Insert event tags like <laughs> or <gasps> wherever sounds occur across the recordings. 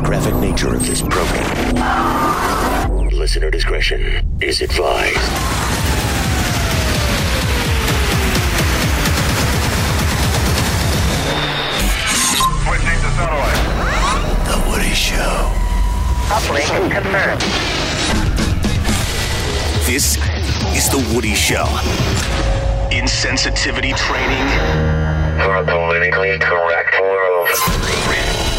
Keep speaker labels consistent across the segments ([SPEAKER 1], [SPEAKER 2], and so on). [SPEAKER 1] graphic nature of this program. Listener discretion is advised.
[SPEAKER 2] Switching to satellite.
[SPEAKER 1] The Woody Show.
[SPEAKER 3] Uplink confirmed.
[SPEAKER 1] This is The Woody Show. Insensitivity training
[SPEAKER 2] For a politically correct world.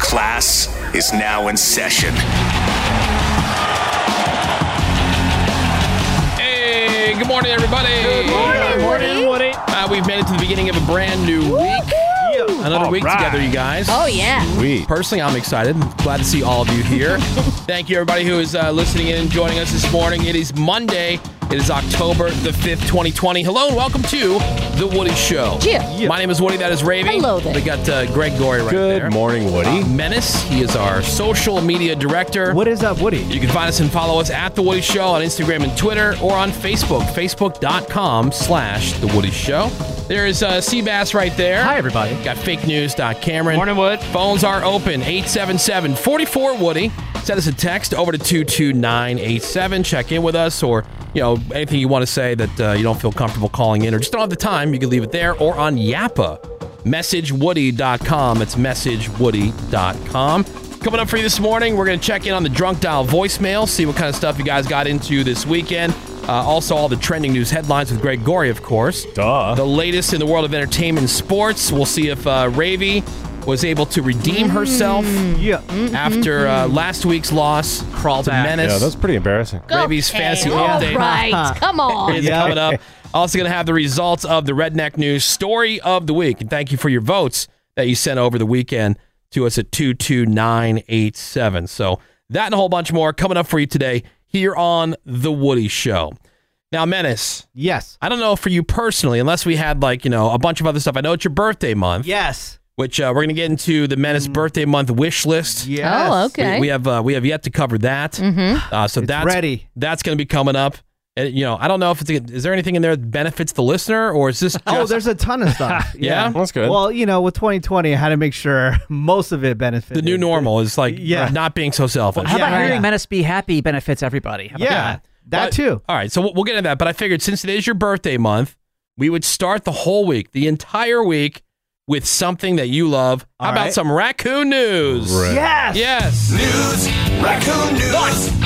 [SPEAKER 1] class is now in session.
[SPEAKER 4] Hey, good morning, everybody. Good morning, morning, Woody. Uh, we've made it to the beginning of a brand new week. Another
[SPEAKER 5] All
[SPEAKER 4] week
[SPEAKER 5] right.
[SPEAKER 4] together, you guys.
[SPEAKER 6] Oh, yeah.
[SPEAKER 4] We. Personally, I'm excited. Glad to see all of
[SPEAKER 6] <laughs>
[SPEAKER 4] you here. Thank you, everybody who is uh, listening in and joining us this morning. It is Monday. It is October the 5th, 2020. Hello and welcome to The Woody Show.
[SPEAKER 6] Yeah.
[SPEAKER 4] My name is Woody. That is Ravy. Hello there. We got uh, Greg Gorey right there. Good morning, Woody. Menace. He is our social media director. What is up, Woody? You can find us and follow us at The Woody Show on Instagram and Twitter or on Facebook, facebook.com slash The Woody Show. There is uh, Seabass right there. Hi, everybody. Got fake news. Cameron. Morning, Wood. Phones are open. 877 44 Woody. Send us a text over to 22987. Check in with us or, you know, anything you want to say that uh, you don't feel comfortable calling in or just don't have the time. You can leave it there or on Yappa. MessageWoody.com. It's MessageWoody.com. Coming up for you this morning, we're going to check in on the drunk dial voicemail, see what kind of stuff you guys got into this weekend. Uh, also, all the trending news headlines with Greg Gorey, of course. Duh. The latest in the world of entertainment and sports. We'll see if uh, Ravy was able to redeem herself yeah. after uh, last week's loss, Crawl to Menace.
[SPEAKER 7] Yeah, that's pretty embarrassing.
[SPEAKER 4] Ravy's fantasy
[SPEAKER 8] All
[SPEAKER 4] update.
[SPEAKER 8] right, <laughs> come on.
[SPEAKER 4] It's coming up. Also going to have the results of the Redneck News Story of the Week. And thank you for your votes that you sent over the weekend to us at 22987. So that and a whole bunch more coming up for you today here on The Woody Show. Now, Menace. Yes. I don't know for you personally, unless we had like, you know, a bunch of other stuff. I know it's your birthday month. Yes. Which uh, we're going to get into the Menace birthday month wish list.
[SPEAKER 9] Yes. Mm. Oh, okay.
[SPEAKER 4] We, we have uh, we have yet to cover that.
[SPEAKER 9] Mm-hmm.
[SPEAKER 4] Uh, so that's
[SPEAKER 9] ready.
[SPEAKER 4] That's going to be coming up. And, you know, I don't know if it's is there anything in there that benefits the listener or is this? Just,
[SPEAKER 9] <laughs> Oh, there's a ton of stuff.
[SPEAKER 4] <laughs> Yeah? That's good.
[SPEAKER 9] Well, you know, with 2020, I had to make sure <laughs> most of it benefited.
[SPEAKER 4] the new normal is like
[SPEAKER 9] Yeah.
[SPEAKER 4] not being so selfish.
[SPEAKER 10] How about hearing Menace be happy benefits everybody? How about
[SPEAKER 4] that too. All right, so we'll, we'll get into that. But I figured since it is your birthday month, we would start the whole week, the entire week, with something that you love. How
[SPEAKER 11] All
[SPEAKER 4] about
[SPEAKER 11] right.
[SPEAKER 4] some raccoon news?
[SPEAKER 11] Yes.
[SPEAKER 4] Yes.
[SPEAKER 11] News. Raccoon news.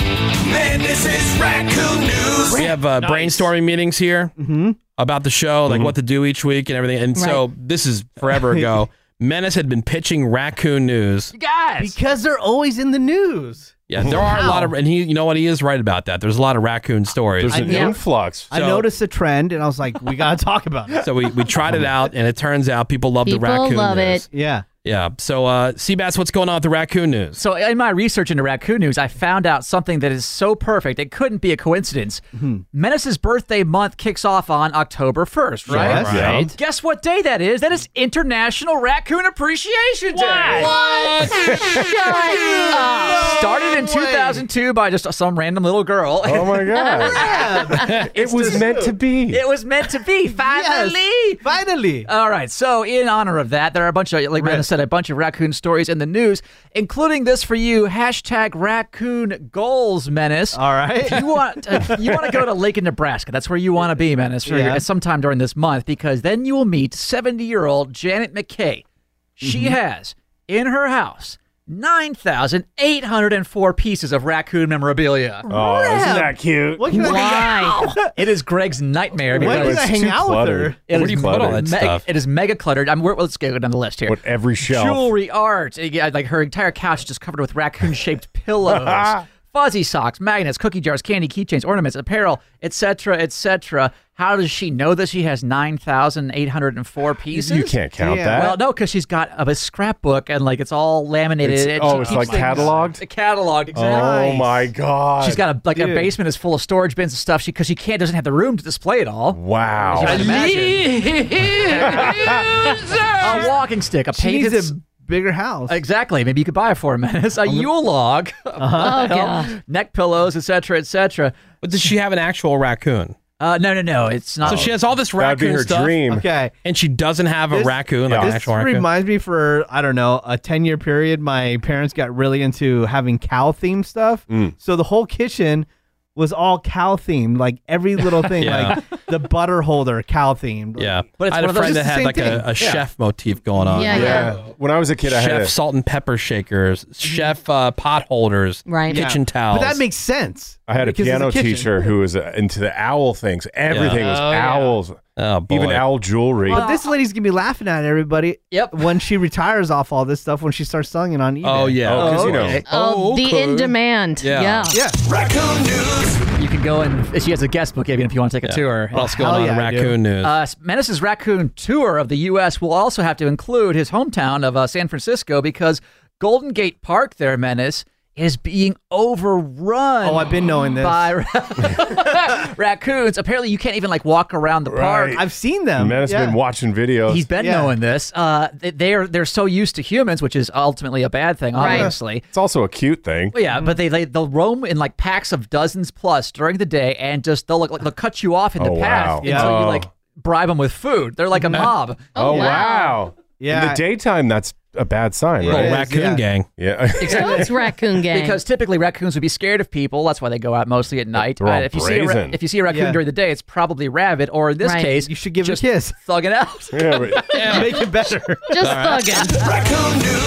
[SPEAKER 11] Man, this is raccoon news.
[SPEAKER 4] We have uh, brainstorming meetings here
[SPEAKER 7] Mm-hmm.
[SPEAKER 4] about the show, like what to do each week and everything. And so this is
[SPEAKER 7] <laughs>
[SPEAKER 4] forever ago. Menace had been pitching raccoon news.
[SPEAKER 9] guys. Because they're always in the news.
[SPEAKER 4] Yeah, there are a lot of, and he, you know what, he is right about that. There's a lot of raccoon stories.
[SPEAKER 9] There's an I know. influx. I noticed a trend, and I was like, we got to <laughs> talk about
[SPEAKER 4] <laughs>
[SPEAKER 9] it.
[SPEAKER 4] So we, we tried it out, and it turns out people love the raccoon news.
[SPEAKER 9] Yeah.
[SPEAKER 4] Yeah. So, uh, Seabass, what's going on with the raccoon news?
[SPEAKER 10] So in my research into raccoon news, I found out something that is so perfect it couldn't be a coincidence.
[SPEAKER 12] Mm-hmm.
[SPEAKER 10] Menace's birthday month kicks off on October 1st, right?
[SPEAKER 12] Yes. Yeah. Right.
[SPEAKER 10] Guess what day that is? That is International Raccoon Appreciation Day.
[SPEAKER 9] <laughs>
[SPEAKER 12] What? <laughs>
[SPEAKER 10] Shut up. Started in 2002 by just some random little girl.
[SPEAKER 12] Oh
[SPEAKER 10] <laughs>
[SPEAKER 12] my God.
[SPEAKER 10] it was meant to
[SPEAKER 7] be.
[SPEAKER 10] It was meant to be. Finally.
[SPEAKER 9] finally.
[SPEAKER 10] All right. So, in honor of that, there are a bunch of, like Brandon said, a bunch of raccoon stories in the news, including this for you hashtag raccoon goals menace. All
[SPEAKER 9] right.
[SPEAKER 10] If you want, to, you want to go to Lincoln, Nebraska. That's where you want to be, menace, for
[SPEAKER 9] Yeah.
[SPEAKER 10] your, sometime during this month, because then you will meet 70 year old Janet McKay. She has in her house 9,804 pieces of raccoon memorabilia.
[SPEAKER 7] Oh, isn't that cute?
[SPEAKER 9] What can I-
[SPEAKER 10] Wow. <laughs> it is Greg's nightmare.
[SPEAKER 7] Why
[SPEAKER 10] because-
[SPEAKER 7] did I It's hang too out with cluttered. her?
[SPEAKER 10] It
[SPEAKER 7] Where
[SPEAKER 10] is
[SPEAKER 7] do you put all
[SPEAKER 10] cluttered.
[SPEAKER 7] that
[SPEAKER 10] Meg-
[SPEAKER 7] stuff?
[SPEAKER 10] It is mega cluttered. I'm. we're- Let's go down the list here.
[SPEAKER 7] What every shelf.
[SPEAKER 10] Jewelry, art, yeah, like her entire couch just covered
[SPEAKER 7] <laughs>
[SPEAKER 10] with raccoon-shaped pillows, fuzzy socks, magnets, cookie jars, candy, keychains, ornaments, apparel, etc., etc. How does she know that she has nine thousand eight hundred and four pieces?
[SPEAKER 7] You can't count Yeah. that.
[SPEAKER 10] Well, no, because she's got a, a scrapbook and like it's all laminated.
[SPEAKER 7] It's-
[SPEAKER 10] and
[SPEAKER 7] oh,
[SPEAKER 10] she
[SPEAKER 7] it's
[SPEAKER 10] keeps
[SPEAKER 7] like
[SPEAKER 10] things-
[SPEAKER 7] cataloged?
[SPEAKER 10] A cataloged, exactly.
[SPEAKER 7] Oh my God.
[SPEAKER 10] She's got a like her
[SPEAKER 7] Dude.
[SPEAKER 10] basement is full of storage bins and stuff. She because she can't doesn't have the room to display it all.
[SPEAKER 7] Wow.
[SPEAKER 10] As you might imagine. a walking stick, a
[SPEAKER 9] She
[SPEAKER 10] painted.
[SPEAKER 9] needs a bigger house.
[SPEAKER 10] Exactly. Maybe you could buy it <laughs> for a menace. A Yule log, a
[SPEAKER 9] <laughs>
[SPEAKER 10] <laughs>
[SPEAKER 9] Oh,
[SPEAKER 10] pile,
[SPEAKER 9] God.
[SPEAKER 10] neck pillows, etc., etc.
[SPEAKER 4] But does she have an actual raccoon?
[SPEAKER 10] Uh, no, no, no. It's not.
[SPEAKER 4] So she has Oh, all this raccoon stuff.
[SPEAKER 9] Okay.
[SPEAKER 4] And she doesn't have a
[SPEAKER 9] This-
[SPEAKER 4] raccoon, like an
[SPEAKER 9] this
[SPEAKER 4] actual raccoon.
[SPEAKER 9] reminds me for I don't know a ten year period. My parents got really into having cow themed stuff,
[SPEAKER 4] Mm.
[SPEAKER 9] so the whole kitchen was all cow themed, like
[SPEAKER 4] <laughs>
[SPEAKER 9] every little thing,
[SPEAKER 4] Yeah.
[SPEAKER 9] like the butter holder cow themed.
[SPEAKER 4] yeah.
[SPEAKER 9] But it's
[SPEAKER 4] I had
[SPEAKER 9] one
[SPEAKER 4] a
[SPEAKER 9] of those-
[SPEAKER 4] friend that
[SPEAKER 9] it's the
[SPEAKER 4] had
[SPEAKER 9] same
[SPEAKER 4] like a,
[SPEAKER 9] thing.
[SPEAKER 4] a
[SPEAKER 9] Yeah.
[SPEAKER 4] chef motif going on.
[SPEAKER 9] Yeah, Yeah. yeah.
[SPEAKER 7] When I was a kid, I
[SPEAKER 4] Uh, chef
[SPEAKER 7] had a-
[SPEAKER 4] salt and pepper shakers,
[SPEAKER 10] Mm-hmm.
[SPEAKER 4] chef uh, pot holders,
[SPEAKER 9] Right. Yeah.
[SPEAKER 4] kitchen
[SPEAKER 9] But
[SPEAKER 4] towels.
[SPEAKER 9] that makes sense.
[SPEAKER 7] I had a
[SPEAKER 9] because it's
[SPEAKER 7] piano
[SPEAKER 9] kitchen.
[SPEAKER 7] teacher who was uh, into the owl things. Everything was
[SPEAKER 9] Oh, yeah.
[SPEAKER 7] owls, even
[SPEAKER 4] boy.
[SPEAKER 7] owl jewelry.
[SPEAKER 9] Well, this lady's gonna be laughing at everybody. Yep. When she retires off all this stuff, when she starts selling it on eBay.
[SPEAKER 4] Oh, yeah. Oh, 'cause, you know-
[SPEAKER 9] okay.
[SPEAKER 5] Oh, the in demand. Yeah.
[SPEAKER 9] Yeah.
[SPEAKER 10] Raccoon news. You can go and she has a guest book even if you want to Oh, take a tour.
[SPEAKER 4] What else going on in raccoon news?
[SPEAKER 10] Uh, Menace's raccoon tour of the U.S. will also have to include his hometown of uh, San Francisco because Golden Gate Park, there, Menace, is being overrun. Oh, I've
[SPEAKER 9] been knowing this.
[SPEAKER 10] by ra- <laughs> raccoons. Apparently, you can't even like walk around the park.
[SPEAKER 9] I've seen them.
[SPEAKER 7] Man has been watching videos.
[SPEAKER 10] He's been knowing this. Uh, they- they're they're so used to humans, which is ultimately a bad thing,
[SPEAKER 7] Right.
[SPEAKER 10] obviously.
[SPEAKER 7] It's also a cute thing.
[SPEAKER 10] Well, yeah, but they, they they'll roam in like packs of dozens plus during the day, and just they'll like they'll cut you off in the
[SPEAKER 7] Oh,
[SPEAKER 10] path
[SPEAKER 7] wow.
[SPEAKER 10] until
[SPEAKER 7] Yeah.
[SPEAKER 10] you like bribe them with food. They're like a mob.
[SPEAKER 7] Oh, wow. In
[SPEAKER 10] Yeah.
[SPEAKER 7] the daytime, that's a bad sign,
[SPEAKER 10] Yeah,
[SPEAKER 7] right?
[SPEAKER 10] it is, Raccoon yeah. gang.
[SPEAKER 7] Yeah. <laughs>
[SPEAKER 5] So it's raccoon gang.
[SPEAKER 10] Because typically raccoons would be scared of people. That's why they go out mostly at night.
[SPEAKER 7] They're all
[SPEAKER 10] Uh, if you see a ra-
[SPEAKER 7] brazen.
[SPEAKER 10] if you see a raccoon
[SPEAKER 7] Yeah.
[SPEAKER 10] during the day, it's probably rabid, or in this
[SPEAKER 7] Right.
[SPEAKER 10] case,
[SPEAKER 9] you should give
[SPEAKER 10] just
[SPEAKER 9] it a kiss.
[SPEAKER 10] Thug it out.
[SPEAKER 7] Yeah, but-
[SPEAKER 9] <laughs> Make it better.
[SPEAKER 5] Just
[SPEAKER 9] All right.
[SPEAKER 5] thugging.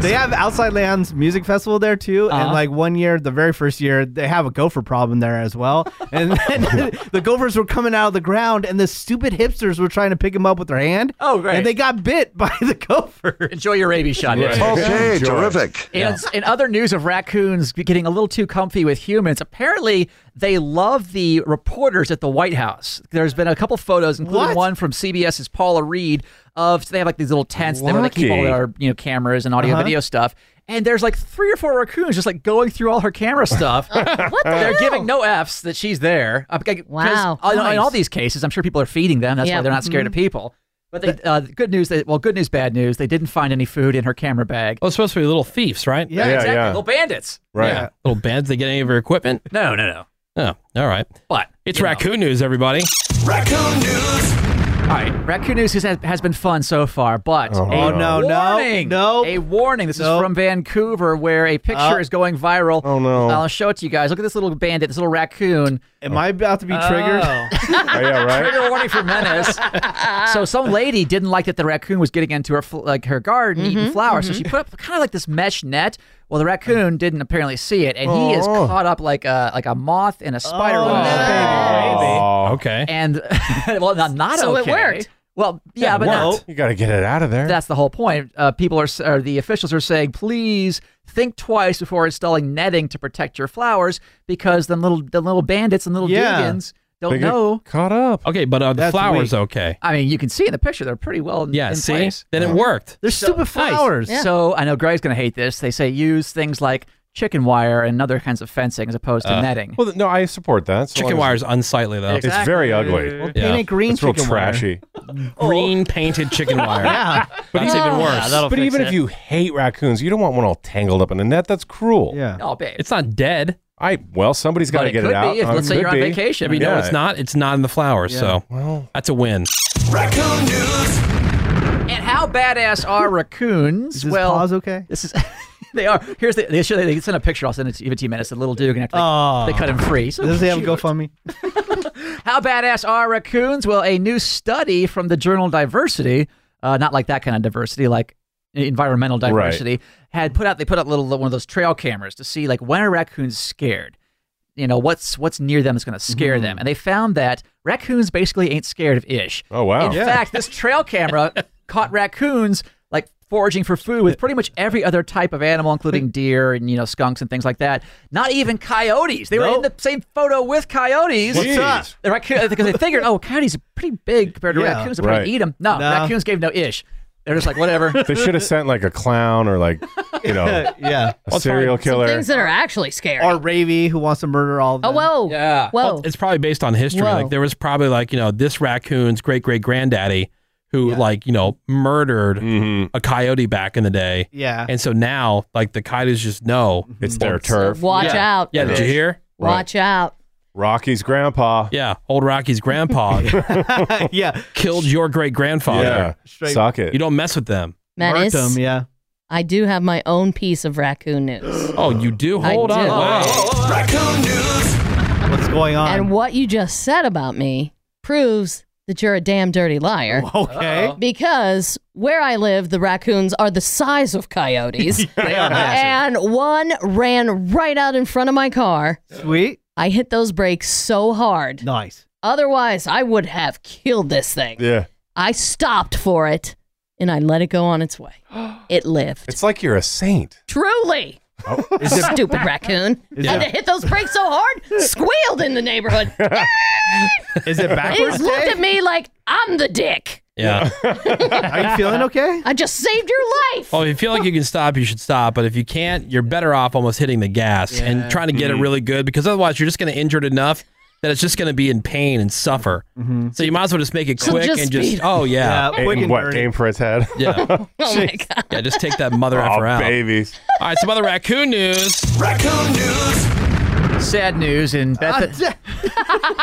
[SPEAKER 9] They have Outside Lands Music Festival there too, and
[SPEAKER 10] Uh-huh.
[SPEAKER 9] like one year, the very first year, they have a gopher problem there as well. And
[SPEAKER 7] <laughs>
[SPEAKER 9] then the gophers were coming out of the ground, and the stupid hipsters were trying to pick them up with their hand.
[SPEAKER 10] Oh, great.
[SPEAKER 9] And they got bit by the gopher.
[SPEAKER 10] Enjoy your rabies shot.
[SPEAKER 9] Right. Okay,
[SPEAKER 10] Enjoy.
[SPEAKER 9] terrific.
[SPEAKER 10] In, in other news of raccoons getting a little too comfy with humans, apparently they love the reporters at the White House. There's been a couple photos, including
[SPEAKER 9] What?
[SPEAKER 10] one from CBS's Paula Reed, of so they have like these little tents that where they keep all
[SPEAKER 9] Lucky.
[SPEAKER 10] their you know cameras and audio
[SPEAKER 9] Uh-huh.
[SPEAKER 10] video stuff. And there's like three or four raccoons just like going through all her camera stuff.
[SPEAKER 5] <laughs> what the
[SPEAKER 10] They're
[SPEAKER 5] hell?
[SPEAKER 10] giving no f's that she's there. Uh, because
[SPEAKER 5] Wow,
[SPEAKER 10] In, in
[SPEAKER 5] nice.
[SPEAKER 10] all these cases, I'm sure people are feeding them. That's
[SPEAKER 5] Yeah,
[SPEAKER 10] why they're not scared
[SPEAKER 5] mhm.
[SPEAKER 10] of people. But they, uh, good news. They, well, good news, bad news. They didn't find any food in her camera bag.
[SPEAKER 4] Oh, it's supposed to be little thieves, right?
[SPEAKER 10] Yeah,
[SPEAKER 4] Yeah,
[SPEAKER 10] exactly.
[SPEAKER 4] yeah.
[SPEAKER 10] Little bandits.
[SPEAKER 4] Yeah. Little bands. They get any of her equipment?
[SPEAKER 10] No, no, no.
[SPEAKER 4] Oh, all right.
[SPEAKER 10] But
[SPEAKER 4] it's raccoon news, everybody.
[SPEAKER 10] Raccoon news. All right, raccoon news has, has been fun so far, but
[SPEAKER 4] Oh,
[SPEAKER 10] a
[SPEAKER 4] no.
[SPEAKER 9] no,
[SPEAKER 10] warning, no, a warning. This is from Vancouver, where a picture
[SPEAKER 9] Oh.
[SPEAKER 10] is going viral. Oh
[SPEAKER 7] no!
[SPEAKER 10] I'll show it to you guys. Look at this little bandit, this little raccoon.
[SPEAKER 9] Am I about to be triggered? <laughs>
[SPEAKER 7] Oh, yeah, right?
[SPEAKER 10] Trigger warning for menace. <laughs> so some lady didn't like that the raccoon was getting into her fl- like her garden eating
[SPEAKER 9] Mm-hmm,
[SPEAKER 10] flowers, so she put up kind of like this mesh net. Well, the raccoon didn't apparently see it, and he is
[SPEAKER 4] Oh.
[SPEAKER 10] caught up like a like a moth in a spider
[SPEAKER 4] Oh,
[SPEAKER 10] web.
[SPEAKER 7] Oh,
[SPEAKER 4] okay.
[SPEAKER 10] And <laughs> well, not, not
[SPEAKER 5] So it
[SPEAKER 10] okay.
[SPEAKER 5] worked.
[SPEAKER 10] Well, yeah, but
[SPEAKER 7] well,
[SPEAKER 10] not-
[SPEAKER 7] you got to get it out of there.
[SPEAKER 10] that's the whole point. Uh, people are, s- or the officials are saying, please think twice before installing netting to protect your flowers because the little, the little bandits and little
[SPEAKER 4] Yeah.
[SPEAKER 10] Dugans don't
[SPEAKER 4] They get
[SPEAKER 10] know.
[SPEAKER 7] Caught up.
[SPEAKER 4] Okay, but are the
[SPEAKER 10] That's
[SPEAKER 4] flowers
[SPEAKER 10] weak.
[SPEAKER 4] okay?
[SPEAKER 10] I mean, you can see in the picture they're pretty well. In,
[SPEAKER 4] Yeah,
[SPEAKER 10] in
[SPEAKER 4] see?
[SPEAKER 10] place.
[SPEAKER 4] Then it worked.
[SPEAKER 9] They're stupid flowers.
[SPEAKER 10] So I know Greg's going to hate this. They say use things like chicken wire and other kinds of fencing as opposed to
[SPEAKER 4] Uh,
[SPEAKER 10] netting.
[SPEAKER 7] Well, th- no, I support that. so
[SPEAKER 4] Chicken
[SPEAKER 7] long as-
[SPEAKER 4] wire is unsightly, though.
[SPEAKER 7] It's very ugly.
[SPEAKER 4] Well, paint Yeah. it green
[SPEAKER 7] It's real
[SPEAKER 4] chicken wire.
[SPEAKER 7] trashy.
[SPEAKER 4] Green painted <laughs> chicken wire.
[SPEAKER 7] Yeah.
[SPEAKER 4] That's Oh. even worse.
[SPEAKER 7] but even if you hate raccoons, you don't want one all tangled up in a net. That's cruel.
[SPEAKER 9] Yeah.
[SPEAKER 10] Oh, babe.
[SPEAKER 4] It's not dead.
[SPEAKER 7] I well, somebody's got
[SPEAKER 4] But
[SPEAKER 7] to
[SPEAKER 4] it
[SPEAKER 7] get
[SPEAKER 4] could
[SPEAKER 7] it out.
[SPEAKER 4] be if-
[SPEAKER 7] Uh,
[SPEAKER 4] let's say
[SPEAKER 7] could
[SPEAKER 4] you're on
[SPEAKER 7] be.
[SPEAKER 4] vacation. But you know
[SPEAKER 7] Yeah.
[SPEAKER 4] it's not. It's not in the flowers.
[SPEAKER 7] Yeah.
[SPEAKER 4] So
[SPEAKER 7] Well.
[SPEAKER 4] that's a win.
[SPEAKER 10] Raccoon news. And how badass are raccoons?
[SPEAKER 9] Is his
[SPEAKER 10] well,
[SPEAKER 9] paws okay?
[SPEAKER 10] This is. <laughs> They are. Here's the. They, should, they sent a picture. I'll send it to you in 10 minutes. The little dude. And after they,
[SPEAKER 9] Oh.
[SPEAKER 10] they cut him free. So
[SPEAKER 9] Does he have a
[SPEAKER 10] cute.
[SPEAKER 9] GoFundMe?
[SPEAKER 10] <laughs> How badass are raccoons? Well, a new study from the journal Diversity, uh, not like that kind of diversity, like environmental
[SPEAKER 6] Right.
[SPEAKER 10] diversity, had put out. They put out little one of those trail cameras to see like when are raccoons scared. You know what's what's near them is going to scare
[SPEAKER 9] Hmm.
[SPEAKER 10] them, and they found that raccoons basically ain't scared of ish.
[SPEAKER 7] Oh wow!
[SPEAKER 10] In fact, this trail
[SPEAKER 9] <laughs>
[SPEAKER 10] camera caught raccoons like foraging for food with pretty much every other type of animal, including deer and you know skunks and things like that. Not even coyotes. They were in the same photo with coyotes.
[SPEAKER 9] What's Jeez. up?
[SPEAKER 10] The raccoon- because they figured, oh, coyotes are pretty big compared to
[SPEAKER 9] Yeah.
[SPEAKER 10] raccoons. They're going
[SPEAKER 7] Right.
[SPEAKER 10] to eat them. No,
[SPEAKER 9] No.
[SPEAKER 10] raccoons gave no ish. They're just like whatever.
[SPEAKER 7] <laughs> they should have sent like a clown or
[SPEAKER 4] <laughs>
[SPEAKER 7] like you know
[SPEAKER 9] <laughs> yeah
[SPEAKER 7] a serial killer.
[SPEAKER 5] Things that are actually scary.
[SPEAKER 9] Or Ravy, who wants to murder all of
[SPEAKER 5] oh,
[SPEAKER 9] them.
[SPEAKER 5] whoa.
[SPEAKER 10] Yeah.
[SPEAKER 5] Whoa.
[SPEAKER 4] It's probably based on history.
[SPEAKER 5] Whoa.
[SPEAKER 4] Like there was probably like you know this raccoon's great great granddaddy who like you know murdered
[SPEAKER 7] Mm-hmm.
[SPEAKER 4] a coyote back in the day.
[SPEAKER 9] Yeah.
[SPEAKER 4] and so now like the coyotes just know
[SPEAKER 7] it's their turf.
[SPEAKER 5] Watch out.
[SPEAKER 4] Yeah, did you hear?
[SPEAKER 5] Watch out.
[SPEAKER 7] Rocky's grandpa.
[SPEAKER 4] Yeah, old Rocky's grandpa.
[SPEAKER 9] <laughs> yeah,
[SPEAKER 4] <laughs> killed your great grandfather.
[SPEAKER 7] Yeah, suck it.
[SPEAKER 4] You don't mess with them.
[SPEAKER 5] Menace.
[SPEAKER 4] Mark 'em,
[SPEAKER 9] yeah.
[SPEAKER 5] I do have my own piece of raccoon news.
[SPEAKER 4] Oh, you do.
[SPEAKER 5] I
[SPEAKER 4] Hold on.
[SPEAKER 5] do. oh,
[SPEAKER 4] Wow.
[SPEAKER 9] <gasps> What's going on?
[SPEAKER 5] And what you just said about me proves that you're a damn dirty liar.
[SPEAKER 9] <laughs> Okay.
[SPEAKER 5] Because where I live, the raccoons are the size of
[SPEAKER 9] <laughs>
[SPEAKER 5] coyotes.
[SPEAKER 9] They are massive.
[SPEAKER 5] and one ran right out in front of my car.
[SPEAKER 9] Sweet.
[SPEAKER 5] I hit those brakes so hard.
[SPEAKER 9] Nice.
[SPEAKER 5] Otherwise, I would have killed this thing.
[SPEAKER 7] Yeah.
[SPEAKER 5] I stopped for it and I let it go on its
[SPEAKER 4] <gasps>
[SPEAKER 5] way. It lived.
[SPEAKER 7] It's like you're a saint.
[SPEAKER 5] Truly.
[SPEAKER 9] Is it-
[SPEAKER 5] Stupid raccoon.
[SPEAKER 9] Is
[SPEAKER 5] Had
[SPEAKER 9] it-
[SPEAKER 5] to hit those brakes so hard, squealed in the neighborhood.
[SPEAKER 9] Is it <laughs>
[SPEAKER 5] It
[SPEAKER 9] backwards?
[SPEAKER 5] looked at me like I'm the dick.
[SPEAKER 4] Yeah.
[SPEAKER 5] <laughs>
[SPEAKER 9] Are you feeling okay?
[SPEAKER 5] I just saved your life.
[SPEAKER 4] Well, if you feel like you can stop, you should stop. But if you can't, you're better off almost hitting the gas and trying to get it really good because otherwise you're just going to injure it enough that it's just going to be in pain and suffer. So you might as well just make it
[SPEAKER 5] So
[SPEAKER 4] quick
[SPEAKER 5] just
[SPEAKER 4] and just,
[SPEAKER 5] speed.
[SPEAKER 4] oh, yeah.
[SPEAKER 9] Mm-hmm. Yeah, quick
[SPEAKER 7] Aim-
[SPEAKER 9] and
[SPEAKER 7] what?
[SPEAKER 9] dirty.
[SPEAKER 7] Aim for its head. <laughs>
[SPEAKER 10] <laughs>
[SPEAKER 4] Yeah. yeah.
[SPEAKER 5] oh my god.
[SPEAKER 4] just take that mother
[SPEAKER 7] Oh,
[SPEAKER 4] effer out.
[SPEAKER 7] babies.
[SPEAKER 4] All right, some other raccoon news.
[SPEAKER 11] Raccoon news.
[SPEAKER 10] Sad news in
[SPEAKER 9] Ah,
[SPEAKER 10] Beth.
[SPEAKER 9] d-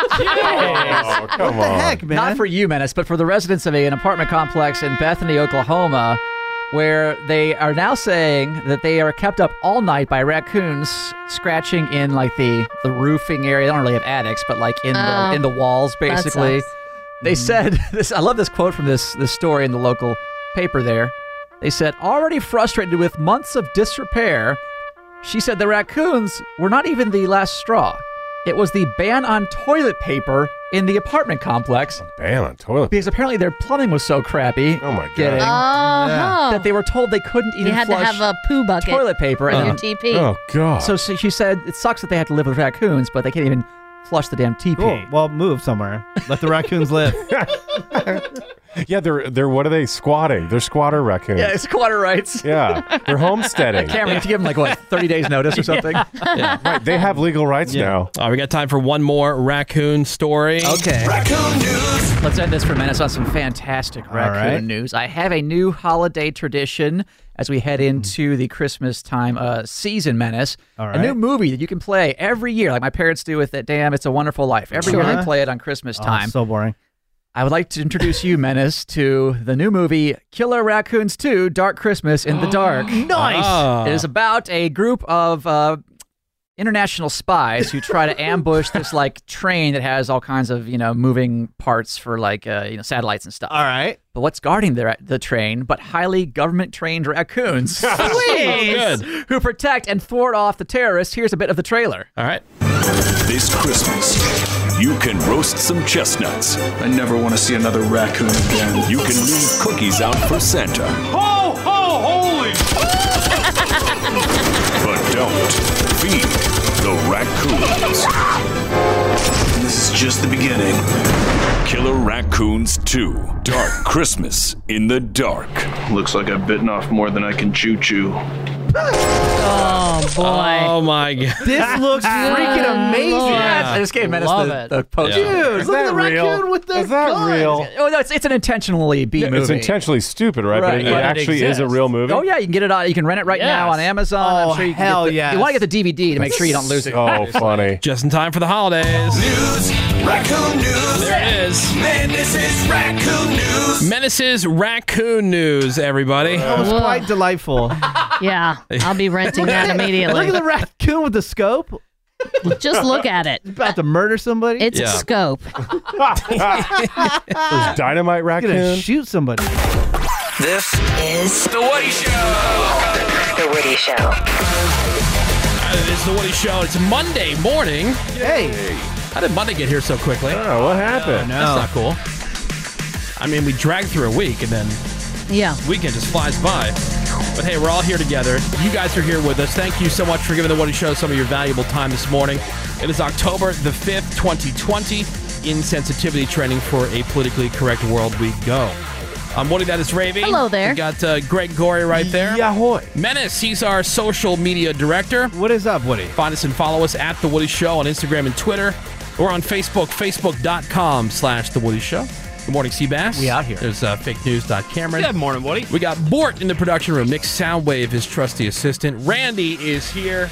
[SPEAKER 7] Oh, come
[SPEAKER 9] what the
[SPEAKER 7] on.
[SPEAKER 9] heck, man?
[SPEAKER 10] Not for you, Menace, but for the residents of an apartment complex in Bethany, Oklahoma, where they are now saying that they are kept up all night by raccoons scratching in like the, the roofing area. They don't really have attics, but like in
[SPEAKER 5] Oh.
[SPEAKER 10] the in the walls basically.
[SPEAKER 5] sucks.
[SPEAKER 7] Hmm.
[SPEAKER 10] They said <laughs> this I love this quote from this this story in the local paper there. They said, already frustrated with months of disrepair, she said the raccoons were not even the last straw. It was the ban on toilet paper in the apartment complex
[SPEAKER 7] Ban on toilet.
[SPEAKER 10] because apparently their plumbing was so crappy.
[SPEAKER 7] Oh my God.
[SPEAKER 10] Getting,
[SPEAKER 5] Uh-huh.
[SPEAKER 10] that they were told they couldn't even
[SPEAKER 5] you had to
[SPEAKER 10] flush
[SPEAKER 5] have a poo bucket.
[SPEAKER 10] toilet
[SPEAKER 5] for
[SPEAKER 10] paper.
[SPEAKER 5] your
[SPEAKER 10] And they-
[SPEAKER 5] TP.
[SPEAKER 7] Oh God.
[SPEAKER 10] so, so she said it sucks that they have to live with raccoons, but they can't even flush the damn TP.
[SPEAKER 9] Cool. Well, move somewhere. Let the raccoons live.
[SPEAKER 10] <laughs>
[SPEAKER 7] yeah, they're they're what are they squatting? They're squatter raccoons.
[SPEAKER 10] Yeah, it's quarter <laughs> rights.
[SPEAKER 7] Yeah, they're homesteading.
[SPEAKER 10] <laughs> Cameron, you have to give them like what, 30 days notice <laughs> or something?
[SPEAKER 7] Right, they have legal rights now.
[SPEAKER 4] All right, we got time for one more raccoon story.
[SPEAKER 10] Okay.
[SPEAKER 11] Raccoon news.
[SPEAKER 10] Let's end this for a minute on some fantastic raccoon
[SPEAKER 9] right.
[SPEAKER 10] news. I have a new holiday tradition as we head into the Christmas time uh, season, Menace. A new
[SPEAKER 9] right.
[SPEAKER 10] movie that you can play every year, like my parents do with that damn It's a Wonderful Life. Every year they
[SPEAKER 9] Sure.
[SPEAKER 10] play it on Christmas
[SPEAKER 9] Oh,
[SPEAKER 10] time.
[SPEAKER 9] so boring.
[SPEAKER 10] I would like to introduce you, Menace, to the new movie Killer Raccoons 2 Dark Christmas in the Dark.
[SPEAKER 9] <gasps> Nice.
[SPEAKER 4] Ah.
[SPEAKER 10] It is about a group of uh, international spies who try
[SPEAKER 9] <laughs>
[SPEAKER 10] to ambush this like train that has all kinds of you know moving parts for like uh, you know satellites and stuff.
[SPEAKER 9] All right.
[SPEAKER 10] But what's guarding the, the train but highly government trained raccoons?
[SPEAKER 9] <laughs>
[SPEAKER 4] good.
[SPEAKER 10] Who protect and thwart off the terrorists. Here's a bit of the trailer.
[SPEAKER 4] All right.
[SPEAKER 6] This Christmas, you can roast some chestnuts.
[SPEAKER 11] I never want to see another raccoon again.
[SPEAKER 6] You can leave cookies out for Santa. Ho, ho, holy! but don't feed the raccoons.
[SPEAKER 11] This is just the beginning.
[SPEAKER 6] Killer Raccoons 2 Dark Christmas in the Dark.
[SPEAKER 11] Looks like I've bitten off more than I can chew chew.
[SPEAKER 5] Oh boy.
[SPEAKER 4] Oh my
[SPEAKER 10] <laughs>
[SPEAKER 4] god.
[SPEAKER 9] This looks freaking amazing.
[SPEAKER 10] I just gave Menace
[SPEAKER 5] Love
[SPEAKER 10] the,
[SPEAKER 5] it.
[SPEAKER 10] the poster.
[SPEAKER 4] Yeah.
[SPEAKER 9] Ah. Dude, look at the raccoon with the
[SPEAKER 7] Is that
[SPEAKER 9] gun.
[SPEAKER 7] real?
[SPEAKER 10] Oh no, it's, it's an intentionally B movie.
[SPEAKER 7] It's intentionally stupid, right? But
[SPEAKER 10] Right.
[SPEAKER 7] it,
[SPEAKER 10] But
[SPEAKER 7] it
[SPEAKER 10] it
[SPEAKER 7] actually is a
[SPEAKER 4] exists.
[SPEAKER 7] real movie.
[SPEAKER 10] Oh yeah, you can get it on. You can rent it right now
[SPEAKER 9] Yes.
[SPEAKER 10] on Amazon.
[SPEAKER 9] Oh,
[SPEAKER 10] I'm sure you can
[SPEAKER 9] hell
[SPEAKER 10] get the,
[SPEAKER 9] yes.
[SPEAKER 10] You want to get the DVD to make sure you don't lose it.
[SPEAKER 7] So funny.
[SPEAKER 4] Just in time for the holidays.
[SPEAKER 11] News. Raccoon news.
[SPEAKER 4] There it is.
[SPEAKER 11] Man, this is raccoon news.
[SPEAKER 4] Menace's raccoon news, everybody.
[SPEAKER 9] That was quite delightful. look
[SPEAKER 5] <laughs> Yeah. I'll be renting that
[SPEAKER 9] at
[SPEAKER 5] immediately.
[SPEAKER 9] the raccoon with the scope.
[SPEAKER 5] Just look at it.
[SPEAKER 9] About to murder somebody.
[SPEAKER 5] It's
[SPEAKER 4] Yeah.
[SPEAKER 5] a scope.
[SPEAKER 7] There's dynamite
[SPEAKER 9] gonna
[SPEAKER 7] raccoon.
[SPEAKER 9] shoot somebody.
[SPEAKER 11] <laughs> This is the Woody Show.
[SPEAKER 3] The Woody Show.
[SPEAKER 4] Oh, It is the Woody Show. It's Monday morning.
[SPEAKER 9] Hey.
[SPEAKER 4] How did Monday get here so quickly?
[SPEAKER 7] Oh, what happened?
[SPEAKER 4] That's not cool. I mean, we dragged through a week and then
[SPEAKER 5] Yeah.
[SPEAKER 4] weekend just flies by. But hey, we're all here together. You guys are here with us. Thank you so much for giving the Woody Show some of your valuable time this morning. It is October the 5th, 2020. Insensitivity training for a politically correct world we go. I'm Woody, that is Ravy.
[SPEAKER 5] Hello there.
[SPEAKER 4] We got uh, Greg Gorey right there.
[SPEAKER 9] Yahoy.
[SPEAKER 4] Menace, he's our social media director.
[SPEAKER 9] What is up, Woody?
[SPEAKER 4] Find us and follow us at The Woody Show on Instagram and Twitter. Or on Facebook, facebook.com slash The Woody Show. Good morning, Seabass.
[SPEAKER 10] We out here.
[SPEAKER 4] There's uh, fake news. Cameron.
[SPEAKER 8] morning, Woody.
[SPEAKER 4] We got Bort in the production room. Nick Soundwave, his trusty assistant. Randy is here.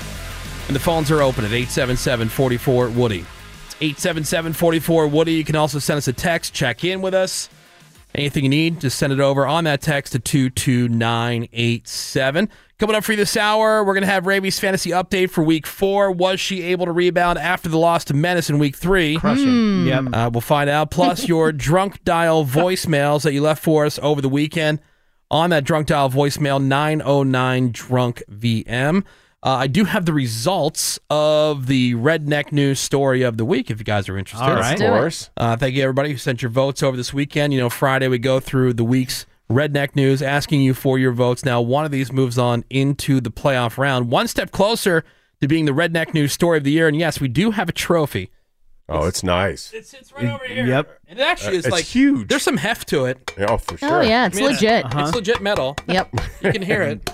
[SPEAKER 4] And the phones are open at 877 44 Woody. 877 44 Woody. You can also send us a text, check in with us. Anything you need, just send it over on that text to 22987. Coming up for you this hour, we're going to have Raby's fantasy update for week four. Was she able to rebound after the loss to Menace in week three? Crushing.
[SPEAKER 7] Hmm.
[SPEAKER 9] Yep.
[SPEAKER 4] Uh, we'll find
[SPEAKER 7] <laughs>
[SPEAKER 4] out. Plus, your drunk dial voicemails that you left for us over the weekend on that drunk dial voicemail 909 drunk VM. Uh, I do have the results of the redneck news story of the week if you guys are interested.
[SPEAKER 7] All Let's right. do it. Of course.
[SPEAKER 4] Uh, thank you, everybody who sent your votes over this weekend. You know, Friday we go through the week's redneck news, asking you for your votes. Now, one of these moves on into the playoff round, one step closer to being the redneck news story of the year. And yes, we do have a trophy.
[SPEAKER 7] Oh, it's nice.
[SPEAKER 4] It sits right over here.
[SPEAKER 7] Yep.
[SPEAKER 4] And it actually
[SPEAKER 7] Uh,
[SPEAKER 4] is
[SPEAKER 7] it's
[SPEAKER 4] like huge. There's some heft to it.
[SPEAKER 7] Oh, for
[SPEAKER 5] Oh, yeah, it's legit.
[SPEAKER 4] It's,
[SPEAKER 5] Uh-huh.
[SPEAKER 4] legit metal.
[SPEAKER 5] Yep.
[SPEAKER 4] You can hear <laughs> it.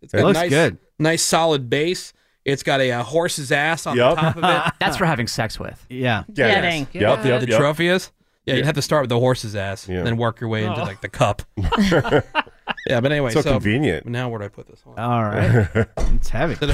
[SPEAKER 4] It's
[SPEAKER 7] It
[SPEAKER 4] got
[SPEAKER 7] looks
[SPEAKER 4] nice,
[SPEAKER 7] good.
[SPEAKER 4] Nice solid bass. It's got a, uh horse's ass on
[SPEAKER 7] Yep.
[SPEAKER 4] the top of it.
[SPEAKER 10] <laughs> That's for having sex with.
[SPEAKER 9] Yeah.
[SPEAKER 7] Yeah, yeah.
[SPEAKER 4] Getting.
[SPEAKER 7] Yep, yep,
[SPEAKER 4] The
[SPEAKER 7] yep.
[SPEAKER 4] trophy is? Yeah, you'd have to start with the horse's ass,
[SPEAKER 7] Yeah.
[SPEAKER 4] then work your way into
[SPEAKER 10] Oh.
[SPEAKER 4] like the cup. yeah, but anyway,
[SPEAKER 7] So convenient.
[SPEAKER 4] Now where do I put this? Hold on.
[SPEAKER 9] All
[SPEAKER 4] <laughs>
[SPEAKER 9] right. it's
[SPEAKER 7] <laughs>
[SPEAKER 9] heavy.
[SPEAKER 4] Sit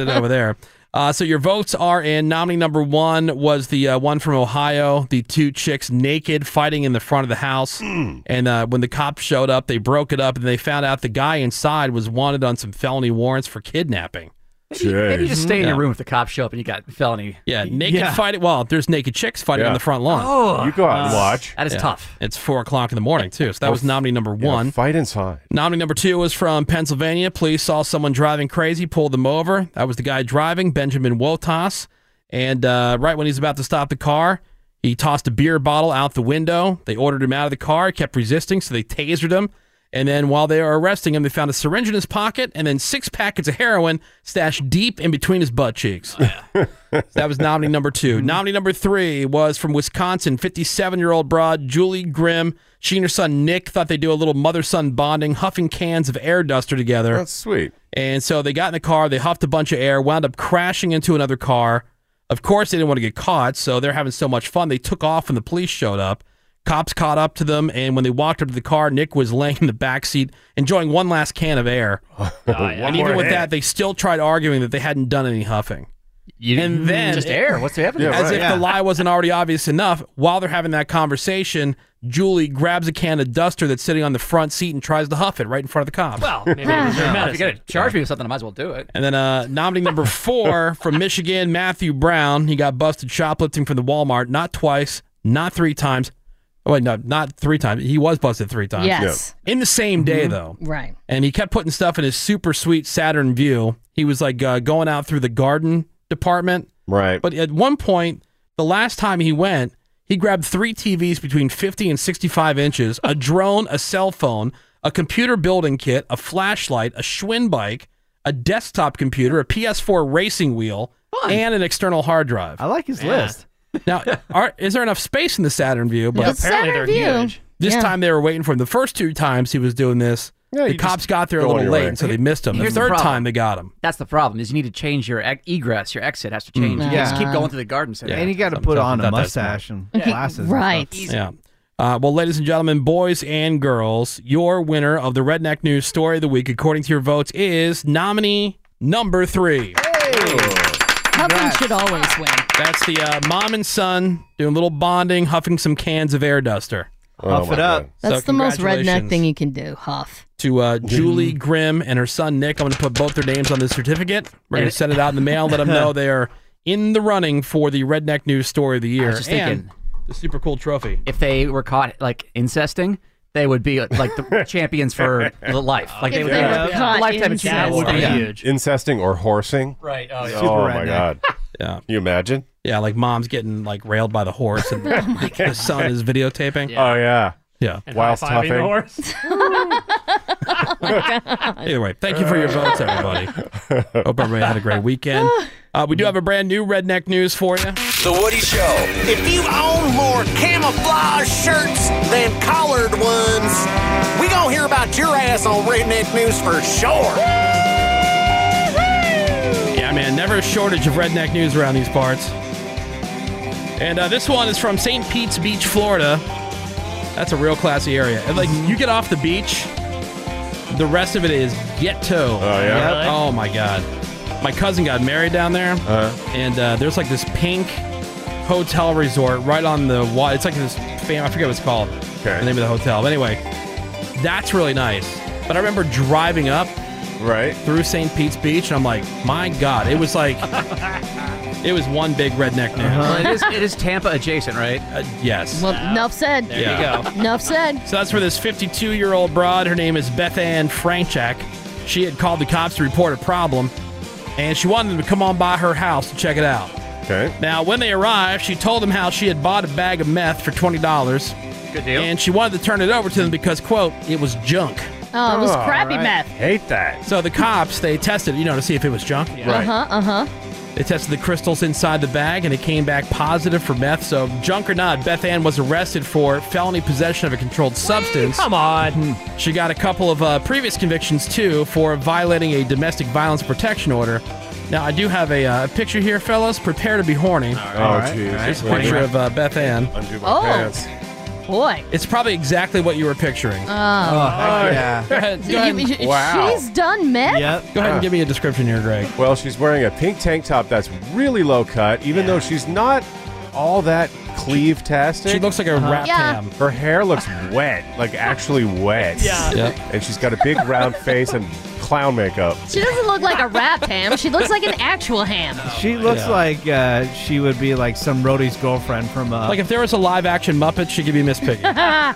[SPEAKER 4] it over there. Uh, so your votes are in. Nominee number one was the uh, one from Ohio, the two chicks naked fighting in the front of the house.
[SPEAKER 7] Hmm.
[SPEAKER 4] And uh, when the cops showed up, they broke it up and they found out the guy inside was wanted on some felony warrants for kidnapping.
[SPEAKER 10] Maybe you just stay in
[SPEAKER 4] Yeah.
[SPEAKER 10] your room if the cops show up and you got felony.
[SPEAKER 4] Yeah, naked
[SPEAKER 10] Yeah.
[SPEAKER 4] fighting. Well, there's naked chicks fighting
[SPEAKER 7] Yeah.
[SPEAKER 4] on the front lawn.
[SPEAKER 10] Oh,
[SPEAKER 7] You go out and watch.
[SPEAKER 10] that is
[SPEAKER 4] Yeah.
[SPEAKER 10] tough.
[SPEAKER 4] It's four o'clock in the morning too. So that was nominee number
[SPEAKER 7] Yeah,
[SPEAKER 4] one.
[SPEAKER 7] fight inside.
[SPEAKER 4] Nominee number two was from Pennsylvania. Police saw someone driving crazy, pulled them over. That was the guy driving, Benjamin Wotas. And uh, right when he's about to stop the car, he tossed a beer bottle out the window. They ordered him out of the car, He kept resisting, so they tasered him. And then while they were arresting him, they found a syringe in his pocket and then six packets of heroin stashed deep in between his butt cheeks. <laughs> That was nominee number two. nominee number three was from Wisconsin, 57 year old broad Julie Grimm. She and her son Nick thought they'd do a little mother son bonding, huffing cans of air duster together.
[SPEAKER 7] That's sweet.
[SPEAKER 4] and so they got in the car, they huffed a bunch of air, wound up crashing into another car. Of course, they didn't want to get caught, so they're having so much fun. They took off when the police showed up. Cops caught up to them, and when they walked up to the car, Nick was laying in the back seat, enjoying one last can
[SPEAKER 7] <laughs>
[SPEAKER 4] of air.
[SPEAKER 7] Oh,
[SPEAKER 10] Oh,
[SPEAKER 4] and even with that, they still tried arguing that they hadn't done any huffing. and then
[SPEAKER 10] Just air. What's happening?
[SPEAKER 7] Yeah,
[SPEAKER 4] as
[SPEAKER 7] right.
[SPEAKER 4] if the lie wasn't already obvious enough, while they're having that conversation, Julie grabs a can of duster that's sitting on the front seat and tries to huff it right in front of the cops.
[SPEAKER 10] Well, <laughs> <laughs> maybe it was your medicine. if you're gonna charge me with something, I might as well do it.
[SPEAKER 4] and then uh, nominee number four from Michigan, Matthew Brown. He got busted shoplifting from the Walmart not twice, not three times. Oh, wait, no, not three times. He was busted three times.
[SPEAKER 5] Yes. Mm-hmm.
[SPEAKER 4] In the same day, though.
[SPEAKER 5] Right.
[SPEAKER 4] and he kept putting stuff in his super sweet Saturn view. He was like uh, going out through the garden department.
[SPEAKER 7] Right.
[SPEAKER 4] But at one point, the last time he went, he grabbed three TVs between 50 and 65 inches, a drone, a cell phone, a computer building kit, a flashlight, a Schwinn bike, a desktop computer, a PS4 racing wheel, and an external hard drive.
[SPEAKER 9] I like his list.
[SPEAKER 4] <laughs> Now, are, is there enough space in the Saturn view? But
[SPEAKER 5] But Saturn View.
[SPEAKER 4] this
[SPEAKER 5] Yeah.
[SPEAKER 4] time they were waiting for him. The first two times he was doing this,
[SPEAKER 7] Yeah,
[SPEAKER 4] the
[SPEAKER 7] you
[SPEAKER 4] cops
[SPEAKER 7] just
[SPEAKER 4] got there a
[SPEAKER 7] go on
[SPEAKER 4] little
[SPEAKER 7] your
[SPEAKER 4] late,
[SPEAKER 7] way.
[SPEAKER 4] and so they missed him. The
[SPEAKER 10] Here's the
[SPEAKER 4] third
[SPEAKER 10] problem.
[SPEAKER 4] time they got him.
[SPEAKER 10] That's the problem. Is you need to change your e- egress, your exit has to change. You
[SPEAKER 9] Yeah.
[SPEAKER 10] just keep going through the garden center.
[SPEAKER 9] and you got to
[SPEAKER 4] I'm
[SPEAKER 9] put
[SPEAKER 4] talking
[SPEAKER 9] on a
[SPEAKER 4] about that smart.
[SPEAKER 9] mustache and glasses. and
[SPEAKER 5] Right.
[SPEAKER 9] stuff.
[SPEAKER 4] Yeah. Uh, well, ladies and gentlemen, boys and girls, your winner of the Redneck News Story of the Week, according to your votes, is nominee number three.
[SPEAKER 5] Huffing should always win.
[SPEAKER 4] That's the uh, mom and son doing a little bonding, huffing some cans of air duster.
[SPEAKER 7] Oh,
[SPEAKER 9] Huff
[SPEAKER 7] my
[SPEAKER 9] it up.
[SPEAKER 7] God.
[SPEAKER 5] That's
[SPEAKER 4] So
[SPEAKER 5] the most redneck
[SPEAKER 4] congratulations.
[SPEAKER 5] thing you can do, Huff.
[SPEAKER 4] to uh,
[SPEAKER 8] Mm-hmm.
[SPEAKER 4] Julie Grimm and her son Nick. I'm going to put both their names on this certificate. We're going to send it out in the mail. Let
[SPEAKER 8] <laughs>
[SPEAKER 4] them know they are in the running for the Redneck News Story of the Year.
[SPEAKER 10] was just thinking-
[SPEAKER 4] and the super cool trophy.
[SPEAKER 10] If they were caught like incesting, they would be like <laughs> the champions for life. Like they
[SPEAKER 5] If
[SPEAKER 10] would
[SPEAKER 5] they
[SPEAKER 10] have
[SPEAKER 5] were caught
[SPEAKER 10] lifetime achievement.
[SPEAKER 5] incesting.
[SPEAKER 10] Yeah.
[SPEAKER 9] huge.
[SPEAKER 7] Incesting or horsing.
[SPEAKER 10] Right. Oh, yeah.
[SPEAKER 7] oh my
[SPEAKER 9] redneck.
[SPEAKER 7] god.
[SPEAKER 4] <laughs> Yeah.
[SPEAKER 7] Can you imagine?
[SPEAKER 4] Yeah, like mom's getting like railed by the horse,
[SPEAKER 8] <laughs>
[SPEAKER 4] and
[SPEAKER 8] Oh,
[SPEAKER 4] the son is videotaping. Yeah.
[SPEAKER 7] Oh yeah. While
[SPEAKER 8] High-fiving the
[SPEAKER 7] stuffing.
[SPEAKER 4] <laughs>
[SPEAKER 5] <laughs>
[SPEAKER 11] <laughs>
[SPEAKER 8] horse.
[SPEAKER 5] Oh
[SPEAKER 4] Either way, thank you for your
[SPEAKER 7] <laughs>
[SPEAKER 4] votes, everybody. Hope everybody had a great weekend. Uh, we do have a brand new redneck news for you.
[SPEAKER 11] The Woody Show. If you own more camouflage shirts than collared ones, we gonna hear about your ass on Redneck News for sure.
[SPEAKER 4] Yeah, man, never a shortage of redneck news around these parts. And uh, this one is from St. Pete's Beach, Florida. That's a real classy area. And, like, you get off the beach, the rest of it is ghetto.
[SPEAKER 7] Oh yeah.
[SPEAKER 8] Really?
[SPEAKER 4] Oh, my God. my cousin got married down there,
[SPEAKER 7] Uh-huh.
[SPEAKER 4] and uh, there's like this pink hotel resort right on the water. It's like this fam. I forget what it's called. The name of the hotel. But anyway, that's really nice. But I remember driving up
[SPEAKER 7] right
[SPEAKER 4] through St. Pete's Beach, and I'm like, my God, it
[SPEAKER 7] <laughs>
[SPEAKER 4] was like it was one big redneck name.
[SPEAKER 10] Uh-huh. Well, it is it is Tampa adjacent, right?
[SPEAKER 4] Uh, yes.
[SPEAKER 5] Well, enough said.
[SPEAKER 4] There you Yeah. go.
[SPEAKER 5] Enough said.
[SPEAKER 4] So that's where this 52 year old broad, her name is Beth Ann Franchak, she had called the cops to report a problem, and she wanted them to come on by her house to check it out.
[SPEAKER 7] Okay.
[SPEAKER 4] Now, when they arrived, she told them how she had bought a bag of meth for $20.
[SPEAKER 10] Good deal.
[SPEAKER 4] And she wanted to turn it over to them because, quote, it was junk.
[SPEAKER 5] Oh, it was crappy meth.
[SPEAKER 7] Hate that.
[SPEAKER 4] So the cops, they tested, you know, to see if it was junk.
[SPEAKER 5] Uh huh. Uh huh.
[SPEAKER 4] They tested the crystals inside the bag and it came back positive for meth. So, junk or not, Beth Ann was arrested for felony possession of a controlled substance. Come on. She got a couple of uh, previous convictions, too, for violating a domestic violence protection order. Now, I do have a uh, picture here, fellas. Prepare to be horny.
[SPEAKER 7] Oh, jeez.
[SPEAKER 4] Here's a picture of uh, Beth Ann.
[SPEAKER 7] Undo my
[SPEAKER 5] Oh.
[SPEAKER 7] pants.
[SPEAKER 5] Boy. Oh.
[SPEAKER 4] It's probably exactly what you were picturing.
[SPEAKER 5] Uh.
[SPEAKER 9] yeah.
[SPEAKER 4] Oh. <laughs> go ahead, go ahead,
[SPEAKER 5] <laughs> You- you-
[SPEAKER 7] Wow.
[SPEAKER 5] She's done meth?
[SPEAKER 9] Yep.
[SPEAKER 4] go ahead and give me a description here, Greg.
[SPEAKER 7] Well, she's wearing a pink tank top that's really low cut, even though she's not all that cleave tastic.
[SPEAKER 4] She looks like a rat
[SPEAKER 5] Yeah.
[SPEAKER 4] tam.
[SPEAKER 7] her hair looks wet, like actually wet. Yeah.
[SPEAKER 4] Yep.
[SPEAKER 7] And she's got a big round face and clown makeup.
[SPEAKER 5] She doesn't look like a wrapped ham. She looks like an actual ham.
[SPEAKER 9] She looks
[SPEAKER 4] Yeah.
[SPEAKER 9] like uh, she would be like some roadie's girlfriend from uh,
[SPEAKER 4] Like, if there was a live action Muppet, she could be <laughs> Miss Piggy.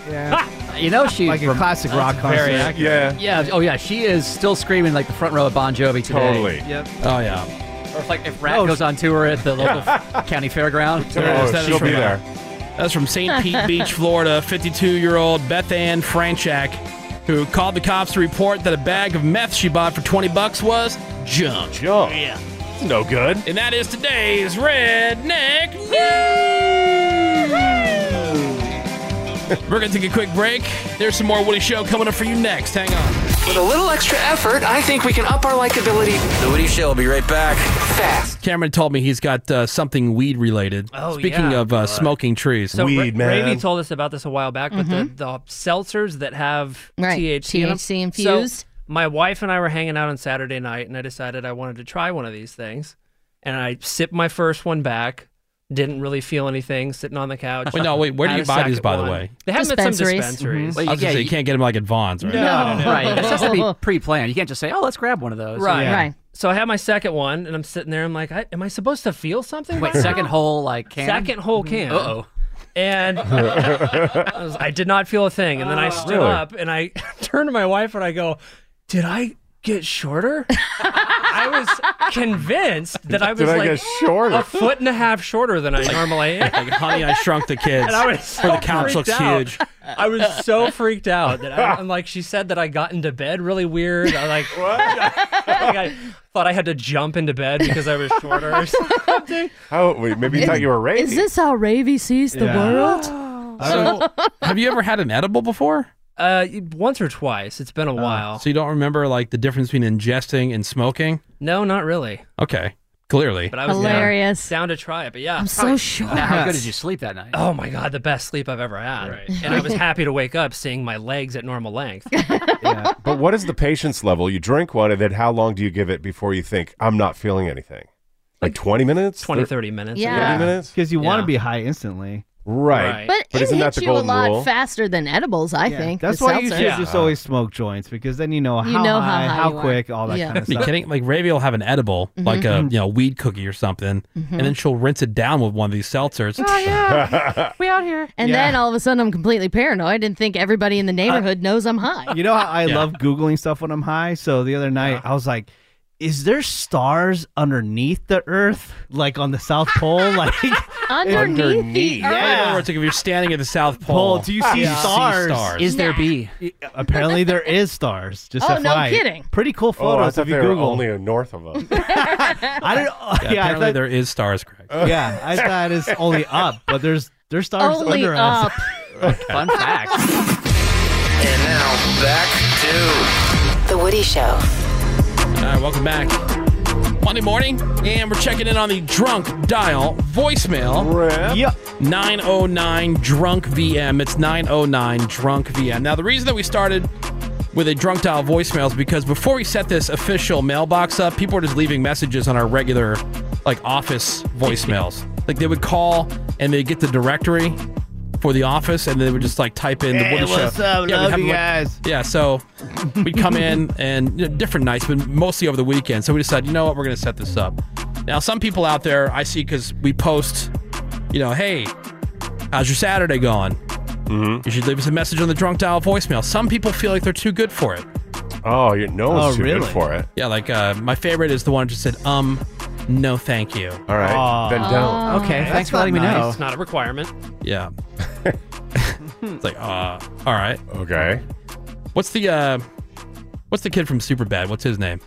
[SPEAKER 10] You know she
[SPEAKER 9] like a
[SPEAKER 10] rem-
[SPEAKER 9] classic rock concert.
[SPEAKER 4] very accurate.
[SPEAKER 7] Yeah.
[SPEAKER 10] Yeah. Oh yeah. She is still screaming like the front row of Bon Jovi today.
[SPEAKER 7] Totally.
[SPEAKER 9] Yep.
[SPEAKER 4] Oh, yeah.
[SPEAKER 10] Or if, like if Rat
[SPEAKER 9] Oh,
[SPEAKER 10] goes on tour at the local <laughs> county fairground.
[SPEAKER 4] There it is.
[SPEAKER 7] Oh,
[SPEAKER 4] That is
[SPEAKER 7] she'll
[SPEAKER 4] from,
[SPEAKER 7] be
[SPEAKER 4] uh,
[SPEAKER 7] there.
[SPEAKER 4] That's from St. Pete Beach, Florida. 52 year old Beth Ann Franchak, who called the cops to report that a bag of meth she bought for 20 bucks was junk.
[SPEAKER 7] Jump. Yeah. No good.
[SPEAKER 4] And that is today's Redneck
[SPEAKER 7] <laughs>
[SPEAKER 4] News. We're going to take a quick break. There's some more Woody Show coming up for you next. Hang on.
[SPEAKER 11] With a little extra effort, I think we can up our likability. The Woody Show will be right back. Fast.
[SPEAKER 4] Cameron told me he's got uh, something weed related.
[SPEAKER 8] Oh,
[SPEAKER 4] Speaking
[SPEAKER 8] yeah.
[SPEAKER 4] of uh, smoking trees.
[SPEAKER 8] So
[SPEAKER 7] Weed,
[SPEAKER 8] Ra- Ravi
[SPEAKER 7] man.
[SPEAKER 8] told us about this a while back, but the, the seltzers that have
[SPEAKER 5] Mm-hmm. Right,
[SPEAKER 8] THC, in 'em.
[SPEAKER 5] THC
[SPEAKER 8] So,
[SPEAKER 5] infused.
[SPEAKER 8] my wife and I were hanging out on Saturday night, and I decided I wanted to try one of these things, and I sipped my first one back. Didn't really feel anything sitting on the couch.
[SPEAKER 4] Wait, no, wait, where do
[SPEAKER 8] Had
[SPEAKER 4] you
[SPEAKER 8] a
[SPEAKER 4] buy these,
[SPEAKER 8] second
[SPEAKER 4] by the
[SPEAKER 8] one. Mm-hmm.
[SPEAKER 4] way? Mm-hmm.
[SPEAKER 8] They have them at some
[SPEAKER 5] Dispensaries.
[SPEAKER 8] dispensaries.
[SPEAKER 10] Well,
[SPEAKER 4] I was
[SPEAKER 10] yeah,
[SPEAKER 4] gonna say, you
[SPEAKER 10] you-
[SPEAKER 4] can't get them like at Vaughn's, right?
[SPEAKER 8] <laughs>
[SPEAKER 10] Right. This has to
[SPEAKER 5] <laughs>
[SPEAKER 10] be pre-planned. You can't just say, "Oh, let's grab one of those."
[SPEAKER 8] Right.
[SPEAKER 5] Right.
[SPEAKER 8] So I had my second one, and I'm sitting there. I'm like, I, am I supposed to feel something?
[SPEAKER 10] Wait.
[SPEAKER 8] by
[SPEAKER 10] Second
[SPEAKER 8] now?
[SPEAKER 10] whole like can.
[SPEAKER 8] Second whole can.
[SPEAKER 10] Uh oh. <laughs>
[SPEAKER 8] and I, was- I did not feel a thing. And then I stood
[SPEAKER 7] Really?
[SPEAKER 8] up and I <laughs> turned to my wife and I go, "Did I get shorter?" I
[SPEAKER 7] <laughs>
[SPEAKER 8] was convinced that I was
[SPEAKER 7] Did I
[SPEAKER 8] like
[SPEAKER 7] get shorter?
[SPEAKER 8] a
[SPEAKER 7] <laughs>
[SPEAKER 8] foot and a half shorter than I normally am.
[SPEAKER 4] Like, honey, I shrunk the kids.
[SPEAKER 8] And I was so
[SPEAKER 4] Or the couch
[SPEAKER 8] freaked
[SPEAKER 4] looks
[SPEAKER 8] out.
[SPEAKER 4] huge.
[SPEAKER 8] I was so freaked out that I, I'm like, she said that I got into bed really weird. <laughs> I like, what? I thought I had to jump into bed because I was shorter. or something.
[SPEAKER 7] Oh, wait, maybe you thought you were rapey.
[SPEAKER 5] Is this how Ravy sees the
[SPEAKER 9] Yeah.
[SPEAKER 5] world?
[SPEAKER 4] So, have you ever had an edible before? Uh,
[SPEAKER 8] Uh, once or twice. It's been a while.
[SPEAKER 4] So you don't remember like the difference between ingesting and smoking?
[SPEAKER 8] No, not really.
[SPEAKER 4] Okay, clearly.
[SPEAKER 8] But I was down-
[SPEAKER 5] Hilarious.
[SPEAKER 8] down to try it. But yeah,
[SPEAKER 5] I'm so sure.
[SPEAKER 10] Now, how good did you sleep that night?
[SPEAKER 8] oh my god, the best sleep I've ever had. And I was happy to wake up seeing my legs at normal length.
[SPEAKER 7] But what is the patience level? You drink one, and then how long do you give it before you think, I'm not feeling anything? Like 20 minutes?
[SPEAKER 8] 20,
[SPEAKER 7] Thir-
[SPEAKER 8] 30 minutes.
[SPEAKER 5] Yeah.
[SPEAKER 7] 30 minutes?
[SPEAKER 9] Because you want
[SPEAKER 8] Yeah.
[SPEAKER 9] to be high instantly.
[SPEAKER 5] <laughs>
[SPEAKER 7] Right.
[SPEAKER 5] But,
[SPEAKER 7] But
[SPEAKER 5] it
[SPEAKER 7] isn't that
[SPEAKER 5] hits
[SPEAKER 7] the
[SPEAKER 5] you a
[SPEAKER 7] golden
[SPEAKER 5] lot
[SPEAKER 7] rule?
[SPEAKER 5] faster than edibles, I think.
[SPEAKER 9] That's
[SPEAKER 5] the
[SPEAKER 9] why you
[SPEAKER 5] seltzer.
[SPEAKER 9] should
[SPEAKER 7] <laughs>
[SPEAKER 9] just always smoke joints because then you know how
[SPEAKER 5] You know how
[SPEAKER 9] high,
[SPEAKER 5] high
[SPEAKER 9] how
[SPEAKER 5] you are.
[SPEAKER 9] quick, all that
[SPEAKER 5] Yeah. Mm-hmm.
[SPEAKER 9] kind of
[SPEAKER 4] Are you
[SPEAKER 9] stuff.
[SPEAKER 4] kidding? Like Ravi will have an edible, like a you know weed cookie or something, and then she'll rinse it down with one of these seltzers.
[SPEAKER 5] Oh,
[SPEAKER 8] We out here.
[SPEAKER 5] And then all of a sudden, I'm completely paranoid and think everybody in the neighborhood knows I'm high.
[SPEAKER 9] <laughs> You know how I love googling stuff when I'm high. So the other night I was like, "Is there stars underneath the Earth, like on the South Pole? <laughs> Like,
[SPEAKER 5] Underneath,
[SPEAKER 7] Underneath.
[SPEAKER 5] the earth.
[SPEAKER 4] In other words, like if you're standing at the South Pole,
[SPEAKER 9] Pole, do you see
[SPEAKER 4] you
[SPEAKER 9] stars?
[SPEAKER 4] see stars?
[SPEAKER 10] Is there be?
[SPEAKER 9] apparently there is stars. Just
[SPEAKER 5] Oh, no
[SPEAKER 9] FYI.
[SPEAKER 5] kidding.
[SPEAKER 9] Pretty cool
[SPEAKER 7] Oh, I
[SPEAKER 9] photos
[SPEAKER 7] thought
[SPEAKER 9] if you
[SPEAKER 7] they were
[SPEAKER 9] Google.
[SPEAKER 7] only north of us. <laughs>
[SPEAKER 9] I don't. Oh,
[SPEAKER 4] yeah,
[SPEAKER 9] <laughs> yeah, I
[SPEAKER 4] apparently
[SPEAKER 9] thought,
[SPEAKER 4] there is stars, Greg.
[SPEAKER 9] yeah, I thought it's only up, but there's there's stars
[SPEAKER 5] Only
[SPEAKER 9] under
[SPEAKER 5] up.
[SPEAKER 9] us. <laughs>
[SPEAKER 10] Fun fact.
[SPEAKER 11] <laughs> And now back to
[SPEAKER 3] The Woody Show.
[SPEAKER 4] All right, welcome back. Monday morning, and we're checking in on the drunk dial voicemail.
[SPEAKER 9] Yep.
[SPEAKER 4] 909 Drunk VM. It's 909 Drunk VM. Now, the reason that we started with a drunk dial voicemails because before we set this official mailbox up, people were just leaving messages on our regular like office voicemails. like they would call and they'd get the directory for the office and they would just like type in the
[SPEAKER 9] Hey,
[SPEAKER 4] Woody
[SPEAKER 9] what's
[SPEAKER 4] Show.
[SPEAKER 9] up?
[SPEAKER 4] we'd
[SPEAKER 9] Love
[SPEAKER 4] have
[SPEAKER 9] you
[SPEAKER 4] them, like-
[SPEAKER 9] guys.
[SPEAKER 4] yeah, so we'd come in and you know, different nights, but mostly over the weekend. So we decided, you know what, we're going to set this up. Now, some people out there I see because we post, you know, hey, how's your Saturday going?
[SPEAKER 13] Mm-hmm.
[SPEAKER 4] You should leave us a message on the drunk dial voicemail. Some people feel like they're too good for it.
[SPEAKER 13] Oh, you're, no one's too good for it.
[SPEAKER 4] Yeah, like uh, my favorite is the one that just said, um, no, thank you.
[SPEAKER 13] All right, then don't.
[SPEAKER 5] Oh.
[SPEAKER 8] It's not a requirement. <laughs>
[SPEAKER 4] Yeah. it's like, uh, all right.
[SPEAKER 13] Okay.
[SPEAKER 4] What's the uh what's the kid from Superbad? What's his name?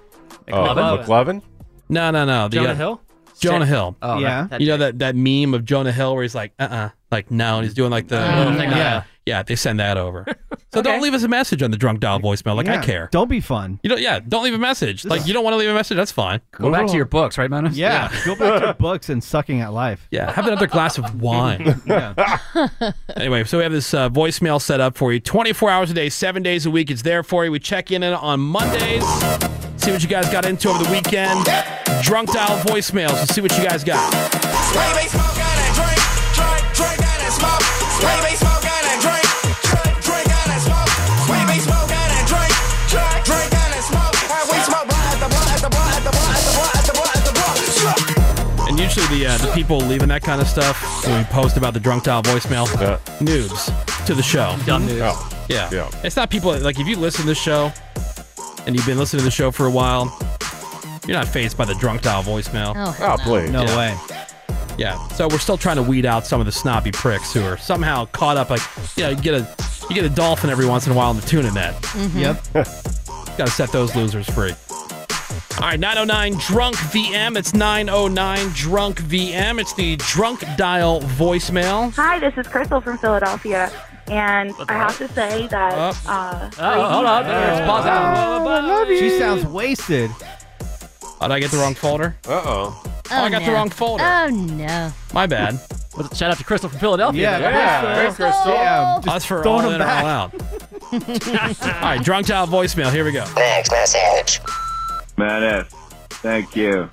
[SPEAKER 13] Oh, McLovin? McLovin?
[SPEAKER 4] No, no, no. The,
[SPEAKER 8] Jonah
[SPEAKER 4] uh,
[SPEAKER 8] Hill?
[SPEAKER 4] Jonah Hill.
[SPEAKER 8] Oh, Yeah. that- that
[SPEAKER 4] you know that that meme of Jonah Hill where he's like, uh uh like no, and he's doing like the
[SPEAKER 8] Oh,
[SPEAKER 4] little thing.
[SPEAKER 8] yeah.
[SPEAKER 4] Yeah. yeah, they send that over. So don't leave us a message on the drunk dial voicemail. Like I
[SPEAKER 9] Yeah.
[SPEAKER 4] care.
[SPEAKER 9] Don't be fun.
[SPEAKER 4] You don't yeah, don't leave a message. Like you don't want to leave a message, that's fine.
[SPEAKER 9] Go back to your
[SPEAKER 4] books, right, Manus?
[SPEAKER 9] Yeah, go back to your books and sucking at life.
[SPEAKER 4] Yeah, have another glass of wine. anyway, so we have this uh, voicemail set up for you 24 hours a day, seven days a week. It's there for you. We check in on Mondays, see what you guys got into over the weekend. Drunk dial voicemails Let's see what you guys got.
[SPEAKER 14] Baby, smoke and a drink, drink, drink and a smoke. Baby, smoke and a drink, drink, drink and a smoke. Baby, smoke and a drink, drink, drink and a smoke. And we smoke right at the bar, at the bar, at the bar, at the bar, at the bar, at the bar.
[SPEAKER 4] And usually the uh, the people leaving that kind of stuff when we post about the drunk dial voicemail, noobs to the show.
[SPEAKER 8] Dumb noobs.
[SPEAKER 13] Oh.
[SPEAKER 4] Yeah. It's not people that, like if you listen to this show and you've been listening to the show for a while, you're not phased by the drunk dial voicemail.
[SPEAKER 5] Oh, hell Oh, no. please.
[SPEAKER 9] No
[SPEAKER 4] Yeah.
[SPEAKER 9] way.
[SPEAKER 4] Yeah. So we're still trying to weed out some of the snobby pricks who are somehow caught up. Like, you know, you get a you get a dolphin every once in a while in the tuna net.
[SPEAKER 5] Mhm. <laughs>
[SPEAKER 4] Yep. Got to set those losers free. All right, 909 Drunk VM. It's 909 Drunk VM. It's the Drunk Dial voicemail.
[SPEAKER 11] Hi, this is Crystal from Philadelphia, and I have to say that.
[SPEAKER 4] Up.
[SPEAKER 11] Uh,
[SPEAKER 4] Oh, hold on. Let's pause
[SPEAKER 5] Oh,
[SPEAKER 4] out.
[SPEAKER 9] She sounds wasted.
[SPEAKER 4] Oh, did I get the wrong folder?
[SPEAKER 13] Uh oh.
[SPEAKER 4] Oh, I got the
[SPEAKER 5] no.
[SPEAKER 4] wrong folder.
[SPEAKER 5] Oh, no.
[SPEAKER 4] My bad.
[SPEAKER 15] Shout out to Crystal from Philadelphia.
[SPEAKER 4] Yeah,
[SPEAKER 15] Yeah.
[SPEAKER 4] Crystal.
[SPEAKER 15] Crystal.
[SPEAKER 4] Yeah,
[SPEAKER 15] Yeah,
[SPEAKER 4] Us for
[SPEAKER 15] throwing
[SPEAKER 4] all in
[SPEAKER 15] them
[SPEAKER 4] or all out. all right, drunk dial voicemail. Here we go.
[SPEAKER 16] Thanks, message.
[SPEAKER 7] Matt F. Thank you.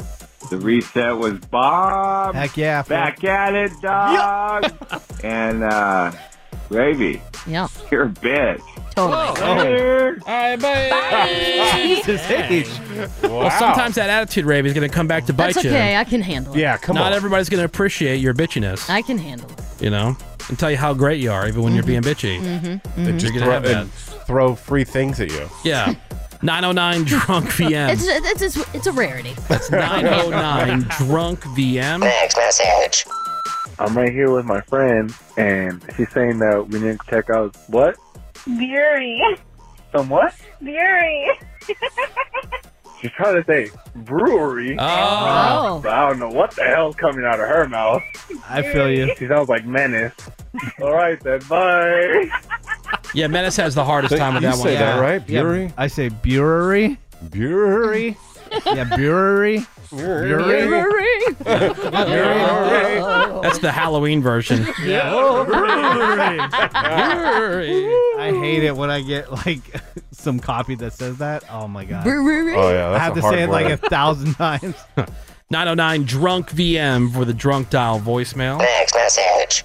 [SPEAKER 7] The reset was Bob.
[SPEAKER 9] Heck yeah. fool.
[SPEAKER 7] Back at it, dog. and uh, Gravy.
[SPEAKER 5] Yeah.
[SPEAKER 7] You're a bitch.
[SPEAKER 5] Totally.
[SPEAKER 7] Later.
[SPEAKER 4] All right, bye. <laughs>
[SPEAKER 9] Jesus H.
[SPEAKER 4] Well, sometimes that attitude, Rave, is going to come back to bite
[SPEAKER 5] That's
[SPEAKER 4] you.
[SPEAKER 5] okay. I can handle it.
[SPEAKER 4] Yeah, come Not everybody's going to appreciate your bitchiness,
[SPEAKER 5] I can handle it.
[SPEAKER 4] you know, and tell you how great you are, even when you're being bitchy.
[SPEAKER 15] Mm-hmm.
[SPEAKER 5] Mhm,
[SPEAKER 13] They
[SPEAKER 5] mhm.
[SPEAKER 13] just
[SPEAKER 4] You're gonna
[SPEAKER 13] throw,
[SPEAKER 4] have that.
[SPEAKER 13] and throw free things at you.
[SPEAKER 15] <laughs>
[SPEAKER 4] Yeah. 909 Drunk
[SPEAKER 5] It's,
[SPEAKER 4] VM.
[SPEAKER 5] it's, it's, it's a rarity.
[SPEAKER 4] That's 909 Drunk VM.
[SPEAKER 16] Thanks, message.
[SPEAKER 6] I'm right here with my friend, and she's saying that we need to check out what?
[SPEAKER 11] Beauty.
[SPEAKER 6] Some what?
[SPEAKER 11] Beauty.
[SPEAKER 6] She's trying to say brewery.
[SPEAKER 11] Oh.
[SPEAKER 6] But I don't know what the hell's coming out of her mouth.
[SPEAKER 9] I feel you.
[SPEAKER 6] She sounds like menace. <laughs> All right then, bye.
[SPEAKER 4] Yeah, Menace has the hardest time with that one.
[SPEAKER 9] Yeah. Yeah, I say brewery.
[SPEAKER 13] Brewery.
[SPEAKER 9] yeah, brewery.
[SPEAKER 4] That's the Halloween
[SPEAKER 13] <laughs>
[SPEAKER 4] version.
[SPEAKER 9] I hate it when I get like <laughs> some copy that says that. Oh my god.
[SPEAKER 5] Brewery.
[SPEAKER 13] Oh, yeah, that's
[SPEAKER 9] I have
[SPEAKER 13] a
[SPEAKER 9] to
[SPEAKER 13] hard
[SPEAKER 9] say it like a
[SPEAKER 13] word.
[SPEAKER 4] <laughs>
[SPEAKER 9] thousand times.
[SPEAKER 4] 909 Drunk VM for the Drunk Dial voicemail.
[SPEAKER 16] Thanks, message.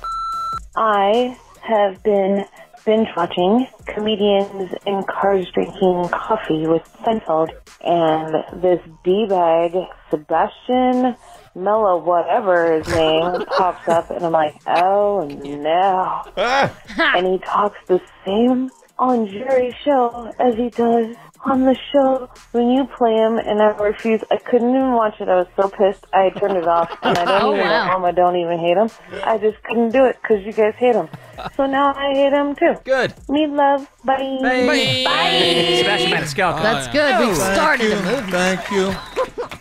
[SPEAKER 11] I have been binge watching comedians and cars drinking coffee with Seinfeld, and this d bag Sebastian Mello, whatever his
[SPEAKER 5] <laughs>
[SPEAKER 11] name, pops up, and I'm like, oh no!
[SPEAKER 5] Ah.
[SPEAKER 11] and he talks the same on Jerry's show as he does on the show when you play him, and I refuse. I couldn't even watch it. I was so pissed. I turned it off, and
[SPEAKER 5] <laughs>
[SPEAKER 11] I don't
[SPEAKER 5] Oh,
[SPEAKER 11] even
[SPEAKER 5] wow.
[SPEAKER 11] um, I don't even hate him. I just couldn't do it because you guys hate him. So now I hate him too. Good. Need love. Bye.
[SPEAKER 15] Bye. Sebastian Maniscalco.
[SPEAKER 5] That's good.
[SPEAKER 15] Oh,
[SPEAKER 5] We started him.
[SPEAKER 17] Thank you.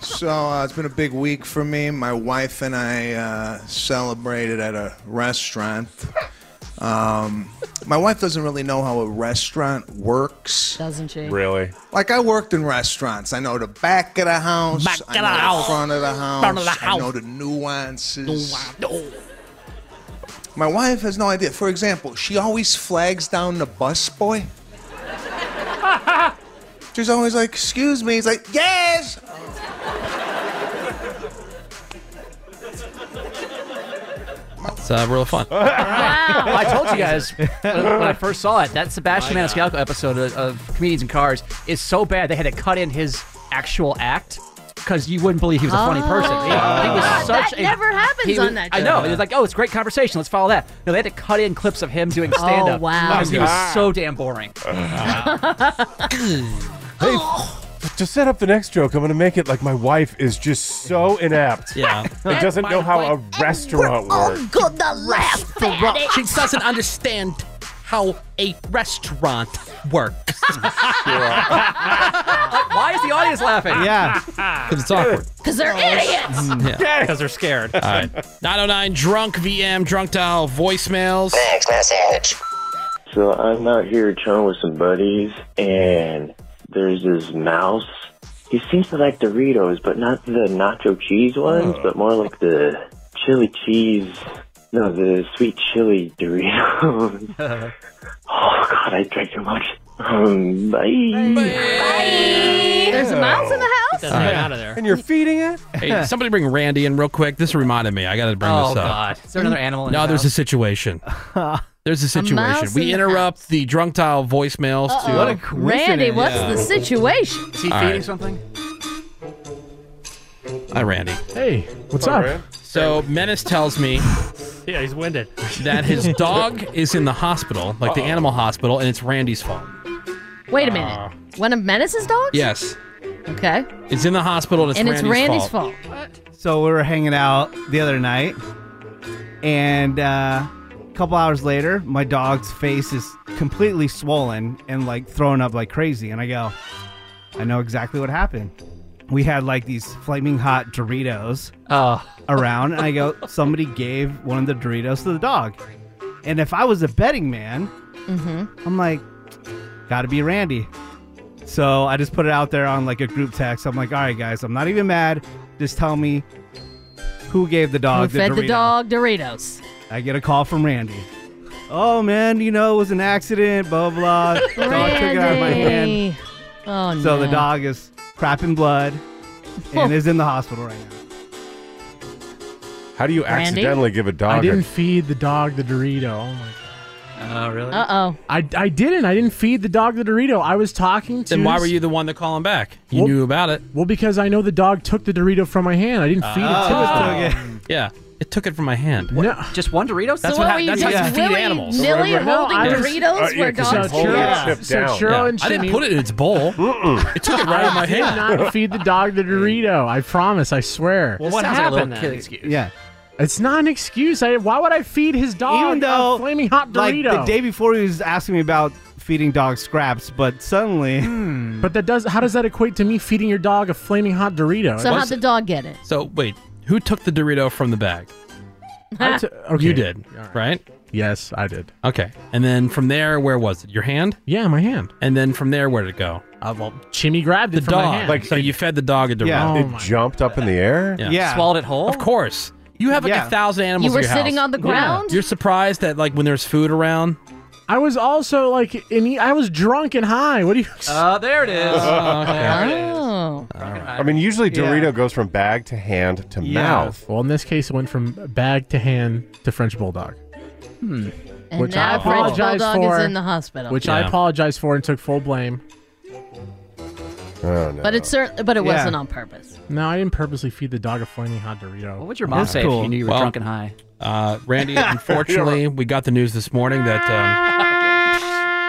[SPEAKER 17] So uh, it's been a big week for me. My wife and I uh, celebrated at a restaurant. Um, my wife doesn't really know how a restaurant works.
[SPEAKER 5] Doesn't she?
[SPEAKER 13] Really?
[SPEAKER 17] Like I worked in restaurants. I know the back of the house.
[SPEAKER 5] Back
[SPEAKER 17] I
[SPEAKER 5] of the
[SPEAKER 17] know
[SPEAKER 5] house.
[SPEAKER 17] front of the house.
[SPEAKER 5] Front of the
[SPEAKER 17] I know
[SPEAKER 5] house.
[SPEAKER 17] the nuances. My wife
[SPEAKER 5] <laughs>
[SPEAKER 17] has no idea. For example, she always flags down the busboy. She's always like, "Excuse me." He's like, "Yes."
[SPEAKER 4] It's uh, real fun.
[SPEAKER 10] Well, I told you
[SPEAKER 4] <laughs>
[SPEAKER 10] guys when, when I first saw it that Sebastian Maniscalco episode of, of Comedians in Cars is so bad they had to cut in his actual act because you wouldn't believe he was a funny person. He, he was
[SPEAKER 5] Oh.
[SPEAKER 10] such
[SPEAKER 5] That
[SPEAKER 10] a-
[SPEAKER 5] never happens
[SPEAKER 10] he was-
[SPEAKER 5] on that
[SPEAKER 10] I know.
[SPEAKER 5] show.
[SPEAKER 10] It was like, oh, it's a great conversation. Let's follow that. No, they had to cut in clips of him doing
[SPEAKER 5] Oh,
[SPEAKER 10] stand up.
[SPEAKER 5] wow.
[SPEAKER 10] he was so damn boring.
[SPEAKER 7] Hey, to set up the next joke, I'm going to make it like my wife is just so inept.
[SPEAKER 4] Yeah.
[SPEAKER 7] and doesn't know how a restaurant works.
[SPEAKER 4] gonna laugh at it. She doesn't understand how a restaurant works. <laughs>
[SPEAKER 10] Why is the audience
[SPEAKER 4] <laughs>
[SPEAKER 10] laughing?
[SPEAKER 4] Yeah. Because it's awkward.
[SPEAKER 5] Because
[SPEAKER 10] Oh,
[SPEAKER 5] they're idiots.
[SPEAKER 15] Mm,
[SPEAKER 11] Mm.
[SPEAKER 4] <laughs> Because they're scared. All <laughs> right. 909 Drunk VM, Drunk Dial, voicemails.
[SPEAKER 18] So I'm out here chilling with some buddies, and there's this mouse. He seems to like Doritos, but not the nacho cheese ones, but more like the chili cheese. No, the sweet chili Doritos. oh God, I drank too much. Um, bye.
[SPEAKER 5] There's a mouse in the house.
[SPEAKER 4] All right.
[SPEAKER 7] And you're feeding it? <laughs>
[SPEAKER 4] Hey, somebody bring Randy in real quick. This reminded me. I got to bring
[SPEAKER 10] Oh,
[SPEAKER 4] this up.
[SPEAKER 10] God. Is there another animal in
[SPEAKER 4] No,
[SPEAKER 10] the
[SPEAKER 4] there's a
[SPEAKER 10] house?
[SPEAKER 9] <laughs>
[SPEAKER 4] situation. There's a situation.
[SPEAKER 5] mouse in
[SPEAKER 4] We
[SPEAKER 5] the
[SPEAKER 4] interrupt the drunk dial voicemails to.
[SPEAKER 5] Uh-oh. Randy, what's the situation? Is
[SPEAKER 4] he All feeding right.
[SPEAKER 10] something?
[SPEAKER 4] Hi, Randy.
[SPEAKER 8] Hey,
[SPEAKER 4] what's up? So Menace tells me
[SPEAKER 8] Yeah, he's winded.
[SPEAKER 4] that his dog is in the hospital, like the
[SPEAKER 8] Uh-oh.
[SPEAKER 4] animal hospital, and it's Randy's fault.
[SPEAKER 5] Wait a minute. One of Menace's dogs?
[SPEAKER 4] Uh, Yes,
[SPEAKER 5] Okay.
[SPEAKER 4] it's in the hospital, and it's,
[SPEAKER 5] and
[SPEAKER 4] Randy's,
[SPEAKER 5] it's Randy's
[SPEAKER 4] fault.
[SPEAKER 5] fault.
[SPEAKER 9] So we were hanging out the other night, and uh, a couple hours later, my dog's face is completely swollen and like throwing up like crazy. And I go, I know exactly what happened. We had like these flaming hot Doritos
[SPEAKER 5] Ah.
[SPEAKER 9] around, and
[SPEAKER 5] <laughs>
[SPEAKER 9] I go, somebody gave one of the Doritos to the dog. And if I was a betting man,
[SPEAKER 5] Mm-hmm.
[SPEAKER 9] I'm like, gotta be Randy. So I just put it out there on like a group text. I'm like, all right, guys, I'm not even mad. Just tell me who gave the
[SPEAKER 4] Uh,
[SPEAKER 9] dog
[SPEAKER 5] Who fed the
[SPEAKER 9] Dorito."
[SPEAKER 5] dog Doritos?
[SPEAKER 9] I get a call from Randy. Oh man, you know it was an accident. Blah blah. blah. dog took it out of my hand.
[SPEAKER 5] Randy. Oh no.
[SPEAKER 9] So the dog is crapping blood and is in the hospital right now.
[SPEAKER 7] How do you
[SPEAKER 9] Randy?
[SPEAKER 7] accidentally give a dog
[SPEAKER 19] I
[SPEAKER 7] a-
[SPEAKER 19] didn't feed the dog the Dorito. Oh my god.
[SPEAKER 10] Oh really?
[SPEAKER 5] Uh oh.
[SPEAKER 19] I, I didn't. I didn't feed the dog the Dorito. I was talking to.
[SPEAKER 4] Then why were you the one to call him back? You knew about it.
[SPEAKER 19] Well, because I know the dog took the Dorito from my hand. I didn't feed
[SPEAKER 4] Oh,
[SPEAKER 19] it to it.
[SPEAKER 4] <laughs> Yeah, it took it from my hand.
[SPEAKER 19] No.
[SPEAKER 10] Just one Dorito?
[SPEAKER 4] That's what hap- that's how you feed animals.
[SPEAKER 5] Nilly
[SPEAKER 4] Whatever.
[SPEAKER 5] holding
[SPEAKER 4] No, I was-
[SPEAKER 5] Doritos
[SPEAKER 4] Uh, yeah,
[SPEAKER 5] where
[SPEAKER 4] 'cause
[SPEAKER 5] dogs
[SPEAKER 4] it's holding
[SPEAKER 5] eat?
[SPEAKER 4] it. Chip
[SPEAKER 19] So
[SPEAKER 4] down.
[SPEAKER 19] Churro
[SPEAKER 4] Yeah.
[SPEAKER 19] and
[SPEAKER 4] I didn't
[SPEAKER 19] Shimmy-
[SPEAKER 4] put it in its
[SPEAKER 9] <laughs>
[SPEAKER 4] bowl. It took it right out of my
[SPEAKER 19] I <laughs> did
[SPEAKER 4] hand.
[SPEAKER 19] not feed the dog the Dorito. I promise. I swear.
[SPEAKER 9] Well, what Sounds like a little happened kid then?
[SPEAKER 10] excuse.
[SPEAKER 9] Yeah.
[SPEAKER 19] It's not an excuse. I, why would I feed his dog
[SPEAKER 9] Even though,
[SPEAKER 19] a flaming hot
[SPEAKER 9] Like
[SPEAKER 19] Dorito?
[SPEAKER 9] the day before, he was asking me about feeding dogs scraps, but suddenly,
[SPEAKER 19] Hmm.
[SPEAKER 9] <laughs>
[SPEAKER 19] but that does. How does that equate to me feeding your dog a flaming hot Dorito?
[SPEAKER 5] So how'd the dog get it?
[SPEAKER 4] So wait, who took the Dorito from the bag?
[SPEAKER 5] <laughs>
[SPEAKER 19] I t- okay.
[SPEAKER 4] You did, right?
[SPEAKER 19] Yes, I did.
[SPEAKER 4] Okay, and then from there, where was it? Your hand?
[SPEAKER 19] Yeah, my hand.
[SPEAKER 4] And then from there, where did it go?
[SPEAKER 19] Uh, well, Chimmy grabbed
[SPEAKER 4] the
[SPEAKER 19] it from my
[SPEAKER 4] dog.
[SPEAKER 19] hand. Oh
[SPEAKER 4] Like so, you fed the dog a Dorito.
[SPEAKER 7] Yeah. it jumped up in the air?
[SPEAKER 10] Swallowed it whole?
[SPEAKER 4] Of course. You have like
[SPEAKER 19] Yeah.
[SPEAKER 4] a thousand animals.
[SPEAKER 5] You
[SPEAKER 4] in
[SPEAKER 5] were
[SPEAKER 4] your
[SPEAKER 5] sitting
[SPEAKER 4] house.
[SPEAKER 5] on the ground?
[SPEAKER 4] You're surprised that like when there's food around.
[SPEAKER 19] I was also like, in, e, I was drunk and high. What do you? <laughs>
[SPEAKER 10] Uh, there it is.
[SPEAKER 5] Oh.
[SPEAKER 7] I mean, usually Dorito goes from bag to hand to mouth.
[SPEAKER 19] Well, in this case, it went from bag to hand to French bulldog.
[SPEAKER 5] Hmm. And
[SPEAKER 19] Which I
[SPEAKER 5] now French
[SPEAKER 19] apologize
[SPEAKER 5] Bulldog
[SPEAKER 19] for,
[SPEAKER 5] is in the hospital.
[SPEAKER 19] Which I apologize for and took full blame.
[SPEAKER 7] Oh no!
[SPEAKER 5] But it's certain, but it
[SPEAKER 19] Yeah.
[SPEAKER 5] wasn't on purpose. <laughs>
[SPEAKER 19] No, I didn't purposely feed the dog a flaming hot Dorito. What
[SPEAKER 10] would your mom That's say if she cool. knew you were drunk and high?
[SPEAKER 4] Uh, Randy, unfortunately, we got the news this morning that um,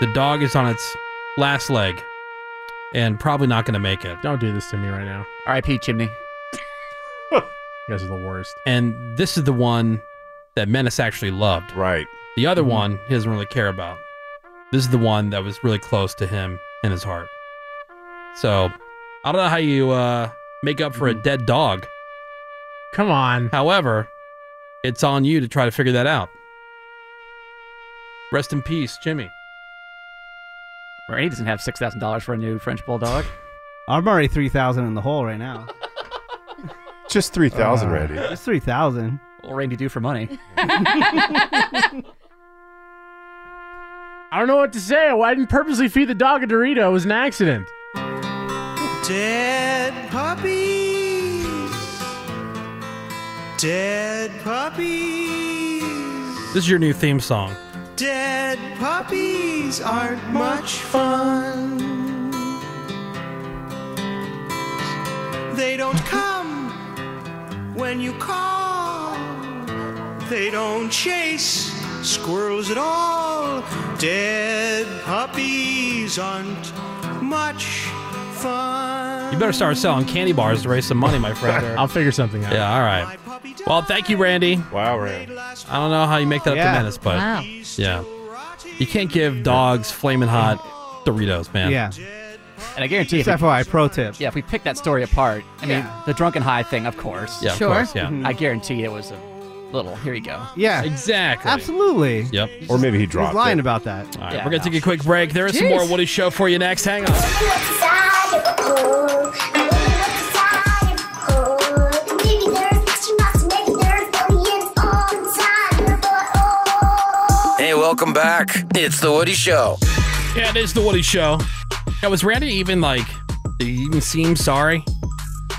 [SPEAKER 4] the dog is on its last leg and probably not going to make it.
[SPEAKER 19] Don't do this to me right now.
[SPEAKER 10] R.I.P. Chimney.
[SPEAKER 19] <laughs> You guys are the worst.
[SPEAKER 4] And this is the one that Menace actually loved.
[SPEAKER 7] Right.
[SPEAKER 4] The
[SPEAKER 19] Mm-hmm.
[SPEAKER 4] other one he doesn't really care about. This is the one that was really close to him in his heart. So I don't know how you uh, make up
[SPEAKER 19] Mm-hmm.
[SPEAKER 4] for a dead dog.
[SPEAKER 19] Come on.
[SPEAKER 4] However, it's on you to try to figure that out. Rest in peace, Jimmy.
[SPEAKER 10] <laughs> Randy doesn't have six thousand dollars for a new French bulldog.
[SPEAKER 9] I'm already three thousand in the hole right now.
[SPEAKER 7] Just three thousand,
[SPEAKER 9] Uh,
[SPEAKER 7] Randy.
[SPEAKER 9] Just three thousand.
[SPEAKER 5] <laughs> Oh
[SPEAKER 10] What will Randy do for money?
[SPEAKER 19] I don't know what to say. I didn't purposely feed the dog a Dorito. It was an accident.
[SPEAKER 11] Dead
[SPEAKER 4] <laughs>
[SPEAKER 11] puppies. Dead puppies.
[SPEAKER 4] This is your new theme song.
[SPEAKER 11] Dead puppies aren't much fun. They don't come when you call. They don't chase squirrels at all. Dead puppies aren't much fun.
[SPEAKER 4] You better start selling candy bars to raise some money, my friend.
[SPEAKER 19] I'll figure something out.
[SPEAKER 4] Yeah, all right. Well, thank you, Randy.
[SPEAKER 7] Wow, Randy.
[SPEAKER 4] I don't know how you make that up
[SPEAKER 19] Yeah.
[SPEAKER 4] to Menace, but
[SPEAKER 19] Wow.
[SPEAKER 4] yeah, you can't give dogs flaming hot Doritos, man.
[SPEAKER 9] Yeah.
[SPEAKER 10] And I guarantee
[SPEAKER 9] Just FYI, pro tip.
[SPEAKER 10] Yeah, if we pick that story apart, I mean, the drunken high thing, of course.
[SPEAKER 4] Yeah, of Sure. course, yeah.
[SPEAKER 10] I guarantee it was a little. Here you go.
[SPEAKER 9] Yeah.
[SPEAKER 4] Exactly.
[SPEAKER 9] Absolutely.
[SPEAKER 4] Yep.
[SPEAKER 7] Or maybe he
[SPEAKER 9] He's lying about that.
[SPEAKER 4] All right, we're gonna take a quick break. There is some more
[SPEAKER 9] Jeez.
[SPEAKER 4] Woody Show for you next. Hang on.
[SPEAKER 15] Hey, welcome back. It's The Woody Show.
[SPEAKER 4] Yeah, it is the Woody Show. Yeah, was Randy even like? Did he even seem sorry?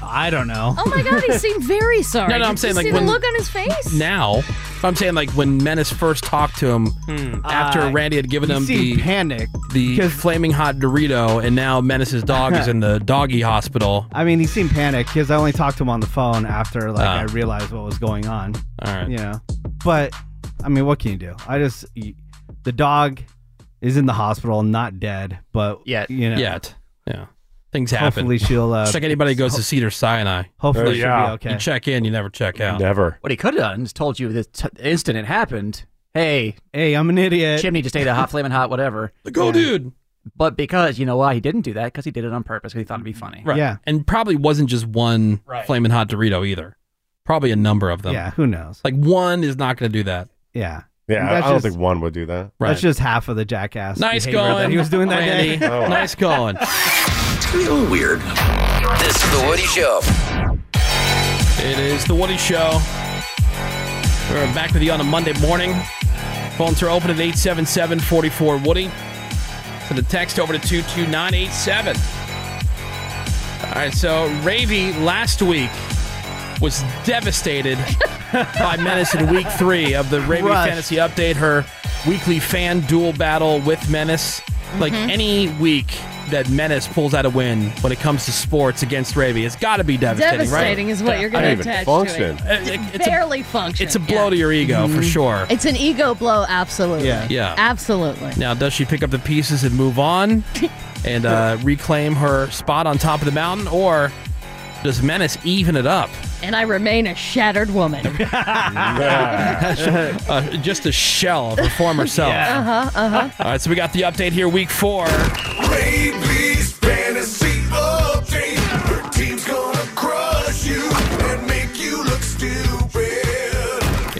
[SPEAKER 9] I don't know.
[SPEAKER 5] Oh my god, he seemed very sorry.
[SPEAKER 4] No, no, I'm
[SPEAKER 5] Did
[SPEAKER 4] saying,
[SPEAKER 5] you
[SPEAKER 4] like,
[SPEAKER 5] see
[SPEAKER 4] when-
[SPEAKER 5] the look on his face.
[SPEAKER 4] now. I'm saying like when Menace first talked to him after
[SPEAKER 9] Uh,
[SPEAKER 4] Randy had given
[SPEAKER 9] he
[SPEAKER 4] him the
[SPEAKER 9] seemed panicked,
[SPEAKER 4] the flaming hot Dorito, and now Menace's dog
[SPEAKER 9] <laughs>
[SPEAKER 4] is in the doggy hospital.
[SPEAKER 9] I mean, he seemed panicked because I only talked to him on the phone after like
[SPEAKER 4] Ah.
[SPEAKER 9] I realized what was going on.
[SPEAKER 4] All right.
[SPEAKER 9] You know, but I mean, what can you do? I just y- the dog is in the hospital, not dead, but
[SPEAKER 10] Yet.
[SPEAKER 9] you know,
[SPEAKER 4] Yet. yeah, things happen.
[SPEAKER 9] Hopefully, she'll. Uh,
[SPEAKER 4] it's like anybody who goes to Cedar Sinai.
[SPEAKER 9] hopefully Oh, she'll be yeah. okay.
[SPEAKER 4] You check in, you never check out.
[SPEAKER 7] Never.
[SPEAKER 10] What he could have done is told you the t- the instant it happened. Hey,
[SPEAKER 9] hey, I'm an idiot.
[SPEAKER 10] Chimney just ate a hot, flaming hot,
[SPEAKER 4] <laughs>
[SPEAKER 10] whatever.
[SPEAKER 4] Go, oh, dude.
[SPEAKER 10] But because you know why he didn't do that? Because he did it on purpose. Because he thought it'd be funny.
[SPEAKER 4] Right. And probably wasn't just one flaming hot Dorito either. Probably a number of them.
[SPEAKER 9] Yeah, who knows?
[SPEAKER 4] Like one is not going to do that.
[SPEAKER 9] yeah.
[SPEAKER 7] Yeah, I-
[SPEAKER 9] That's
[SPEAKER 7] I don't
[SPEAKER 9] just-
[SPEAKER 7] think one would do that.
[SPEAKER 9] That's just half of the jackass.
[SPEAKER 4] Nice
[SPEAKER 9] behavior
[SPEAKER 4] going.
[SPEAKER 9] That he was doing that
[SPEAKER 7] <laughs>
[SPEAKER 4] Randy.
[SPEAKER 9] day.
[SPEAKER 7] Oh.
[SPEAKER 4] <laughs> Nice going.
[SPEAKER 15] It's gonna be a little weird. This is The Woody Show.
[SPEAKER 4] It is the Woody Show. We're back with you on a Monday morning. Phones are open at 877 44 Woody. Send a text over to 22987. All right, so Ravy last week was devastated by Menace in week three of the Ravy
[SPEAKER 11] Crushed.
[SPEAKER 4] Fantasy Update, her weekly fan duel battle with Menace. Like
[SPEAKER 11] Mhm.
[SPEAKER 4] any week that Menace pulls out a win when it comes to sports against Ravy, it's got to be devastating, right?
[SPEAKER 5] Devastating is what you're gonna attach to it.
[SPEAKER 4] It-
[SPEAKER 5] It barely functions.
[SPEAKER 4] It's a blow to your ego for sure.
[SPEAKER 5] Mm-hmm. It's an ego blow, absolutely.
[SPEAKER 4] Yeah. Yeah.
[SPEAKER 5] Absolutely.
[SPEAKER 4] Now, does she pick up the pieces and move on and uh, reclaim her spot on top of the mountain, or does Menace even it up?
[SPEAKER 5] And I remain a shattered
[SPEAKER 4] <laughs>
[SPEAKER 5] woman.
[SPEAKER 4] Uh, just a shell of her former self.
[SPEAKER 5] Uh huh. Uh huh.
[SPEAKER 4] All right, so we got the update here, week four.
[SPEAKER 11] Baby's fantasy update. Her team's gonna crush you and make you look stupid.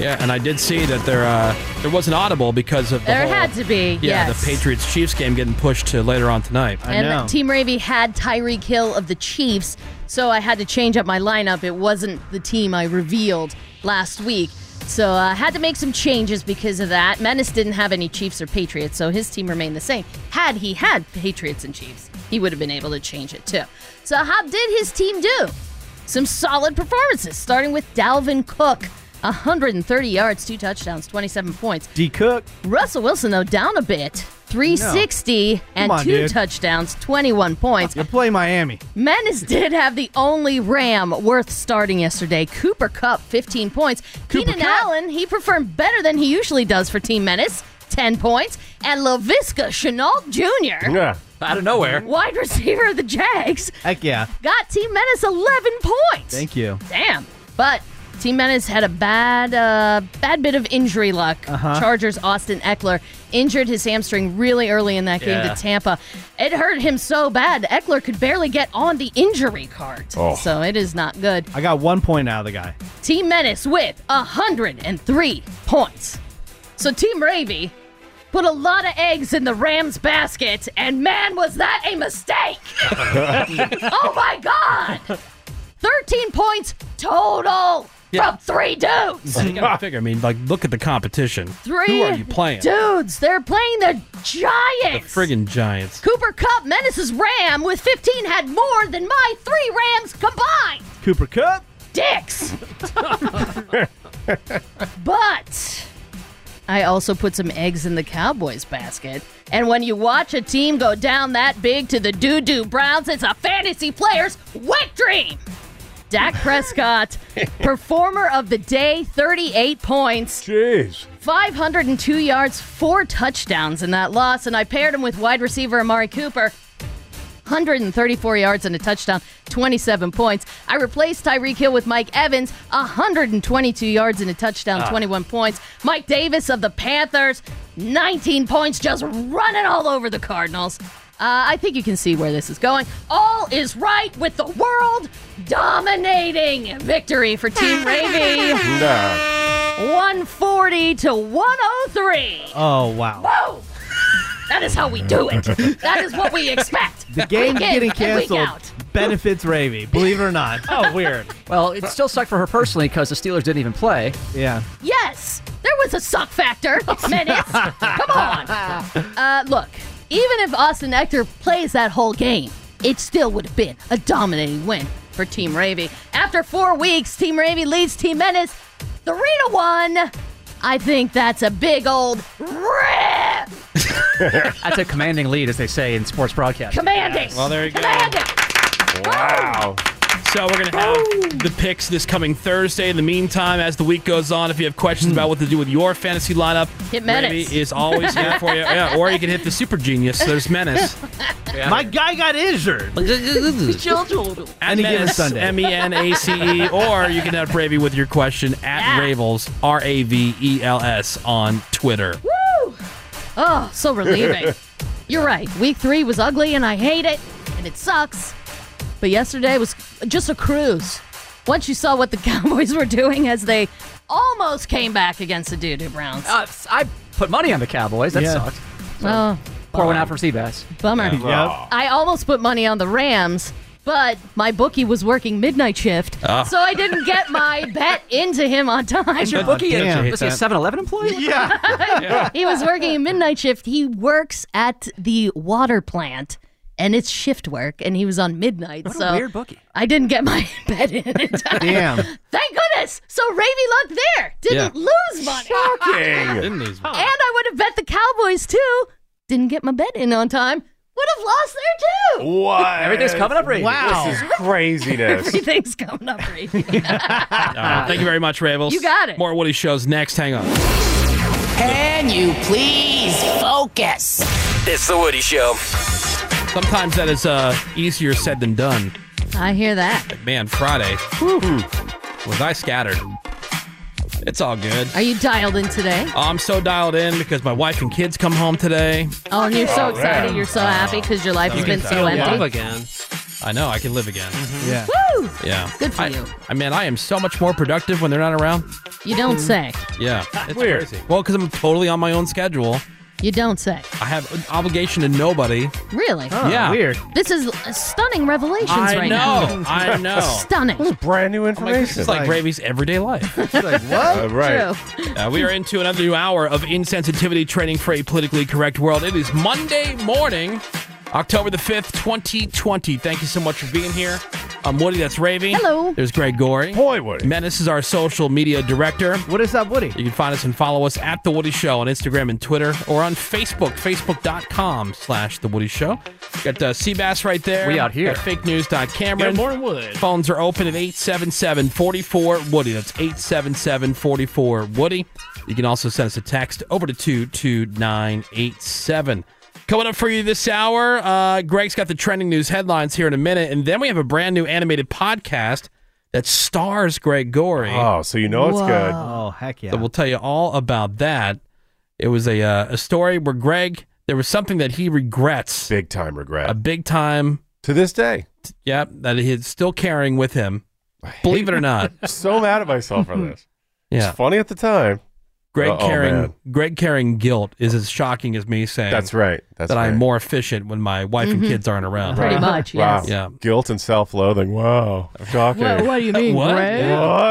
[SPEAKER 4] Yeah, and I did see that there uh, there was an audible because of the
[SPEAKER 5] There
[SPEAKER 4] whole-
[SPEAKER 5] had to be.
[SPEAKER 4] yeah
[SPEAKER 5] yes.
[SPEAKER 4] the Patriots Chiefs game getting pushed to later on tonight.
[SPEAKER 5] and Team Ravy had Tyree Kill of the Chiefs, so I had to change up my lineup. It wasn't the team I revealed last week. So I had to make some changes because of that. Menace didn't have any Chiefs or Patriots, so his team remained the same. Had he had Patriots and Chiefs, he would have been able to change it too. So how did his team do? Some solid performances, starting with Dalvin Cook. 130 yards, two touchdowns, 27 points.
[SPEAKER 9] D Cook.
[SPEAKER 5] Russell Wilson, though, down a bit. 360 and
[SPEAKER 9] Come on,
[SPEAKER 5] two
[SPEAKER 9] dude.
[SPEAKER 5] touchdowns, 21 points.
[SPEAKER 9] You play Miami.
[SPEAKER 5] Menace did have the only Ram worth starting yesterday. Cooper Cup, 15 points. Keenan Allen, he performed better than he usually does for Team Menace, 10 points. And LaVisca Chenault Jr.,
[SPEAKER 10] Out of nowhere.
[SPEAKER 5] wide receiver of the Jags,
[SPEAKER 9] Heck yeah.
[SPEAKER 5] got Team Menace 11 points.
[SPEAKER 9] Thank you.
[SPEAKER 5] Damn. But Team Menace had a bad, uh, bad bit of injury luck.
[SPEAKER 9] Uh-huh.
[SPEAKER 5] Chargers Austin Eckler injured his hamstring really early in that game
[SPEAKER 9] Yeah.
[SPEAKER 5] to Tampa. It hurt him so bad, Eckler could barely get on the injury card.
[SPEAKER 9] Oh.
[SPEAKER 5] So it is not good.
[SPEAKER 9] I got one point out of the guy.
[SPEAKER 5] Team Menace with 103 points. So Team Ravy put a lot of eggs in the Rams basket, and man, was that a mistake! <laughs> oh my god! 13 points total from three dudes.
[SPEAKER 4] you gotta figure. I mean, like, look at the competition.
[SPEAKER 5] Three
[SPEAKER 4] Oh, Who are you playing?
[SPEAKER 5] dudes. They're playing the
[SPEAKER 4] The
[SPEAKER 5] Giants.
[SPEAKER 4] friggin' Giants.
[SPEAKER 5] Cooper Cup menaces Ram with 15 had more than my three Rams combined.
[SPEAKER 9] Cooper Cup.
[SPEAKER 5] Dicks. but I also put some eggs in the Cowboys basket. And when you watch a team go down that big to the doo doo Browns, it's a fantasy player's wet dream. Dak Prescott, performer of the day, 38 points.
[SPEAKER 7] Jeez.
[SPEAKER 5] 502 yards, four touchdowns in that loss, and I paired him with wide receiver Amari Cooper. 134 yards and a touchdown, 27 points. I replaced Tyreek Hill with Mike Evans, 122 yards and a touchdown,
[SPEAKER 15] Ah.
[SPEAKER 5] 21 points. Mike Davis of the Panthers, 19 points, just running all over the Cardinals. Uh, I think you can see where this is going. All is right with the world dominating victory for Team Ravy.
[SPEAKER 7] Nah.
[SPEAKER 5] 140 to 103.
[SPEAKER 9] Oh wow.
[SPEAKER 5] Whoa! That is how we do it. That is what we expect.
[SPEAKER 9] The
[SPEAKER 5] Week
[SPEAKER 9] game's
[SPEAKER 5] in
[SPEAKER 9] getting
[SPEAKER 5] and week
[SPEAKER 9] canceled.
[SPEAKER 5] out.
[SPEAKER 9] Benefits Ravy, believe it
[SPEAKER 10] <laughs>
[SPEAKER 9] or not. oh, weird.
[SPEAKER 10] Well, it still sucked for her personally because the Steelers didn't even play.
[SPEAKER 9] Yeah.
[SPEAKER 5] Yes, there was a suck
[SPEAKER 9] <laughs>
[SPEAKER 5] factor. Menace. Come on. Uh, look, even if Austin Eckler plays that whole game, it still would have been a dominating win for Team Ravy. After four weeks, Team Ravy leads Team Menace three to one. I think that's a big old rip.
[SPEAKER 10] That's a commanding lead, as they say in sports broadcast.
[SPEAKER 5] Commanding.
[SPEAKER 4] Well, there you go.
[SPEAKER 5] Commanding.
[SPEAKER 7] Wow.
[SPEAKER 4] So we're gonna have the picks this coming Thursday. In the meantime, as the week goes on, if you have questions about what to do with your fantasy lineup,
[SPEAKER 5] Hit Menace.
[SPEAKER 4] Ravy is always here for you. Yeah, or you can hit the super genius. There's Menace.
[SPEAKER 9] My guy got injured.
[SPEAKER 5] Children.
[SPEAKER 4] At
[SPEAKER 9] Any given
[SPEAKER 4] Menace,
[SPEAKER 9] Sunday.
[SPEAKER 4] M E N A C E, or you can have Bravey with your question at Ravels, R A V E L S, on Twitter.
[SPEAKER 5] Woo! Oh, so relieving. You're right. Week three was ugly and I hate it and it sucks. But yesterday was just a cruise. Once you saw what the <laughs> Cowboys were doing as they almost came back against the Doo Doo Browns.
[SPEAKER 10] Uh, I put money on the Cowboys. That
[SPEAKER 5] Yeah.
[SPEAKER 10] sucked.
[SPEAKER 5] oh,
[SPEAKER 10] Pour one out for Seabass.
[SPEAKER 5] bummer. Uh, I almost put money on the Rams, but my bookie was working midnight shift,
[SPEAKER 10] Ah.
[SPEAKER 5] so I didn't get my bet into him on time.
[SPEAKER 10] Is your bookie
[SPEAKER 5] in?
[SPEAKER 10] a, was he a 7 Eleven employee?
[SPEAKER 9] <laughs> Yeah.
[SPEAKER 4] <laughs>
[SPEAKER 5] <laughs> he was working a midnight shift. He works at the water plant, and it's shift work, and he was on midnight.
[SPEAKER 10] What a
[SPEAKER 5] so
[SPEAKER 10] weird bookie.
[SPEAKER 5] I didn't get my <laughs> bed in. in time.
[SPEAKER 9] Damn.
[SPEAKER 5] Thank goodness. So Ravy lucked there. Didn't
[SPEAKER 9] Yeah.
[SPEAKER 5] lose money. <laughs>
[SPEAKER 9] Shocking.
[SPEAKER 4] Didn't lose
[SPEAKER 5] And I would have bet the Cowboys too. Didn't get my bet in on time. Would have lost there too.
[SPEAKER 7] What?
[SPEAKER 5] Wow.
[SPEAKER 7] This is
[SPEAKER 5] <laughs>
[SPEAKER 7] craziness.
[SPEAKER 5] Everything's coming up, Ravy.
[SPEAKER 4] All right, Uh, thank you very much, Ravels.
[SPEAKER 5] You got it.
[SPEAKER 4] More Woody shows next. Hang on.
[SPEAKER 11] Can you please focus?
[SPEAKER 4] It's the Woody Show. Sometimes that is uh, easier said than done.
[SPEAKER 5] I hear that.
[SPEAKER 4] But man, Friday was I scattered. It's all good. Oh,
[SPEAKER 5] Are you dialed in today?
[SPEAKER 4] I'm so dialed in because my wife and kids come home today.
[SPEAKER 5] Oh, and you're so
[SPEAKER 4] Oh,
[SPEAKER 5] excited.
[SPEAKER 4] man.
[SPEAKER 5] You're so happy because your life has been so empty.
[SPEAKER 4] again. Mm-hmm. I know I can live again. Yeah.
[SPEAKER 5] Woo!
[SPEAKER 4] Yeah.
[SPEAKER 5] Good for
[SPEAKER 4] I,
[SPEAKER 5] you.
[SPEAKER 4] I mean, I am so much more productive when they're not around.
[SPEAKER 5] You don't say.
[SPEAKER 4] Yeah. It's Weird. crazy. Well, because I'm totally on my own schedule.
[SPEAKER 5] You don't say.
[SPEAKER 4] I have an obligation to nobody.
[SPEAKER 5] Really?
[SPEAKER 4] Oh, Yeah. weird.
[SPEAKER 5] This is stunning revelations
[SPEAKER 4] I
[SPEAKER 5] right
[SPEAKER 4] know,
[SPEAKER 5] now.
[SPEAKER 4] I know. <laughs>
[SPEAKER 5] Stunning.
[SPEAKER 7] brand new
[SPEAKER 4] Like, this is like Ravy's everyday <laughs> life. like what?
[SPEAKER 5] right.
[SPEAKER 4] Uh, we are into another new hour of insensitivity training for a politically correct world. It is Monday morning, October the 5th, 2020. Thank you so much for being here. I'm Woody, that's Ravy.
[SPEAKER 5] Hello.
[SPEAKER 4] There's Greg Gorey. Boy, Woody. Menace is our social media director.
[SPEAKER 9] What is up, Woody?
[SPEAKER 4] You can find us and follow us at The Woody Show on Instagram and Twitter or on Facebook, facebook.com slash The Woody Show. Got uh, Seabass right there.
[SPEAKER 10] We out here.
[SPEAKER 4] Got fake news. Cameron.
[SPEAKER 10] Yeah, more than Wood.
[SPEAKER 4] Phones are open at 877 44 Woody. That's 877 44 Woody. You can also send us a text over to 22987. Coming up for you this hour, uh, Greg's got the trending news headlines here in a minute, and then we have a brand new animated podcast that stars Greg Gorey.
[SPEAKER 7] Oh, so you know it's good.
[SPEAKER 9] Oh, heck yeah.
[SPEAKER 4] So we'll tell you all about that. It was a uh, a story where Greg there was something that he regrets,
[SPEAKER 7] big time regret,
[SPEAKER 4] a big time
[SPEAKER 7] to this day.
[SPEAKER 4] Yep, that he's still carrying
[SPEAKER 7] <laughs>
[SPEAKER 4] with him. Believe it or not, <laughs>
[SPEAKER 7] so mad at myself for this.
[SPEAKER 4] Yeah.
[SPEAKER 7] It's funny at the time.
[SPEAKER 4] Greg
[SPEAKER 7] Uh-oh,
[SPEAKER 4] carrying
[SPEAKER 7] man.
[SPEAKER 4] Greg carrying guilt is as shocking as me saying
[SPEAKER 7] That's right. That's
[SPEAKER 4] that I'm
[SPEAKER 7] right.
[SPEAKER 4] more efficient when my wife and
[SPEAKER 7] Mhm.
[SPEAKER 4] kids aren't around.
[SPEAKER 7] Wow. Wow.
[SPEAKER 4] Yeah.
[SPEAKER 7] Guilt and self loathing.
[SPEAKER 4] <laughs>
[SPEAKER 7] Wow. Shocking.
[SPEAKER 4] What?
[SPEAKER 7] What?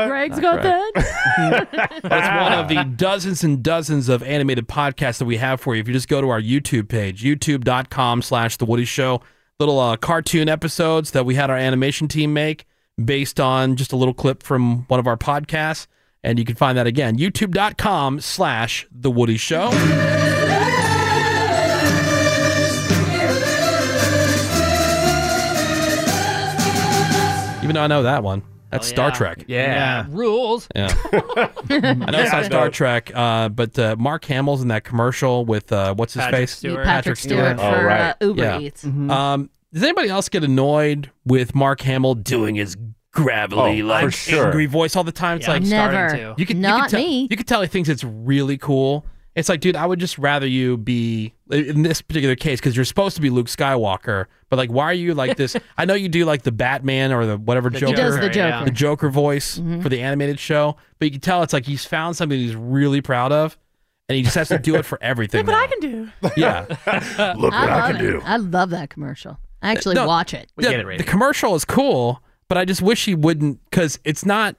[SPEAKER 5] Greg's
[SPEAKER 4] Not
[SPEAKER 5] got
[SPEAKER 4] Greg.
[SPEAKER 5] that.
[SPEAKER 4] That's one of the dozens and dozens of animated podcasts that we have for you. If you just go to our YouTube page, youtube.com slash The Woody Show, little uh, cartoon episodes that we had our animation team make based on just a little clip from one of our podcasts. And you can find that again, youtube.com slash The Woody Show. Even though I know that one. That's Star Trek.
[SPEAKER 8] Rules.
[SPEAKER 7] <laughs>
[SPEAKER 4] Yeah. I know it's not Star Trek, uh, but uh, Mark Hamill's in that commercial with uh, what's his
[SPEAKER 8] Patrick
[SPEAKER 4] face? Oh,
[SPEAKER 8] Stewart. Patrick Stewart for, uh, Uber Eats.
[SPEAKER 20] Mm-hmm.
[SPEAKER 8] Mhm.
[SPEAKER 4] Um, does anybody else get annoyed with Mark Hamill doing his gravelly,
[SPEAKER 20] Oh,
[SPEAKER 4] like
[SPEAKER 20] for sure.
[SPEAKER 4] angry voice all the time? It's
[SPEAKER 20] Yeah,
[SPEAKER 4] like
[SPEAKER 20] I'm starting Never. to.
[SPEAKER 4] You can, you
[SPEAKER 20] Not
[SPEAKER 4] can tell,
[SPEAKER 20] me.
[SPEAKER 4] You can tell he thinks it's really cool. It's like, dude, I would just rather you be in this particular case because you're supposed to be Luke Skywalker, but like, why are you
[SPEAKER 20] <laughs>
[SPEAKER 4] like this? I know you do like the Batman or the whatever
[SPEAKER 20] The
[SPEAKER 4] Joker,
[SPEAKER 20] He does the Joker, yeah.
[SPEAKER 4] the Joker voice
[SPEAKER 10] Mm-hmm.
[SPEAKER 4] for the animated show, but you can tell it's like he's found something he's really proud of, and he just has to do
[SPEAKER 10] <laughs>
[SPEAKER 4] it for everything.
[SPEAKER 5] I can do.
[SPEAKER 4] now. yeah, Look what I
[SPEAKER 5] love
[SPEAKER 4] can
[SPEAKER 5] it.
[SPEAKER 4] do.
[SPEAKER 5] I love that commercial. I actually
[SPEAKER 4] No,
[SPEAKER 5] watch it.
[SPEAKER 4] the, The commercial is cool, but I just wish he wouldn't because it's not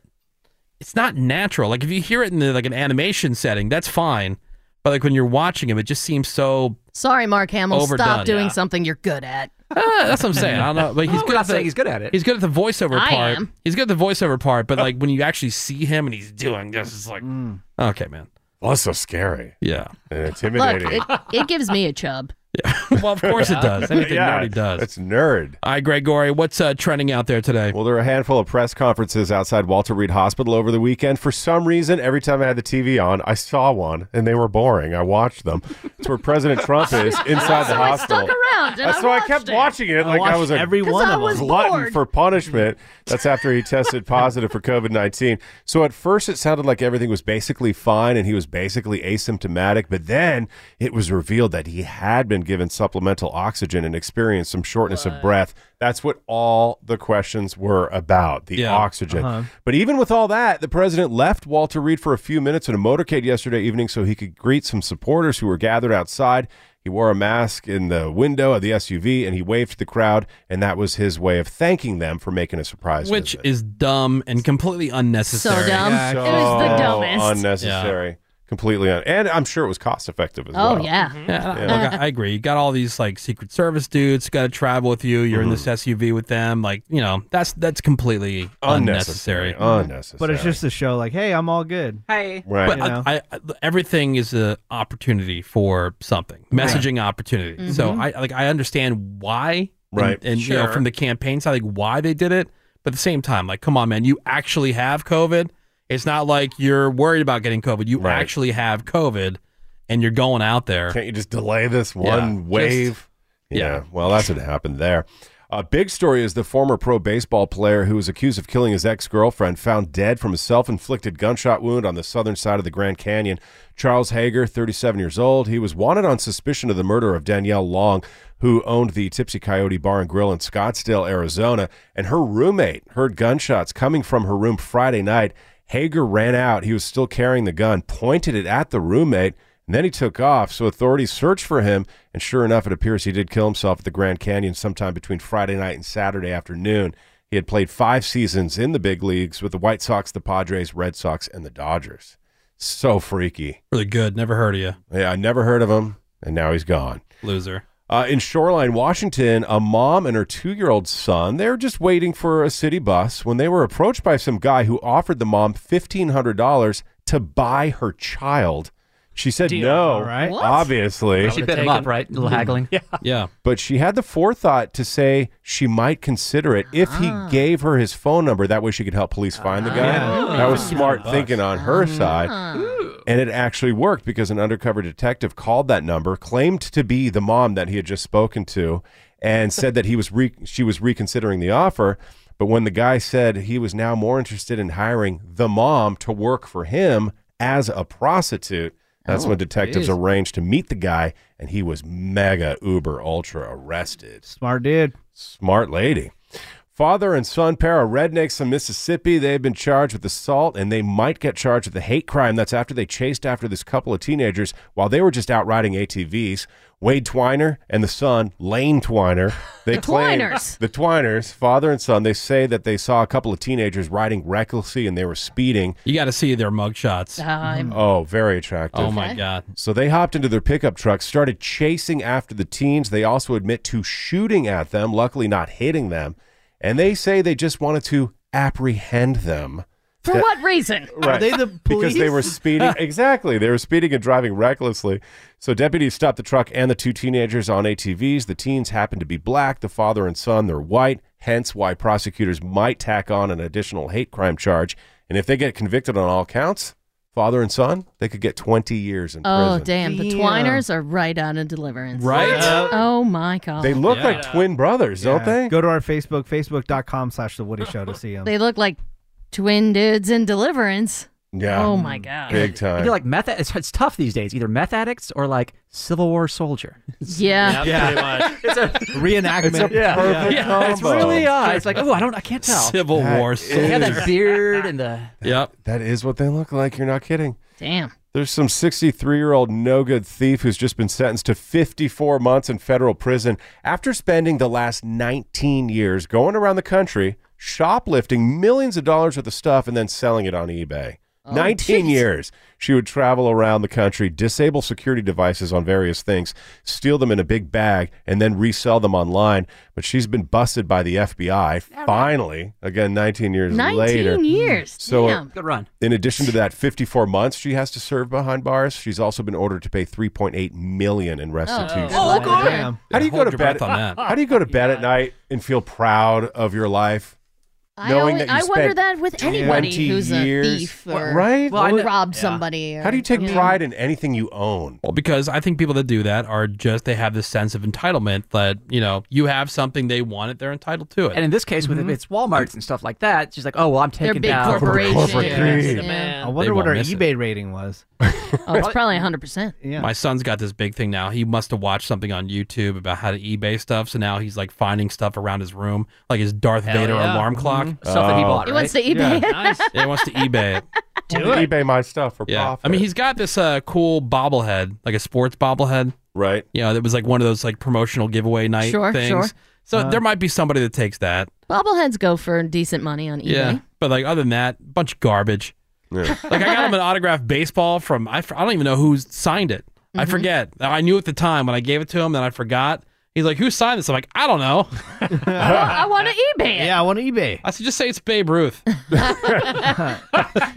[SPEAKER 4] it's not natural. Like if you hear it in the, like an animation setting, that's fine. But like when you're watching him, it just seems so.
[SPEAKER 5] Sorry, Mark Hamill.
[SPEAKER 4] Overdone.
[SPEAKER 5] stop doing
[SPEAKER 4] Yeah.
[SPEAKER 5] something you're good at.
[SPEAKER 4] <laughs> Ah, that's what I'm saying. I don't know, <laughs>
[SPEAKER 10] <laughs>
[SPEAKER 4] but he's
[SPEAKER 10] We're
[SPEAKER 4] good
[SPEAKER 10] not
[SPEAKER 4] at the,
[SPEAKER 10] saying he's good at it. Oh.
[SPEAKER 4] He's good at the voiceover
[SPEAKER 5] I
[SPEAKER 4] part.
[SPEAKER 5] am.
[SPEAKER 4] He's good at the voiceover part, but like when you actually see him and he's doing this, it's like,
[SPEAKER 9] Mm.
[SPEAKER 4] okay, man.
[SPEAKER 7] Well, that's so scary.
[SPEAKER 4] Yeah.
[SPEAKER 5] Look,
[SPEAKER 7] intimidating.
[SPEAKER 5] it, it gives me a chub.
[SPEAKER 4] <laughs> well, of
[SPEAKER 7] <laughs>
[SPEAKER 4] course it does. Anything
[SPEAKER 7] Yeah,
[SPEAKER 4] nerdy does. It's nerd. All right, Gregory, what's uh, trending out there today?
[SPEAKER 7] Well, there were a handful of press conferences outside Walter Reed Hospital over the weekend. For some reason, every time I had the TV on, I saw one, and they were boring. I watched them. It's where President Trump is
[SPEAKER 5] <laughs>
[SPEAKER 7] inside the
[SPEAKER 5] so I
[SPEAKER 7] hospital.
[SPEAKER 5] stuck around. And
[SPEAKER 7] That's why I
[SPEAKER 5] watched
[SPEAKER 7] kept
[SPEAKER 5] it.
[SPEAKER 7] watching it like I was a glutton for punishment. That's after he tested positive for COVID nineteen. So at first it sounded like everything was basically fine and he was basically asymptomatic, but then it was revealed that he had been given supplemental oxygen and experienced some shortness of breath. That's what all the questions were about the oxygen.
[SPEAKER 20] Uh-huh.
[SPEAKER 7] But even with all that, the president left Walter Reed for a few minutes in a motorcade yesterday evening so he could greet some supporters who were gathered outside. He wore a mask in the window of the SUV and he waved to the crowd, and that was his way of thanking them for making a surprise.
[SPEAKER 4] Which is dumb and completely unnecessary.
[SPEAKER 7] visit. So <laughs> Unnecessary. Completely un- and I'm sure it was cost effective
[SPEAKER 5] Oh,
[SPEAKER 7] as well.
[SPEAKER 4] Mm-hmm. Yeah, I-
[SPEAKER 7] Yeah.
[SPEAKER 5] Uh,
[SPEAKER 4] look, I, I agree. You got all these like Secret Service dudes got to travel with you. You're in
[SPEAKER 7] Mm-hmm.
[SPEAKER 4] this SUV with them. Like you know, that's that's completely
[SPEAKER 7] Unnecessary.
[SPEAKER 4] unnecessary.
[SPEAKER 7] Unnecessary.
[SPEAKER 9] But it's just a show like, hey, I'm all good.
[SPEAKER 10] Hey.
[SPEAKER 7] Right.
[SPEAKER 4] But
[SPEAKER 9] You know?
[SPEAKER 4] I, I, everything is an opportunity for something,
[SPEAKER 20] Right.
[SPEAKER 4] messaging opportunity. So
[SPEAKER 20] Mhm.
[SPEAKER 4] I like I understand why, and-
[SPEAKER 20] Right.
[SPEAKER 4] And, you know,
[SPEAKER 20] Sure.
[SPEAKER 4] from the campaign side, like why they did it. But at the same time, like, come on, man, you actually have COVID. It's not like you're worried about getting COVID. You actually have COVID, and you're going out there.
[SPEAKER 7] Can't you just delay this one
[SPEAKER 4] Yeah, just-
[SPEAKER 7] wave? yeah. Well, that's what happened there. A big story is the former pro baseball player who was accused of killing his ex girlfriend found dead from a self inflicted gunshot wound on the southern side of the Grand Canyon. Charles Hager, 37 years old, he was wanted on suspicion of the murder of Danielle Long, who owned the Tipsy Coyote Bar and Grill in Scottsdale, Arizona. And her roommate heard gunshots coming from her room Friday night. Hager ran out. He was still carrying the gun, pointed it at the roommate. And then he took off, so authorities searched for him, and sure enough, it appears he did kill himself at the Grand Canyon sometime between Friday night and Saturday afternoon. He had played five seasons in the big leagues with the White Sox, the Padres, Red Sox, and the Dodgers. So freaky.
[SPEAKER 4] Really good. Never heard of you.
[SPEAKER 7] Yeah, I never heard of him, and now he's gone.
[SPEAKER 4] Loser.
[SPEAKER 7] Uh, in Shoreline, Washington, a mom and her two-year-old son, they were just waiting for a city bus when they were approached by some guy who offered the mom $1,500 to buy her child. She said
[SPEAKER 10] Deal.
[SPEAKER 7] no,
[SPEAKER 10] All right. What?
[SPEAKER 7] obviously.
[SPEAKER 10] She bit him up, right? A little
[SPEAKER 9] Mm-hmm.
[SPEAKER 10] haggling.
[SPEAKER 7] Yeah.
[SPEAKER 4] yeah.
[SPEAKER 7] But she had the forethought to say she might consider it if
[SPEAKER 10] Ah.
[SPEAKER 7] he gave her his phone number. That way she could help police find the guy.
[SPEAKER 20] Yeah.
[SPEAKER 7] That was
[SPEAKER 20] Ooh.
[SPEAKER 7] smart
[SPEAKER 20] Bus.
[SPEAKER 7] thinking on
[SPEAKER 10] Ah.
[SPEAKER 5] Ah.
[SPEAKER 7] her side. And it actually worked because an undercover detective called that number, claimed to be the mom that he had just spoken to, and said that he was re- she was reconsidering the offer. But when the guy said he was now more interested in hiring the mom to work for him as a prostitute, that's
[SPEAKER 20] Oh,
[SPEAKER 7] when detectives
[SPEAKER 20] geez.
[SPEAKER 7] arranged to meet the guy, and he was mega uber ultra arrested.
[SPEAKER 9] Smart dude.
[SPEAKER 7] Smart lady. Father and son pair are rednecks from Mississippi. They have been charged with assault and they might get charged with a hate crime. That's after they chased after this couple of teenagers while they were just out riding ATVs. Wade Twiner and the son, Lane Twiner. They
[SPEAKER 5] The
[SPEAKER 7] claim-
[SPEAKER 5] Twiners.
[SPEAKER 7] The Twiners, father and son, they say that they saw a couple of teenagers riding recklessly and they were speeding.
[SPEAKER 4] You got to see their mugshots.
[SPEAKER 5] Um,
[SPEAKER 7] Oh, very attractive.
[SPEAKER 4] Oh, my Okay. God.
[SPEAKER 7] So they hopped into their pickup truck, started chasing after the teens. They also admit to shooting at them, luckily not hitting them. And they say they just wanted to apprehend them.
[SPEAKER 5] For
[SPEAKER 7] That-
[SPEAKER 5] what reason?
[SPEAKER 7] Right. <laughs> Because they
[SPEAKER 5] <laughs>
[SPEAKER 7] were speeding. exactly. They were speeding and driving recklessly. So deputies stopped the truck and the two teenagers on ATVs. The teens happened to be black. The father and son, they're white. Hence why prosecutors might tack on an additional hate crime charge. And if they get convicted on all counts, father and son, they could get 20 years in
[SPEAKER 5] oh,
[SPEAKER 7] prison.
[SPEAKER 5] damn. The
[SPEAKER 7] Damn.
[SPEAKER 5] Twiners are right on a deliverance.
[SPEAKER 7] Right? What?
[SPEAKER 5] Oh, my God.
[SPEAKER 7] They look like twin brothers, don't
[SPEAKER 9] Yeah.
[SPEAKER 7] they?
[SPEAKER 9] Go to our Facebook, facebook.com slash The Woody Show to see
[SPEAKER 5] <laughs>
[SPEAKER 9] them.
[SPEAKER 5] They look like twin dudes in deliverance.
[SPEAKER 7] Yeah.
[SPEAKER 5] Oh, my God.
[SPEAKER 10] I feel like meth. It's, it's tough these days. Either meth addicts or like Civil War soldier.
[SPEAKER 5] <laughs> Yeah.
[SPEAKER 10] Yeah.
[SPEAKER 9] <laughs>
[SPEAKER 5] it's a
[SPEAKER 10] Reenactment. <laughs> It's a perfect It's
[SPEAKER 7] combo.
[SPEAKER 10] really odd. It's like oh, I don't. I can't tell.
[SPEAKER 4] Civil
[SPEAKER 7] That
[SPEAKER 4] War
[SPEAKER 7] is-
[SPEAKER 10] Yeah, that beard and the.
[SPEAKER 4] Yep.
[SPEAKER 7] That is what they look like. You're not kidding.
[SPEAKER 5] Damn.
[SPEAKER 7] There's some 63 year old no good thief who's just been sentenced to 54 months in federal prison after spending the last 19 years going around the country shoplifting millions of dollars worth of stuff and then selling it on eBay. 19 years. She would travel around the country, disable security devices on various things, steal them in a big bag, and then resell them online. But she's been busted by the FBI finally, again, 19 years
[SPEAKER 5] 19
[SPEAKER 7] later.
[SPEAKER 5] years.
[SPEAKER 7] So, uh,
[SPEAKER 5] Damn. Good run.
[SPEAKER 7] in addition to that, 54 months she has to serve behind bars. She's also been ordered to pay 3.8 million in restitution.
[SPEAKER 5] Oh, good. Damn.
[SPEAKER 7] How do you
[SPEAKER 4] Hold
[SPEAKER 7] go to
[SPEAKER 4] your
[SPEAKER 7] bed?
[SPEAKER 4] breath on that.
[SPEAKER 7] How do you go to bed at night and feel proud of your life,
[SPEAKER 5] I, always, I wonder that with anybody
[SPEAKER 7] 20
[SPEAKER 5] who's a
[SPEAKER 7] years-
[SPEAKER 5] thief
[SPEAKER 7] Well,
[SPEAKER 5] or
[SPEAKER 7] right? Well, Oh, I
[SPEAKER 5] or
[SPEAKER 7] know-
[SPEAKER 5] robbed
[SPEAKER 7] yeah.
[SPEAKER 5] somebody. Or,
[SPEAKER 7] How do you take
[SPEAKER 5] Yeah.
[SPEAKER 7] pride in anything you own?
[SPEAKER 4] Well, because I think people that do that are just they have this sense of entitlement that you know you have something they want it, they're entitled to it.
[SPEAKER 10] And in this case, with if it's Walmart's and stuff like that, she's like, oh well, I'm
[SPEAKER 5] They're
[SPEAKER 10] taking
[SPEAKER 5] big
[SPEAKER 10] down
[SPEAKER 5] corporations. Corporate greed.
[SPEAKER 9] I wonder what our eBay rating was.
[SPEAKER 5] Oh, it's probably 100%.
[SPEAKER 4] My son's got this big thing now. He must have watched something on YouTube about how to eBay stuff, so now he's like finding stuff around his room, like his Darth
[SPEAKER 5] Hell
[SPEAKER 4] Vader
[SPEAKER 5] yeah.
[SPEAKER 4] alarm clock.
[SPEAKER 5] Mhm. Stuff that he bought, He wants right? to eBay
[SPEAKER 4] Yeah.
[SPEAKER 5] it. <laughs> Nice.
[SPEAKER 4] <laughs> Yeah, he wants
[SPEAKER 5] <laughs>
[SPEAKER 4] to eBay it.
[SPEAKER 7] Do it. eBay my stuff for
[SPEAKER 4] yeah. I mean, he's got this uh, cool bobblehead, like a sports bobblehead,
[SPEAKER 7] right?
[SPEAKER 4] Yeah, that was like one of those like promotional giveaway night
[SPEAKER 5] Sure,
[SPEAKER 4] things.
[SPEAKER 5] sure.
[SPEAKER 4] So
[SPEAKER 5] Uh,
[SPEAKER 4] there might be somebody that takes that.
[SPEAKER 5] Bobbleheads go for decent money on eBay.
[SPEAKER 4] Yeah, but like other than that, bunch of garbage. <laughs> like I got him an autographed baseball from I, f- I don't even know who signed it. I
[SPEAKER 5] Mhm.
[SPEAKER 4] forget. I knew at the time when I gave it to him, then I forgot. He's like, "Who signed this?" I'm like, "I don't know."
[SPEAKER 5] I want to <laughs> eBay it.
[SPEAKER 9] Yeah, I want eBay.
[SPEAKER 4] I said, "Just say it's
[SPEAKER 5] <laughs>
[SPEAKER 4] Babe Ruth."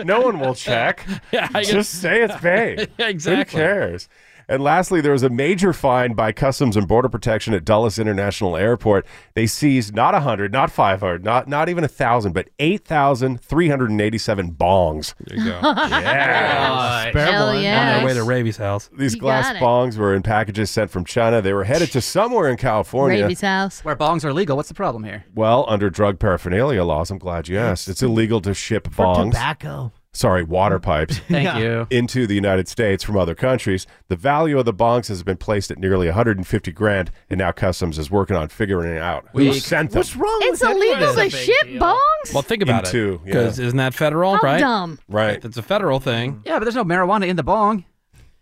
[SPEAKER 7] no one will check.
[SPEAKER 4] yeah, <laughs> I guess-
[SPEAKER 7] Just say
[SPEAKER 4] <laughs>
[SPEAKER 7] it's vague.
[SPEAKER 4] Yeah, exactly.
[SPEAKER 7] Who cares? And lastly, there was a major fine by Customs and Border Protection at Dulles International Airport. They seized not 100, not 500, not not even 1,000, but 8,387 bongs. There
[SPEAKER 4] you
[SPEAKER 7] go. yeah.
[SPEAKER 4] Spare Hell one. yeah. On their way to Ravy's house.
[SPEAKER 7] These
[SPEAKER 4] You
[SPEAKER 7] glass
[SPEAKER 4] got it.
[SPEAKER 7] bongs were in packages sent from China. They were headed to somewhere in California.
[SPEAKER 10] Ravy's
[SPEAKER 5] house.
[SPEAKER 10] Where bongs are legal. What's the problem here?
[SPEAKER 7] Well, under drug paraphernalia laws, I'm glad you asked. It's illegal to ship bongs.
[SPEAKER 10] tobacco.
[SPEAKER 7] Sorry,
[SPEAKER 10] <laughs>
[SPEAKER 7] water pipes.
[SPEAKER 10] Thank Yeah. you.
[SPEAKER 7] Into the United States from other countries. The value of the bongs has been placed at nearly 150 grand, and now Customs is working on figuring it out. Who
[SPEAKER 4] Weak.
[SPEAKER 7] sent them?
[SPEAKER 9] wrong
[SPEAKER 5] It's illegal to
[SPEAKER 4] That's a big
[SPEAKER 5] ship bongs?
[SPEAKER 4] Well, think about
[SPEAKER 7] Into, yeah.
[SPEAKER 4] it because isn't that federal?
[SPEAKER 5] How
[SPEAKER 4] right?
[SPEAKER 5] dumb.
[SPEAKER 7] Right.
[SPEAKER 4] It's a federal thing.
[SPEAKER 10] Yeah, but there's no marijuana in the bong.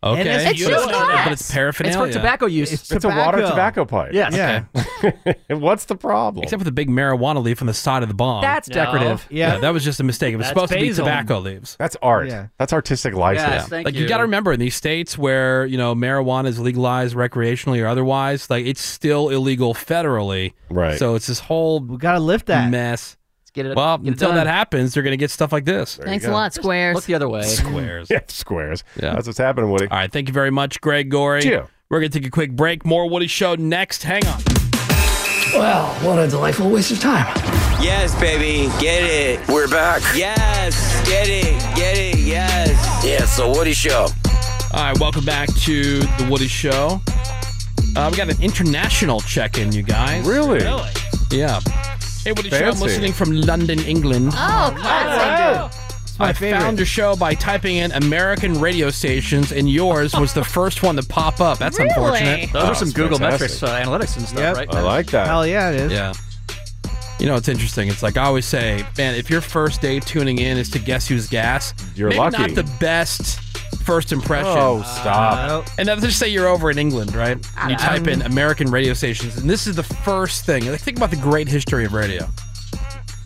[SPEAKER 4] Okay.
[SPEAKER 10] And it's It's used just in it. glass.
[SPEAKER 4] But it's paraphernalia.
[SPEAKER 10] It's for tobacco use.
[SPEAKER 7] It's, a water tobacco pipe.
[SPEAKER 4] Yes.
[SPEAKER 7] and <laughs> what's the problem?
[SPEAKER 4] Except for the big marijuana leaf on the side of the bomb.
[SPEAKER 10] That's No. decorative.
[SPEAKER 4] Yeah.
[SPEAKER 10] Yeah.
[SPEAKER 4] that was just a mistake. It was
[SPEAKER 10] That's
[SPEAKER 4] supposed to be
[SPEAKER 10] basil.
[SPEAKER 4] tobacco leaves.
[SPEAKER 7] That's art.
[SPEAKER 4] Yeah.
[SPEAKER 7] That's artistic license.
[SPEAKER 4] like you, got to remember in these states where, you know, marijuana is legalized recreationally or otherwise, like it's still illegal federally.
[SPEAKER 7] Right.
[SPEAKER 4] So it's this whole we got to lift that mess. Let's
[SPEAKER 10] get it
[SPEAKER 4] Well,
[SPEAKER 10] get it
[SPEAKER 4] until
[SPEAKER 10] done.
[SPEAKER 4] that happens, they're going to get stuff like this.
[SPEAKER 5] Thanks a lot, Squares.
[SPEAKER 10] Look the other way.
[SPEAKER 4] Squares.
[SPEAKER 7] <laughs> yeah, squares. Yeah. That's what's happening, Woody.
[SPEAKER 4] All right, thank you very much, Greg Gorey.
[SPEAKER 7] Cheer.
[SPEAKER 4] We're going to take a quick break. More Woody Show next. Hang on.
[SPEAKER 15] Well, what a delightful waste of time.
[SPEAKER 21] Yes, baby, get it.
[SPEAKER 15] We're back.
[SPEAKER 21] Yes, get it, get it, yes.
[SPEAKER 15] Yeah, it's the Woody Show.
[SPEAKER 4] All right, welcome back to the Woody Show. Uh, we got an international check in, you guys.
[SPEAKER 7] Really?
[SPEAKER 4] Really? Yeah. Hey, Woody Show, I'm
[SPEAKER 7] Fancy.
[SPEAKER 4] listening from London, England.
[SPEAKER 5] Oh, classic.
[SPEAKER 4] I found your show by typing in American radio stations, and yours was the first one to pop up. That's
[SPEAKER 10] Really?
[SPEAKER 4] unfortunate.
[SPEAKER 10] Those are Oh, some that's Google fantastic. metrics, uh, analytics and stuff, Yep. right? I like that. Hell yeah, it is.
[SPEAKER 4] Yeah. You know, it's interesting. It's like I always say, man, if your first day tuning in is to guess who's gas,
[SPEAKER 7] You're
[SPEAKER 4] maybe
[SPEAKER 7] lucky.
[SPEAKER 4] Not the best first impression.
[SPEAKER 7] Oh, stop.
[SPEAKER 4] and let's just say you're over in England, right? And you
[SPEAKER 7] Um.
[SPEAKER 4] type in American radio stations, and this is the first thing. Like, think about the great history of radio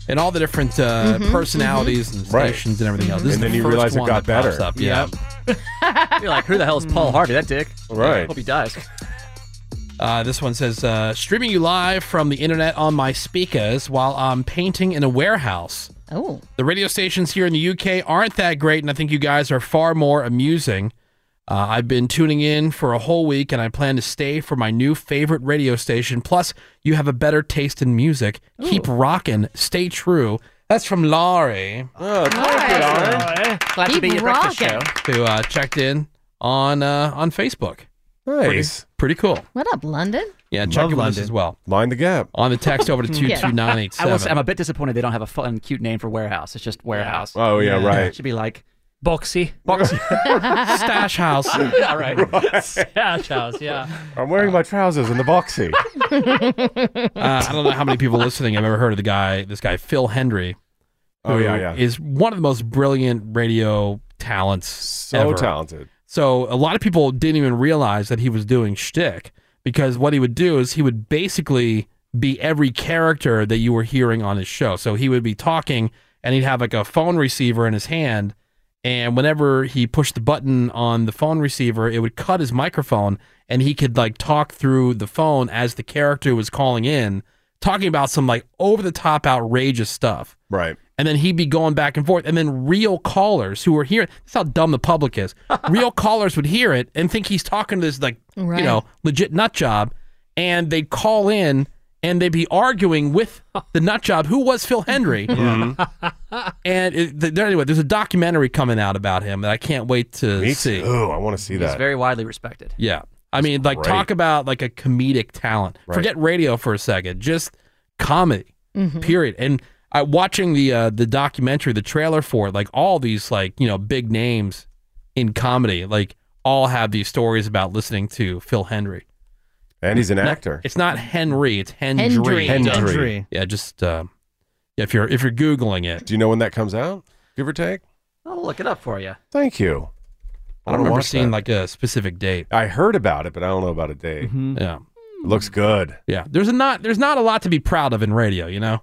[SPEAKER 4] and all the different uh,
[SPEAKER 20] Mhm,
[SPEAKER 4] personalities and
[SPEAKER 20] Right.
[SPEAKER 4] stations and everything else. This
[SPEAKER 7] And
[SPEAKER 4] is
[SPEAKER 7] then
[SPEAKER 4] the
[SPEAKER 7] you
[SPEAKER 4] first
[SPEAKER 7] realize it
[SPEAKER 4] one
[SPEAKER 7] got
[SPEAKER 4] that pops
[SPEAKER 7] better.
[SPEAKER 4] Up. Yeah.
[SPEAKER 10] You're like, who the hell is Paul Harvey? That dick.
[SPEAKER 4] Right.
[SPEAKER 10] Hope he dies.
[SPEAKER 4] Uh, this one says, uh, streaming you live from the internet on my speakers while I'm painting in a warehouse.
[SPEAKER 5] Oh.
[SPEAKER 4] The radio stations here in the UK aren't that great, and I think you guys are far more amusing. Uh, I've been tuning in for a whole week, and I plan to stay for my new favorite radio station. Plus, you have a better taste in music. Keep rocking. Stay true. That's from Laurie.
[SPEAKER 7] Oh,
[SPEAKER 10] Glad to
[SPEAKER 5] Keep
[SPEAKER 10] be at your breakfast
[SPEAKER 5] rocking. <laughs>
[SPEAKER 10] show.
[SPEAKER 4] Who uh, checked in on uh, on Facebook. Nice. Pretty, pretty cool.
[SPEAKER 5] What up, London?
[SPEAKER 4] Yeah, check
[SPEAKER 10] Love
[SPEAKER 4] him with us
[SPEAKER 10] London.
[SPEAKER 4] as well.
[SPEAKER 7] Mind the gap.
[SPEAKER 4] On the text over to
[SPEAKER 10] <laughs>
[SPEAKER 4] <laughs>
[SPEAKER 10] Yeah.
[SPEAKER 4] 22987.
[SPEAKER 10] I will say, I'm a bit disappointed they don't have a fun, cute name for warehouse. It's just warehouse.
[SPEAKER 7] Oh, yeah, Yeah. right.
[SPEAKER 10] It should be like Boxy. Boxy.
[SPEAKER 4] <laughs> <laughs> Stash house.
[SPEAKER 10] <laughs> yeah,
[SPEAKER 4] <laughs>
[SPEAKER 10] right.
[SPEAKER 8] Stash house, yeah.
[SPEAKER 7] I'm wearing my trousers in the boxy.
[SPEAKER 4] <laughs> uh, I don't know how many people listening have ever heard of the guy, this guy Phil Hendry.
[SPEAKER 7] Oh,
[SPEAKER 4] who
[SPEAKER 7] yeah, yeah.
[SPEAKER 4] Is one of the most brilliant radio talents. So
[SPEAKER 7] talented.
[SPEAKER 4] So a lot of people didn't even realize that he was doing shtick because what he would do is he would basically be every character that you were hearing on his show. So he would be talking and he'd have like a phone receiver in his hand. And whenever he pushed the button on the phone receiver, it would cut his microphone and he could like talk through the phone as the character was calling in, talking about some like over the top outrageous stuff.
[SPEAKER 7] Right.
[SPEAKER 4] And then he'd be going back and forth. And then real callers who were hearing that's how dumb the
[SPEAKER 7] <laughs>
[SPEAKER 4] public is. real callers would hear it and think he's talking to this like
[SPEAKER 20] Right.
[SPEAKER 4] you know, legit nut job. And they'd call in and they'd be arguing with the nut job who was Phil
[SPEAKER 7] <laughs>
[SPEAKER 4] Hendry.
[SPEAKER 7] Mm-hmm.
[SPEAKER 4] and it, th- there- anyway, there's a documentary coming out about him that I can't wait to see.
[SPEAKER 7] Oh, I want to see
[SPEAKER 10] He's very widely respected.
[SPEAKER 4] Yeah. I mean, like,
[SPEAKER 10] great.
[SPEAKER 4] talk about like a comedic talent.
[SPEAKER 10] Right.
[SPEAKER 4] Forget radio for a second. Just comedy,
[SPEAKER 7] Mm-hmm.
[SPEAKER 10] Mhm.
[SPEAKER 4] period. And I watching the uh, the documentary, the trailer for it, like all these like you know big names in comedy, like all have these stories about listening to Phil Henry.
[SPEAKER 7] And he's an
[SPEAKER 4] Not-
[SPEAKER 7] actor.
[SPEAKER 4] it's not Henry. It's
[SPEAKER 7] Hendry.
[SPEAKER 4] Hendry.
[SPEAKER 7] Hendry.
[SPEAKER 4] Yeah. Just uh, yeah, if you're if you're googling it,
[SPEAKER 7] do you know when that comes out? Give or take.
[SPEAKER 10] I'll look it up for you.
[SPEAKER 7] Thank you.
[SPEAKER 4] I
[SPEAKER 7] wanna
[SPEAKER 4] don't remember
[SPEAKER 7] watch
[SPEAKER 4] seeing
[SPEAKER 7] that.
[SPEAKER 4] like a specific date.
[SPEAKER 7] I heard about it, but I don't know about a date.
[SPEAKER 4] Yeah.
[SPEAKER 7] Looks good.
[SPEAKER 4] Yeah, there's a not there's not a lot to be proud of in radio,
[SPEAKER 7] <laughs>
[SPEAKER 4] you know.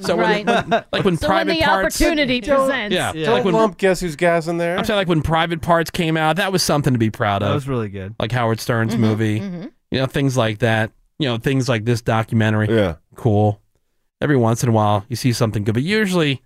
[SPEAKER 4] So
[SPEAKER 5] Right.
[SPEAKER 4] when- when, like when
[SPEAKER 5] So when
[SPEAKER 4] private
[SPEAKER 5] the
[SPEAKER 4] parts,
[SPEAKER 5] opportunity Don't- presents.
[SPEAKER 4] yeah,
[SPEAKER 5] Yeah.
[SPEAKER 4] like
[SPEAKER 5] Don't
[SPEAKER 4] when
[SPEAKER 5] lump
[SPEAKER 7] Guess who's gas in there?
[SPEAKER 4] I'm saying like when private parts came out, that was something to be proud of.
[SPEAKER 9] That was really good.
[SPEAKER 4] Like Howard Stern's
[SPEAKER 5] Mm-hmm,
[SPEAKER 9] Mhm,
[SPEAKER 4] movie,
[SPEAKER 9] mhm.
[SPEAKER 4] you know, things like that. You know, things like this documentary. Yeah, cool. Every once in a while, you see something good, but usually,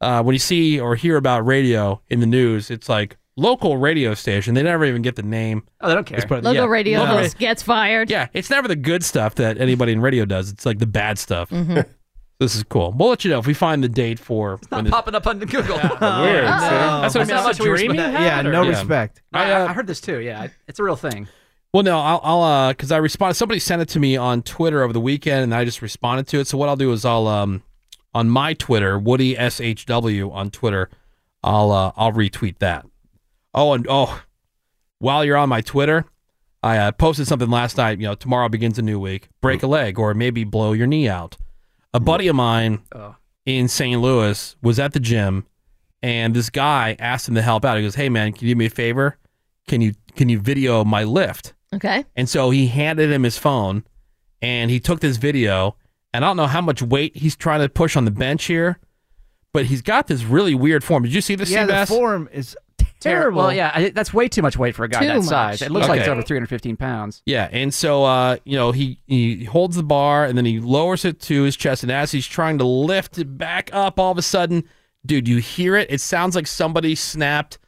[SPEAKER 4] uh, when you see or hear about radio in the news, it's like local radio station. They never even get the name.
[SPEAKER 10] Oh, they don't care.
[SPEAKER 4] Just put it-
[SPEAKER 5] Local
[SPEAKER 4] yeah,
[SPEAKER 5] radio
[SPEAKER 4] local
[SPEAKER 5] host gets fired.
[SPEAKER 4] Yeah, it's never the good stuff that anybody in radio does. It's like the bad stuff.
[SPEAKER 5] Mm-hmm.
[SPEAKER 4] <laughs> this is cool. We'll let you know if we find the date for when this.
[SPEAKER 10] Popping
[SPEAKER 4] <laughs>
[SPEAKER 10] up on the Google. <laughs>
[SPEAKER 4] weird, see? That's what I mean.
[SPEAKER 10] not much
[SPEAKER 4] Dream
[SPEAKER 10] dream
[SPEAKER 4] you
[SPEAKER 10] you
[SPEAKER 4] had,
[SPEAKER 10] had,
[SPEAKER 4] or-
[SPEAKER 10] or-
[SPEAKER 4] Yeah.
[SPEAKER 10] I, uh, I heard this too. Yeah, it's a real thing.
[SPEAKER 4] Well, no, I'll, I'll uh, because I responded. Somebody sent it to me on Twitter over the weekend, and I just responded to it. So what I'll do is I'll um, on my Twitter, Woody SHW on Twitter, I'll uh, I'll retweet that. Oh, and oh, while you're on my Twitter, I uh, posted something last night. You know, tomorrow begins a new week. Break a leg, or maybe blow your knee out. A buddy of mine in St. Louis was at the gym, and this guy asked him to help out. He goes, "Hey, man, can you do me a favor? Can you can you video my lift?"
[SPEAKER 5] Okay.
[SPEAKER 4] And so he handed him his phone and he took this video. And I don't know how much weight he's trying to push on the bench here, but he's got this really weird form. Did you see this,
[SPEAKER 9] yeah, the
[SPEAKER 4] Seabass?
[SPEAKER 9] form is terrible.
[SPEAKER 10] Well, yeah, I, that's way too much weight for a guy
[SPEAKER 9] Too
[SPEAKER 10] that
[SPEAKER 9] much.
[SPEAKER 10] size. It looks like it's
[SPEAKER 4] Okay.
[SPEAKER 10] over 315 pounds.
[SPEAKER 4] Yeah, and so uh, you know he he holds the bar and then he lowers it to his chest, and as he's trying to lift it back up, all of a sudden, dude, you hear it. It sounds like somebody snapped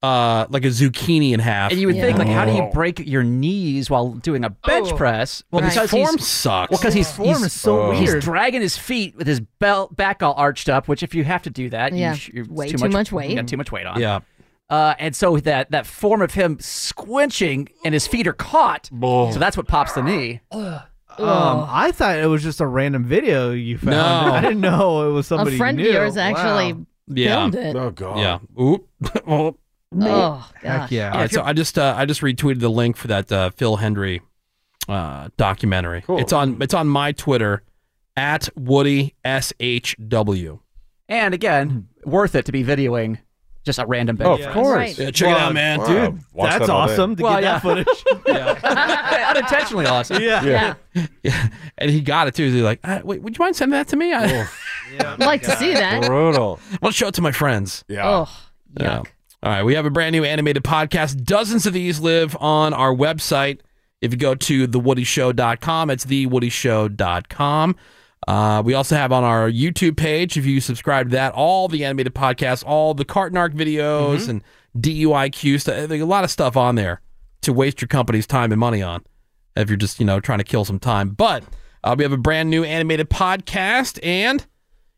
[SPEAKER 4] uh like a zucchini in half.
[SPEAKER 10] And you would think, like, how do you break your knees while doing a bench press?
[SPEAKER 4] Oh. Well, his
[SPEAKER 10] because
[SPEAKER 4] form
[SPEAKER 10] he's,
[SPEAKER 4] sucks. Oh.
[SPEAKER 10] Well, because he's,
[SPEAKER 4] His form
[SPEAKER 10] he's-
[SPEAKER 4] is so
[SPEAKER 10] he's
[SPEAKER 4] weird.
[SPEAKER 10] dragging his feet with his belt back all arched up. Which, if you have to do that,
[SPEAKER 5] Yeah.
[SPEAKER 10] you sh- you're- it's
[SPEAKER 5] Way
[SPEAKER 10] too,
[SPEAKER 5] too
[SPEAKER 10] much,
[SPEAKER 5] much weight.
[SPEAKER 10] You got too much weight on.
[SPEAKER 4] Yeah.
[SPEAKER 10] Uh, and so that that form of him squinching and his feet are caught. So that's what pops the knee.
[SPEAKER 9] Um, I thought it was just a random video you found.
[SPEAKER 10] No.
[SPEAKER 9] I didn't know it was somebody
[SPEAKER 5] a friend
[SPEAKER 9] new.
[SPEAKER 5] of yours actually
[SPEAKER 9] Wow.
[SPEAKER 4] Yeah.
[SPEAKER 5] filmed it.
[SPEAKER 4] <laughs> Yeah. Oop. oh,
[SPEAKER 5] Oh, gosh.
[SPEAKER 4] Heck yeah. All right, so I just uh, I just retweeted the link for that uh, Phil Hendry uh, documentary. It's on it's on my Twitter at Woody SHW.
[SPEAKER 10] And again, worth it to be videoing just a random bit.
[SPEAKER 4] Oh, of Yeah. course. Right. Yeah, check it out, man. Wow.
[SPEAKER 10] Dude,
[SPEAKER 4] Watch that all day. Well,
[SPEAKER 5] <laughs>
[SPEAKER 4] yeah.
[SPEAKER 10] Unintentionally awesome.
[SPEAKER 4] Yeah. yeah. And he got it too. He's like, uh, wait, would you mind sending that to me? <laughs> I
[SPEAKER 5] I'd like to see that.
[SPEAKER 4] Brutal. I want to show it to my friends. Yeah.
[SPEAKER 5] Oh,
[SPEAKER 4] Yeah. All right. We have a brand new animated podcast. Dozens of these live on our website. If you go to thewoodyshow.com, it's thewoodyshow.com. Uh, we also have on our YouTube page, if you subscribe to that, all the animated podcasts, all the carton arc videos and DUIQ stuff. There's a lot of stuff on there to waste your company's time and money on if you're just, you know, trying to kill some time. But uh, we have a brand new animated podcast and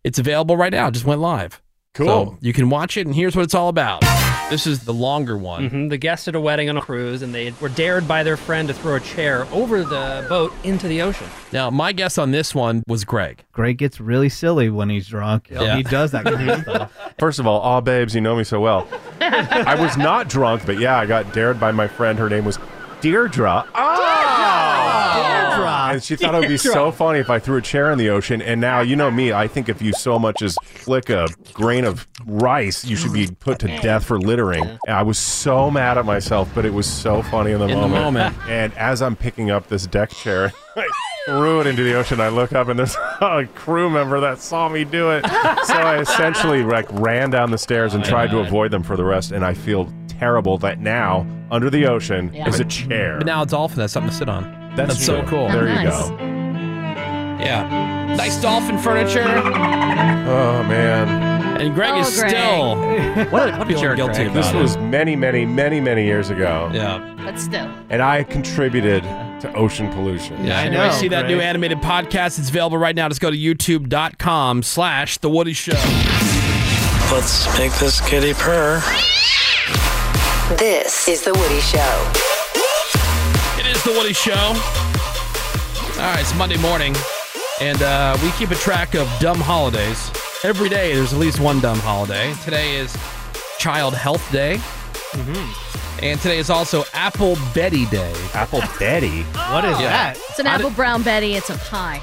[SPEAKER 4] it's available right now. It just went live.
[SPEAKER 7] Cool.
[SPEAKER 4] So you can watch it, and here's what it's all about. This is the longer one.
[SPEAKER 8] hmm The guests at a wedding on a cruise, and they were dared by their friend to throw a chair over the boat into the ocean.
[SPEAKER 4] Now, my guess on this one was Greg.
[SPEAKER 9] Greg gets really silly when he's drunk.
[SPEAKER 7] Yeah.
[SPEAKER 9] He does that kind
[SPEAKER 4] <laughs>
[SPEAKER 9] of stuff.
[SPEAKER 7] First of all, aw, babes, you know me so
[SPEAKER 10] <laughs>
[SPEAKER 7] well. I was not drunk, but yeah, I got dared by my friend. Her name was Deirdre. And she thought it would be so funny if I threw a chair in the ocean. And now, you know me, I think if you so much as flick a grain of rice, you should be put to death for littering. And I was so mad at myself, but it was so funny in the
[SPEAKER 4] In the
[SPEAKER 7] moment.
[SPEAKER 4] moment.
[SPEAKER 7] And as I'm picking up this deck chair, <laughs> I threw it into the ocean. I look up, and there's <laughs> a crew member that saw me do it. So I essentially like ran down the stairs and tried to avoid them for the rest. And I feel terrible that now, under the ocean,
[SPEAKER 4] Yeah.
[SPEAKER 7] is a chair.
[SPEAKER 4] But now it's all for that something to sit on.
[SPEAKER 7] That's
[SPEAKER 4] so
[SPEAKER 7] true.
[SPEAKER 4] cool.
[SPEAKER 7] There you Oh, Nice. go.
[SPEAKER 4] Yeah. Nice dolphin furniture.
[SPEAKER 7] Oh man.
[SPEAKER 4] And Greg is
[SPEAKER 7] <laughs>
[SPEAKER 4] still
[SPEAKER 10] what a, what a
[SPEAKER 4] feeling
[SPEAKER 10] jerk,
[SPEAKER 4] guilty
[SPEAKER 10] Greg.
[SPEAKER 4] about
[SPEAKER 7] This
[SPEAKER 4] it.
[SPEAKER 7] was many, many, many, many years ago.
[SPEAKER 4] Yeah.
[SPEAKER 5] But still.
[SPEAKER 7] And I contributed to ocean pollution.
[SPEAKER 4] Yeah, I know. I see that new animated podcast. It's available right now. Just go to youtube.com slash The Woody Show.
[SPEAKER 2] Let's make this kitty purr.
[SPEAKER 22] This is The Woody Show.
[SPEAKER 4] It is The Woody Show. All right, it's Monday morning, and uh, we keep a track of dumb holidays. Every day, there's at least one dumb holiday. Today is Child Health Day.
[SPEAKER 9] Mm-hmm.
[SPEAKER 4] And today is also Apple Betty Day.
[SPEAKER 7] Apple Betty?
[SPEAKER 9] what is
[SPEAKER 4] Yeah.
[SPEAKER 9] that?
[SPEAKER 5] It's an apple brown Betty. It's a pie.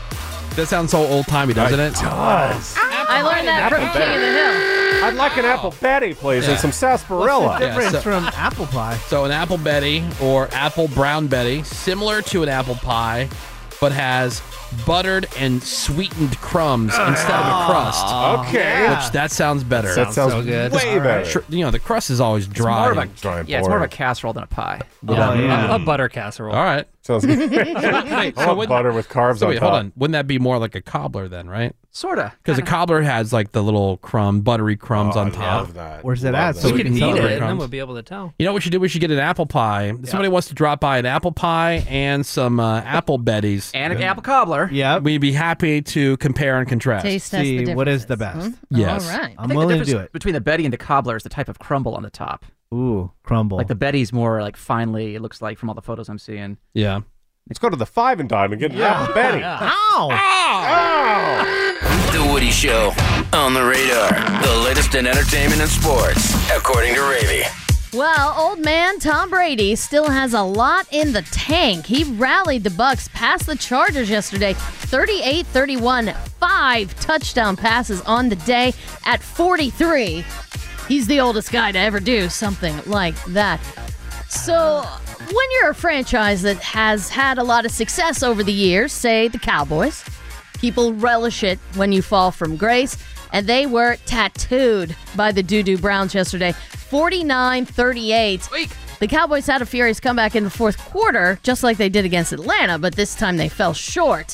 [SPEAKER 4] That sounds so old timey, doesn't it? It
[SPEAKER 7] does.
[SPEAKER 5] I learned that
[SPEAKER 7] Apple
[SPEAKER 5] from King of the Hill.
[SPEAKER 7] I'd like an apple patty, please,
[SPEAKER 4] Yeah.
[SPEAKER 7] and some sarsaparilla.
[SPEAKER 4] What's the difference Yeah, so-
[SPEAKER 9] from apple pie?
[SPEAKER 4] So an apple Betty or apple brown Betty, similar to an apple pie, but has buttered and sweetened crumbs instead of a crust.
[SPEAKER 7] Okay. Yeah.
[SPEAKER 4] Which that sounds better.
[SPEAKER 7] That Sounds sounds so good. way
[SPEAKER 4] All
[SPEAKER 7] better.
[SPEAKER 4] Sure, you know, the crust is always dry.
[SPEAKER 10] more of a-
[SPEAKER 4] and-
[SPEAKER 10] Dry and yeah, it's more of a boring. casserole than a pie.
[SPEAKER 4] Without-
[SPEAKER 8] A, a butter casserole.
[SPEAKER 4] All right.
[SPEAKER 7] Sounds
[SPEAKER 4] Wait, so wouldn't-
[SPEAKER 7] butter with carbs
[SPEAKER 4] so
[SPEAKER 7] on
[SPEAKER 4] wait, hold
[SPEAKER 7] top.
[SPEAKER 4] on. Wouldn't that be more like a cobbler then, right?
[SPEAKER 10] Sorta.
[SPEAKER 4] Because a cobbler has like the little crumb, buttery crumbs
[SPEAKER 7] Oh,
[SPEAKER 4] on
[SPEAKER 7] I
[SPEAKER 4] top.
[SPEAKER 7] love that.
[SPEAKER 9] Where's that at?
[SPEAKER 8] So we can eat
[SPEAKER 4] celebrate
[SPEAKER 8] it, and then
[SPEAKER 4] crumbs.
[SPEAKER 8] we'll be able to tell.
[SPEAKER 4] You know what we should do? We should get an apple pie. Somebody wants to drop by an apple pie and some uh, apple betties.
[SPEAKER 10] And an apple cobbler.
[SPEAKER 9] Yeah.
[SPEAKER 4] We'd be happy to compare and contrast.
[SPEAKER 9] See what is the best?
[SPEAKER 4] Yes.
[SPEAKER 10] Mm-hmm. All
[SPEAKER 4] Hmm? right.
[SPEAKER 9] I'm willing to do it.
[SPEAKER 10] Between the Betty and the cobbler is the type of crumble on the top.
[SPEAKER 9] Ooh, crumble.
[SPEAKER 10] Like the Betty's more like finely. It looks like from all the photos I'm seeing.
[SPEAKER 4] Yeah.
[SPEAKER 7] Let's go to the five and dime and get an apple Betty.
[SPEAKER 9] Ow!
[SPEAKER 15] The Woody Show on the radar. The latest in entertainment and sports, according to Ravy.
[SPEAKER 5] Well, old man Tom Brady still has a lot in the tank. He rallied the Bucks past the Chargers yesterday, 38-31, five touchdown passes on the day at 43. He's the oldest guy to ever do something like that. So, when you're a franchise that has had a lot of success over the years, say the Cowboys, people relish it when you fall from grace, and they were tattooed by the Doo Doo Browns yesterday 49 38. The Cowboys had a furious comeback in the fourth quarter, just like they did against Atlanta, but this time they fell short.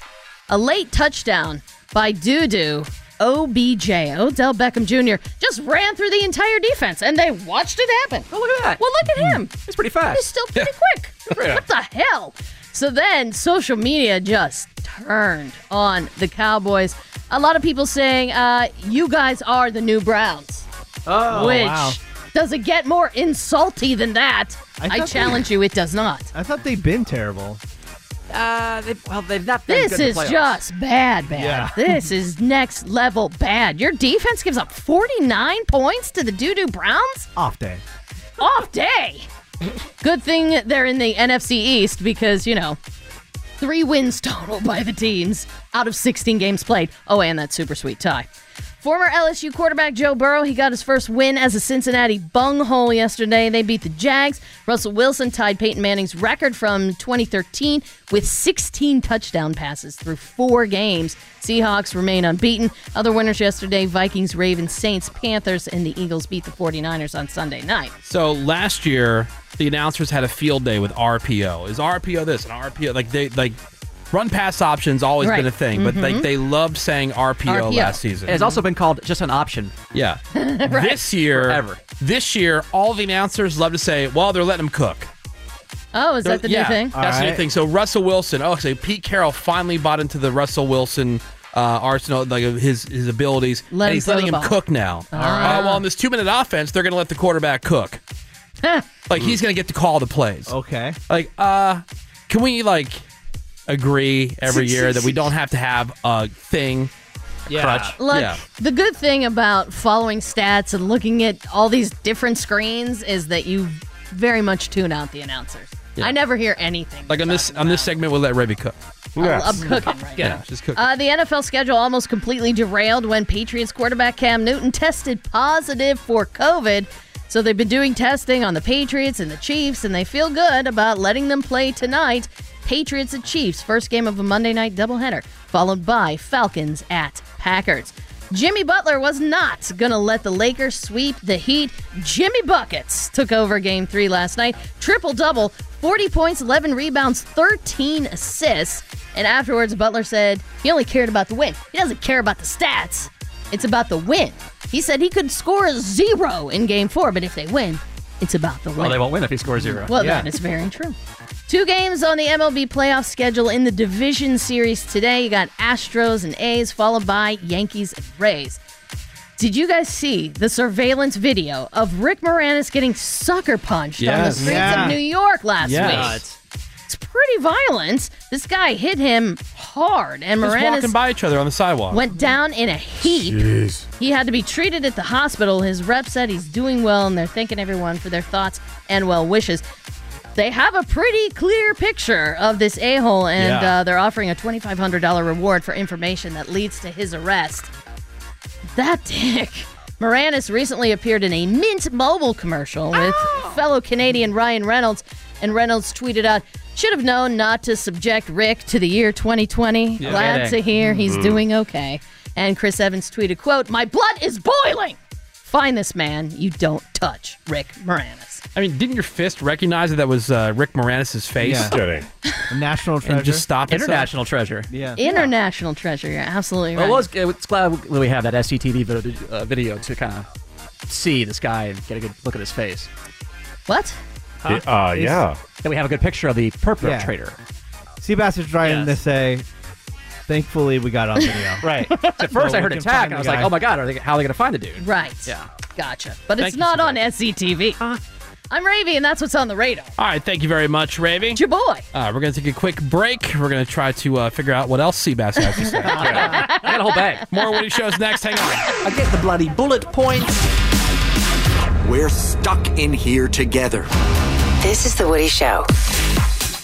[SPEAKER 5] A late touchdown by Doo Doo. OBJ, Odell Beckham Jr., just ran through the entire defense and they watched it happen. Oh, look at that. Well, look at him. He's
[SPEAKER 10] pretty fast.
[SPEAKER 5] He's still pretty quick.
[SPEAKER 10] Yeah.
[SPEAKER 5] What the hell? So then social media just turned on the Cowboys. A lot of people saying, uh, you guys are the new Browns.
[SPEAKER 9] Oh,
[SPEAKER 5] Which
[SPEAKER 9] wow.
[SPEAKER 5] does it get more insulty than that?
[SPEAKER 9] I
[SPEAKER 5] I,
[SPEAKER 9] thought they-
[SPEAKER 5] challenge you, it does not.
[SPEAKER 9] I thought they'd been terrible.
[SPEAKER 10] Uh, they, well, they've not. been
[SPEAKER 5] This
[SPEAKER 10] good in
[SPEAKER 5] is
[SPEAKER 10] the playoffs.
[SPEAKER 5] just bad, bad.
[SPEAKER 10] Yeah.
[SPEAKER 5] <laughs> This is next level bad. Your defense gives up 49 points to the Doo Doo Browns?
[SPEAKER 9] Off day.
[SPEAKER 5] Off day. Good thing they're in the NFC East because, you know, Three wins total by the teams out of 16 games played. Oh, and that super sweet tie. Former LSU quarterback Joe Burrow, he got his first win as a
[SPEAKER 4] <laughs>
[SPEAKER 5] Cincinnati bunghole yesterday. They beat the Jags. Russell Wilson tied Peyton Manning's record from 2013 with 16 touchdown passes through four games. Seahawks remain unbeaten. Other winners yesterday Vikings, Ravens, Saints, Panthers, and the Eagles beat the 49ers on Sunday night. <laughs>
[SPEAKER 4] So last year, the announcers had a field day with RPO. Is RPO this and RPO like they like run pass options always
[SPEAKER 10] Right.
[SPEAKER 4] been a thing, but like
[SPEAKER 5] Mm-hmm.
[SPEAKER 10] Mhm.
[SPEAKER 4] they loved saying RPO,
[SPEAKER 10] RPO.
[SPEAKER 4] last season.
[SPEAKER 10] It has also been called just an option.
[SPEAKER 5] <laughs>
[SPEAKER 4] yeah. This year, this year, all the announcers love to say, "Well, they're letting them cook."
[SPEAKER 5] Oh, is that the
[SPEAKER 4] They're- yeah,
[SPEAKER 5] new thing?
[SPEAKER 4] That's the new thing. So Russell Wilson. Oh, so Pete Carroll finally bought into the Russell Wilson. Uh, arsenal, like uh, his his abilities,
[SPEAKER 5] Let him
[SPEAKER 4] and he's
[SPEAKER 5] throw
[SPEAKER 4] letting
[SPEAKER 5] the
[SPEAKER 4] him
[SPEAKER 5] ball.
[SPEAKER 4] cook now.
[SPEAKER 5] All right.
[SPEAKER 4] Uh, well, on this two minute offense, they're going to let the quarterback cook. like he's going to get to call the plays.
[SPEAKER 9] Mm. Okay.
[SPEAKER 4] Like, uh, can we like agree every year that we don't have to have a thing?
[SPEAKER 8] Yeah.
[SPEAKER 4] Crutch.
[SPEAKER 5] Look,
[SPEAKER 4] yeah.
[SPEAKER 5] the good thing about following stats and looking at all these different screens is that you very much tune out the announcers.
[SPEAKER 4] Yeah.
[SPEAKER 5] I never hear anything.
[SPEAKER 4] Like on this on this segment, we'll let Remy cook.
[SPEAKER 5] Yes. I'm cooking
[SPEAKER 4] right yeah, now. just cook.
[SPEAKER 5] Uh, the NFL schedule almost completely derailed when Patriots quarterback Cam Newton tested positive for COVID. So they've been doing testing on the Patriots and the Chiefs, and they feel good about letting them play tonight. Patriots and Chiefs, first game of a Monday night doubleheader, followed by Falcons at Packers. Jimmy Butler was not going to let the Lakers sweep the Heat. Jimmy Buckets took over game three last night. Triple double, 40 points, 11 rebounds, 13 assists. And afterwards, Butler said he only cared about the win. He doesn't care about the stats, it's about the win. He said he could score a zero in game four, but if they win, it's about the win.
[SPEAKER 10] <laughs> Well, they won't win if he scores zero.
[SPEAKER 5] Well, that is very true. Two games on the MLB playoff schedule in the division series today. You got Astros and A's, followed by Yankees and Rays. Did you guys see the surveillance video of Rick Moranis getting sucker punched on the
[SPEAKER 4] Yes.
[SPEAKER 5] streets
[SPEAKER 4] Yeah.
[SPEAKER 5] of New York last
[SPEAKER 4] Yes.
[SPEAKER 5] week? It's pretty violent. This guy hit him hard, and
[SPEAKER 4] Just walking
[SPEAKER 5] Moranis
[SPEAKER 4] by each other on the sidewalk.
[SPEAKER 5] went down in a heap.
[SPEAKER 4] Jeez.
[SPEAKER 5] He had to be treated at the hospital. His rep said he's doing well, and they're thanking everyone for their thoughts and well wishes. They have a pretty clear picture of this a hole, and
[SPEAKER 1] Yeah.
[SPEAKER 5] uh, they're offering a $2,500 reward for information that leads to his arrest. That dick. Moranis recently appeared in a Mint Mobile commercial with fellow Canadian Ryan Reynolds, and Reynolds tweeted out, should have known not to subject Rick to the year 2020.
[SPEAKER 1] Yeah,
[SPEAKER 5] Glad
[SPEAKER 1] kidding.
[SPEAKER 5] to hear he's
[SPEAKER 1] Mhm.
[SPEAKER 5] doing okay. And Chris Evans tweeted, quote, My blood is boiling. Find this man you don't touch, Rick Moranis.
[SPEAKER 4] I mean, didn't your fist recognize that that was uh, Rick Moranis' face?
[SPEAKER 9] Yeah. Kidding. National treasure.
[SPEAKER 4] And just stop itself?
[SPEAKER 10] International treasure.
[SPEAKER 9] Yeah.
[SPEAKER 5] International treasure. You're absolutely
[SPEAKER 10] Well,
[SPEAKER 5] right.
[SPEAKER 10] it was, it was glad that we have that SCTV video, uh, video to kind of see this guy and get a good look at his face.
[SPEAKER 5] What?
[SPEAKER 10] Huh?
[SPEAKER 7] Yeah, uh,
[SPEAKER 10] Is-
[SPEAKER 7] yeah.
[SPEAKER 10] That we have a good picture of the perpetrator.
[SPEAKER 9] Seabass is trying to say, thankfully we got on video.
[SPEAKER 10] <laughs>
[SPEAKER 9] <laughs>
[SPEAKER 10] right. At first,
[SPEAKER 9] Well,
[SPEAKER 10] I
[SPEAKER 9] we
[SPEAKER 10] heard
[SPEAKER 9] can
[SPEAKER 10] attack,
[SPEAKER 9] find
[SPEAKER 10] and
[SPEAKER 9] the
[SPEAKER 10] I was
[SPEAKER 9] guy.
[SPEAKER 10] like, oh my God, are they, how are they going to find the dude?
[SPEAKER 5] Right.
[SPEAKER 10] Yeah.
[SPEAKER 5] Gotcha. But
[SPEAKER 4] Thank
[SPEAKER 5] it's
[SPEAKER 4] you,
[SPEAKER 5] not on SCTV. I'm Ravy, and that's what's on the radar.
[SPEAKER 4] All right, thank you very much, Ravy.
[SPEAKER 5] Your boy.
[SPEAKER 4] Uh, we're going to take a quick break. We're going to try to uh, figure out what else Seabass
[SPEAKER 5] <laughs>
[SPEAKER 4] has to say. I
[SPEAKER 10] got a whole bag.
[SPEAKER 4] More Woody shows next. Hang on.
[SPEAKER 22] I get the bloody bullet points. We're stuck in here together.
[SPEAKER 4] This is The Woody Show.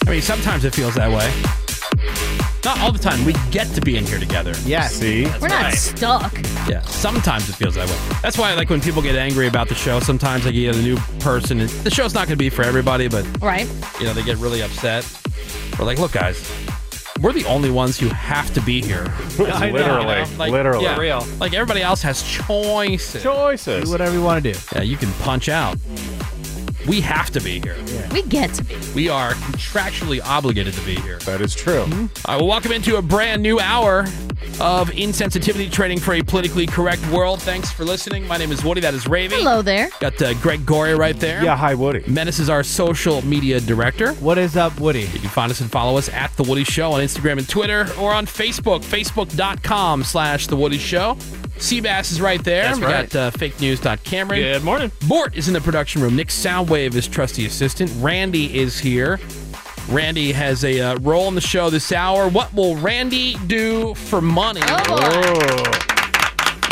[SPEAKER 4] I mean, sometimes it feels that way. Not all the time. We get to be in here together.
[SPEAKER 9] Yeah.
[SPEAKER 4] See?
[SPEAKER 5] We're not stuck.
[SPEAKER 4] Yeah, sometimes it feels that way. That's why, like, when people get angry about the show, sometimes like you get a new person. And the show's not going to be for everybody, but
[SPEAKER 5] Right.
[SPEAKER 4] you know they get really upset. We're like, look, guys, we're the only ones who have to be here.
[SPEAKER 7] I know. <laughs> Literally. Literally.
[SPEAKER 4] yeah,
[SPEAKER 7] For real.
[SPEAKER 4] Like everybody else has choices. Choices.
[SPEAKER 9] Do whatever you want to do.
[SPEAKER 4] Yeah, you can punch out. We have to be here.
[SPEAKER 5] We get to be.
[SPEAKER 4] We are contractually obligated to be here. Mm-hmm.
[SPEAKER 7] That is true.
[SPEAKER 4] All right, well, welcome into a brand new hour of insensitivity training for a politically correct world. Thanks for listening. My name is Woody. That is Ravy.
[SPEAKER 5] Hello there.
[SPEAKER 4] Got uh, Greg Gory right there. Yeah,
[SPEAKER 7] hi, Woody.
[SPEAKER 4] Menace is our social media director.
[SPEAKER 9] What is up, Woody? You
[SPEAKER 4] can find us and follow us at The Woody Show on Instagram and Twitter or on Facebook, facebook.com slash The Woody Show. Seabass is right there.
[SPEAKER 20] That's
[SPEAKER 4] we
[SPEAKER 20] right.
[SPEAKER 4] got uh, fake news. Cameron.
[SPEAKER 20] Good
[SPEAKER 4] morning. Bort is in the production room. Nick Soundwave is trusty assistant. Randy is here. Randy has a uh, role in the show this hour. What will Randy do for money? Oh.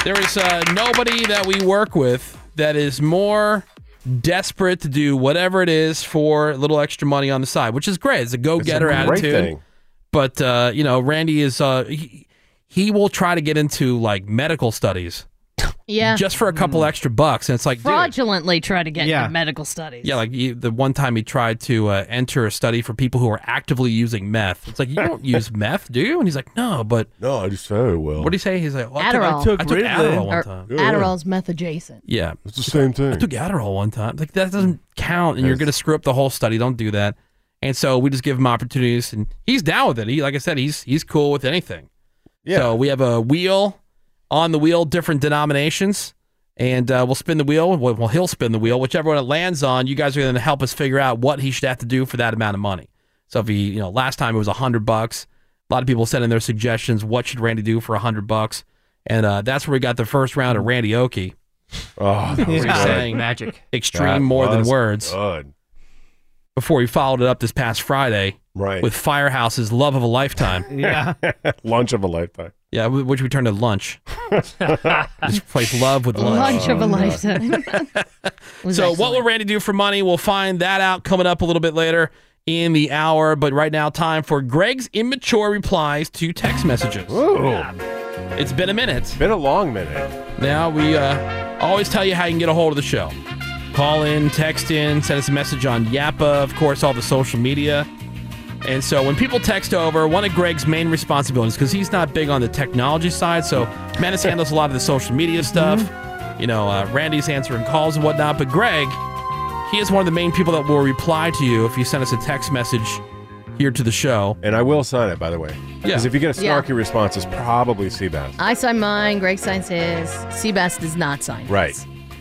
[SPEAKER 4] There is uh, nobody that we work with that is more desperate to do whatever it is for a little extra money on the side, which is great. It's a go getter
[SPEAKER 7] great
[SPEAKER 4] attitude.
[SPEAKER 7] thing.
[SPEAKER 4] But uh, you know, Randy is uh, he, he will try to get into like medical studies
[SPEAKER 5] Yeah.
[SPEAKER 4] just for a couple
[SPEAKER 7] Mm-hmm.
[SPEAKER 4] extra bucks, and it's like, dude,
[SPEAKER 5] fraudulently try to get
[SPEAKER 4] Yeah.
[SPEAKER 5] into medical studies.
[SPEAKER 4] yeah, like you, the one time he tried to uh, enter a study for people who are actively using meth. It's like you
[SPEAKER 7] <laughs>
[SPEAKER 4] don't use meth, do you? And he's like, no, but
[SPEAKER 7] no, I just oh well.
[SPEAKER 4] What do you say? He's like, well, I took-
[SPEAKER 5] Adderall.
[SPEAKER 4] I took, I took Adderall one
[SPEAKER 5] Or
[SPEAKER 4] time.
[SPEAKER 5] Adderall's meth adjacent.
[SPEAKER 4] Yeah,
[SPEAKER 7] it's the same thing. Mm.
[SPEAKER 4] I took Adderall one time. Like that doesn't count, and you're going to screw up the whole study. Don't do that. And so we just give him opportunities, and he's down with it. He, like I said, he's he's cool with anything. Yeah. So we have a wheel on the wheel, different denominations, and uh, we'll spin the wheel. Well, well, he'll spin the wheel. Whichever one it lands on, you guys are going to help us figure out what he should have to do for that amount of money. So if he, you know, last time it was a hundred bucks. A lot of people sent in their suggestions. What should Randy do for a hundred bucks? And uh, that's where we got the first round of Randy Oki.
[SPEAKER 7] Oh, that was
[SPEAKER 4] He's
[SPEAKER 7] good.
[SPEAKER 4] saying
[SPEAKER 7] Magic.
[SPEAKER 4] Extreme
[SPEAKER 7] That
[SPEAKER 4] more than
[SPEAKER 7] was
[SPEAKER 4] words. Before he followed it up this past Friday,
[SPEAKER 7] right,
[SPEAKER 4] with Firehouse's "Love of a Lifetime."
[SPEAKER 7] <laughs> Yeah. Lunch of a lifetime.
[SPEAKER 4] yeah, wh- which we turned to lunch. <laughs> Just place love with lunch.
[SPEAKER 5] Lunch of a lifetime.
[SPEAKER 4] Oh, So, what will Randy do for money? We'll find that out coming up a little bit later in the hour. But right now, time for Greg's immature replies to text messages. It's been a minute. It's
[SPEAKER 7] been a long minute.
[SPEAKER 4] Now, we uh, always tell you how you can get a hold of the show call in, text in, send us a message on Yappa, of course, all the social media. And so when people text over, one of Greg's main responsibilities, because he's not big on the technology side, so Menace handles a lot of the social media stuff.
[SPEAKER 7] Mm-hmm.
[SPEAKER 4] You know, uh, Randy's answering calls and whatnot. But Greg, he is one of the main people that will reply to you if you send us a text message <laughs> here to the show.
[SPEAKER 7] And I will sign it, by the way. Because if you get a
[SPEAKER 5] Yeah.
[SPEAKER 7] snarky response, it's probably Seabass.
[SPEAKER 5] I sign mine. Greg signs his. Seabass does not sign.
[SPEAKER 7] Right.